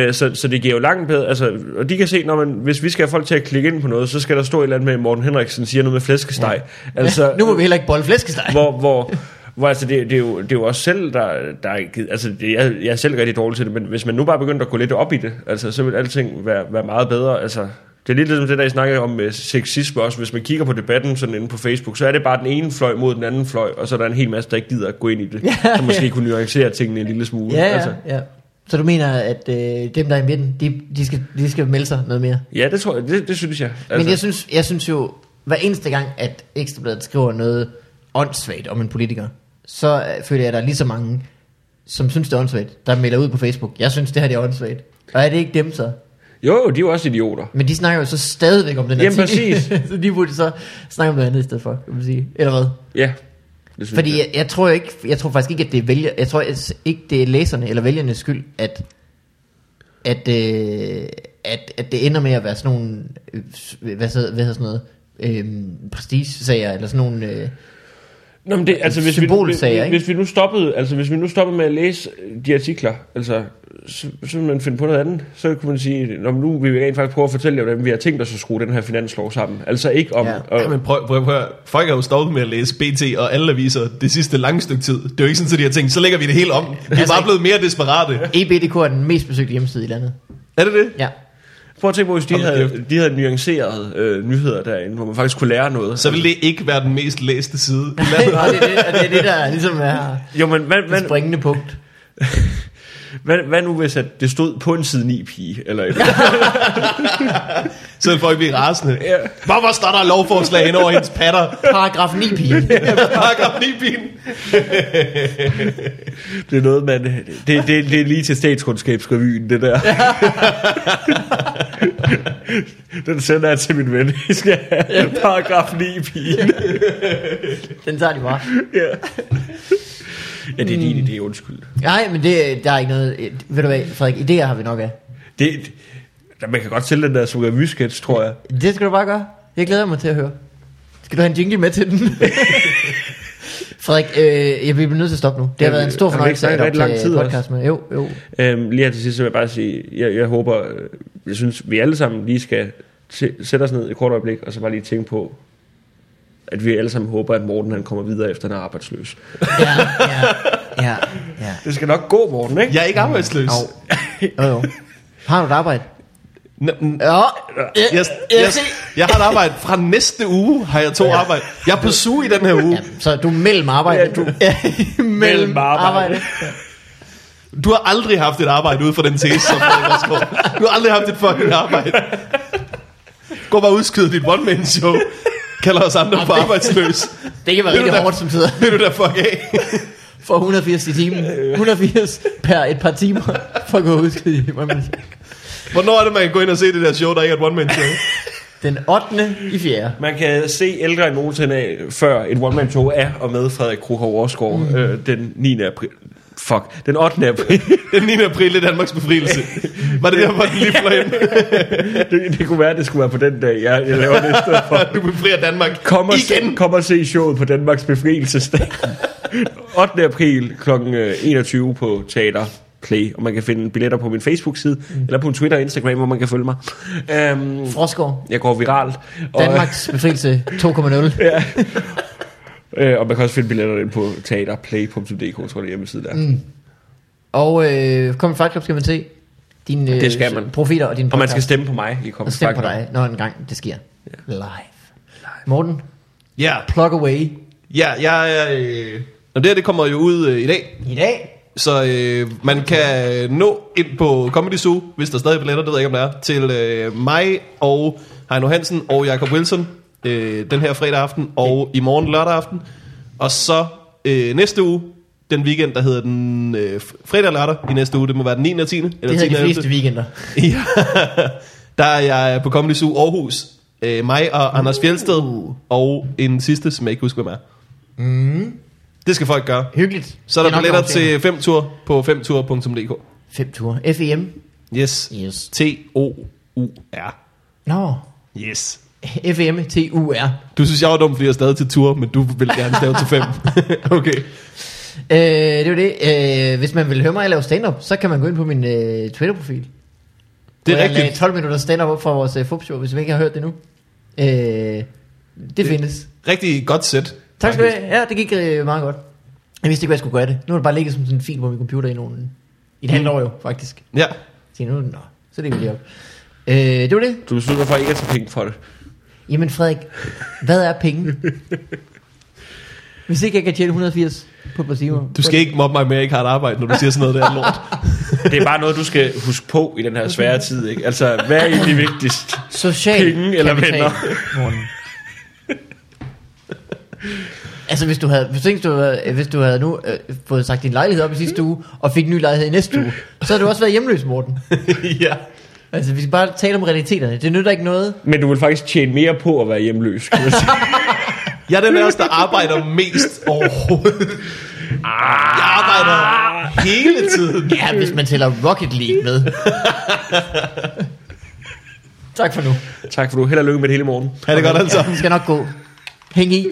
C: ja,
B: Øh, så, så det giver jo langt bedre, altså, og de kan se, når man, hvis vi skal have folk til at klikke ind på noget, så skal der stå et eller andet med Morten Henriksen siger noget med flæskesteg, ja. altså,
C: nu må vi heller ikke bolle flæskesteg.
B: hvor, hvor, hvor altså, det, det, er jo, det er jo også selv, der, der er givet, altså, det, jeg, jeg er selv rigtig dårlig til det, men hvis man nu bare begyndte at gå lidt op i det, altså, så vil alting være, være meget bedre, altså, det er lidt ligesom det, der I snakkede om med sexisme også. Hvis man kigger på debatten sådan inde på Facebook, så er det bare den ene fløj mod den anden fløj, og så er der en hel masse, der ikke gider at gå ind i det,
C: Ja,
B: som måske kunne nuancere tingene en lille smule. altså.
C: Ja, ja, ja. Så du mener, at øh, dem, der er i midten, de, de, skal, de skal melde sig noget mere?
B: ja det tror jeg, det, det synes jeg.
C: Altså. Men jeg synes, jeg synes jo, hver eneste gang, at Ekstrabladet skriver noget åndssvagt om en politiker, så øh, føler jeg, at der er lige så mange, som synes, det er åndssvagt, der melder ud på Facebook. Jeg synes, det her det er åndssvagt. Og er det ikke dem så?
B: Jo, jo, de er jo også idioter.
C: Men de snakker jo så stadigvæk om den
B: Jamen,
C: artikel.
B: præcis.
C: så de burde så snakke om noget andet i stedet for, kan man sige. Eller hvad?
B: Ja, det synes
C: Fordi
B: jeg.
C: jeg, jeg tror ikke, jeg tror faktisk ikke, at det er vælger, jeg tror altså ikke, det er læserne eller vælgernes skyld, at, at, øh, at, at det ender med at være sådan nogle, øh, hvad, hedder, hvad hedder sådan noget, øh, prestigesager, eller sådan nogle, øh,
B: Nå, men det, altså, hvis, vi,
C: Symbolsager,
B: hvis,
C: ikke?
B: hvis vi nu stoppede, altså hvis vi nu stoppede med at læse øh, de artikler, altså så, så ville man finde på noget andet. Så kunne man sige, Nå, men nu vil vi rent faktisk prøve at fortælle jer, hvordan vi har tænkt os at skrue den her finanslov sammen. Altså ikke om...
C: Ja.
B: Og,
A: Ja, men prøv, prøv, prøv. at høre. Folk har jo stoppet med at læse BT og alle aviser det sidste lange stykke tid. Det er jo ikke sådan, at de har tænkt, så lægger vi det hele om. De er
C: Altså
A: bare
C: ikke-
A: blevet mere desperate.
C: EBDK er den mest besøgte hjemmeside i landet.
A: Er det det?
C: Ja.
B: prøv at tænke på, hvis de
A: Hold da
B: havde, de havde nuanceret øh, nyheder derinde, hvor man faktisk kunne lære noget.
A: Så vil det ikke være den mest læste side. i
C: Og det,
A: landet.
C: er det, og det er det, der ligesom er
B: Jo, men hvad,
C: det
B: hvad,
C: springende punkt.
B: hvad, hvad nu hvis at det stod på en side 9 pige? Eller et,
A: så vil folk blive rasende.
B: Ja.
A: Hvorfor står der et lovforslag hen over hendes patter?
C: Paragraf 9, pige.
A: Paragraf 9 pigen.
B: det er noget, man... Det, det, det er lige til statskundskabsrevyen, det der. den sender jeg til min ven. I skal have paragraf 9 pige.
C: Den tager de bare.
B: ja. ja, det er din idé, undskyld.
C: Nej, men det, der er ikke noget... øh, Ved du hvad, Frederik, idéer har vi nok af.
B: Det, det, man kan godt sælge den der Sugavy-sketch, tror jeg.
C: Det skal du bare gøre. Jeg glæder mig til at høre. Skal du have en jingle med til den? Frederik, øh, jeg bliver nødt til at stoppe nu. Det har
B: Jamen,
C: været en stor
B: har vi ikke
C: fornøjelse
B: snakket
C: at
B: rigtig lang tid
C: optage
B: også?
C: podcast med. Jo, jo.
B: Øhm, lige her til sidst, så vil jeg bare sige, jeg, jeg håber, øh, jeg synes, vi alle sammen lige skal tæ- sætte os ned i et kort øjeblik, og så bare lige tænke på, at vi alle sammen håber, at Morten han kommer videre efter, han er arbejdsløs.
C: Ja, ja, ja, ja.
B: Det skal nok gå, Morten, ikke?
A: Jeg er ikke arbejdsløs.
C: Jo. Jo, jo. Har du et arbejde?
A: N- n-
C: Ja. Jeg,
A: Jeg, jeg, jeg har et arbejde. Fra næste uge har jeg to arbejde. Jeg er på suge i den her uge.
C: Ja, så du er mellem arbejde.
B: Ja, du-
C: mellem
B: arbejde.
C: arbejde.
A: Du har aldrig haft et arbejde ud fra den tese, som Frederik også går. Du har aldrig haft et fucking arbejde. Gå bare og udskyd dit one-man-show. Kalder os andre for arbejdsløs.
C: Det kan være
A: Ved du
C: rigtig
A: da-
C: hårdt som tider.
A: Vil du da fuck af?
C: For 180 i timen. 180 per et par timer. For at gå udskridt i må man sige.
A: Hvornår er det, man kan gå ind og se det der show, der ikke er et one-man-show?
C: Den 8. i 4.
B: Man kan se ældre end nogensinde af, før et one-man-show er og med Frederik Kruger Overskov mm. øh, den 9. april. Fuck, den 8. april.
A: Den 9. april i Danmarks befrielse. Var det der, hvor den lige fløj ind?
B: det, det kunne være, det skulle være på den dag, jeg, jeg laver det i stedet for.
A: Du befrier Danmark
B: Kom og, se,
A: igen.
B: kom og se showet på Danmarks Befrielsesdag. 8. april kl. 21 på Teater Play, og man kan finde billetter på min Facebook-side, mm. eller på en Twitter og Instagram, hvor man kan følge mig. Um,
C: Frosgaard.
B: jeg går viralt. Og,
C: Danmarks befrielse 2,0.
B: ja. Øh, og man kan også finde billetterne ind på teaterplay.dk, tror jeg, hjemmeside der. Mm.
C: Og øh, kom i Fight Club, skal man se dine øh,
B: Det skal man.
C: profiler og dine
B: Og man skal
C: podcasts.
B: stemme på mig i Kom
C: og stemme på
B: Fuck.
C: dig, når en gang det sker. Live. Morten,
A: Ja,
C: plug away.
A: ja, ja. ja øh. Nå, det her, det kommer jo ud øh, i dag.
C: I dag.
A: Så øh, man kan øh, nå ind på Comedy Zoo, hvis der er stadig er billetter, det ved jeg ikke, om der er, til øh, mig og Heino Hansen og Jakob Wilson øh, den her fredag aften og i morgen lørdag aften. Og så øh, næste uge, den weekend, der hedder den øh, fredag og lørdag i næste uge, det må være den 9. og 10. Eller
C: Det hedder
A: 10. og
C: de
A: 11..
C: fleste weekender.
A: Ja. Der er jeg på Comedy Zoo Aarhus. Øh, mig og Anders Fjeldsted. Og en sidste, som jeg ikke husker, hvem er. Det skal folk gøre.
C: Mm. Hyggeligt.
A: Så er
C: Det
A: der
C: nok
A: billetter
C: noget at
A: til 5tur på 5tur.dk.
C: se. Fem ture. FEM.
A: Yes.
C: Yes.
A: T-O-U-R.
C: Nå. E
A: Yes.
C: FEM til UR.
A: Du synes, jeg var dum, fordi jeg er stadig til tur, men du vil gerne stave til 5. okay.
C: Øh, det var det. Øh, hvis man vil høre mig lave stand-up, så kan man gå ind på min øh,
A: Det
C: Twitter-profil.
A: er
C: hvor Jeg lagde
A: rigtigt.
C: 12 minutter stand-up op fra vores øh, fupshow, hvis man ikke har hørt det nu. Øh, det, det findes.
A: Rigtig godt sæt.
C: Tak skal du have. Ja, det gik øh, meget godt. Jeg vidste ikke, hvad jeg skulle gøre af det. Nu har det bare ligget som sådan en fil på min computer i nogle... I et halvt år jo, faktisk.
A: Ja.
C: Så nu, nå, så det vi lige op. Øh, det var det.
B: Du beslutter for ikke at tage penge for det.
C: Jamen Frederik, hvad er penge? Hvis ikke jeg kan tjene 180 på et par timer.
A: Du skal ikke mobbe mig med, at jeg ikke har et arbejde, når du siger sådan noget der lort.
B: Det er bare noget, du skal huske på i den her svære tid. Ikke? Altså, hvad er egentlig vigtigst?
C: Social
B: Penge eller
C: kapital,
B: venner?
C: Morten. altså hvis du havde, hvis, tænk, du, havde- hvis du havde nu øh, fået sagt din lejlighed op i sidste uge, og fik en ny lejlighed i næste uge, så havde du også været hjemløs, Morten.
A: ja.
C: Altså vi skal bare tale om realiteterne. Det nytter ikke noget.
B: Men du vil faktisk tjene mere på at være hjemløs. kan man sige.
A: Jeg er den af os, der arbejder mest overhovedet. Jeg arbejder hele tiden.
C: Ja, hvis man tæller Rocket League med. tak for nu.
B: tak for du. Held og lykke med det hele morgen.
A: Ha' det godt alle sammen.
C: Det skal nok gå. Hæng i.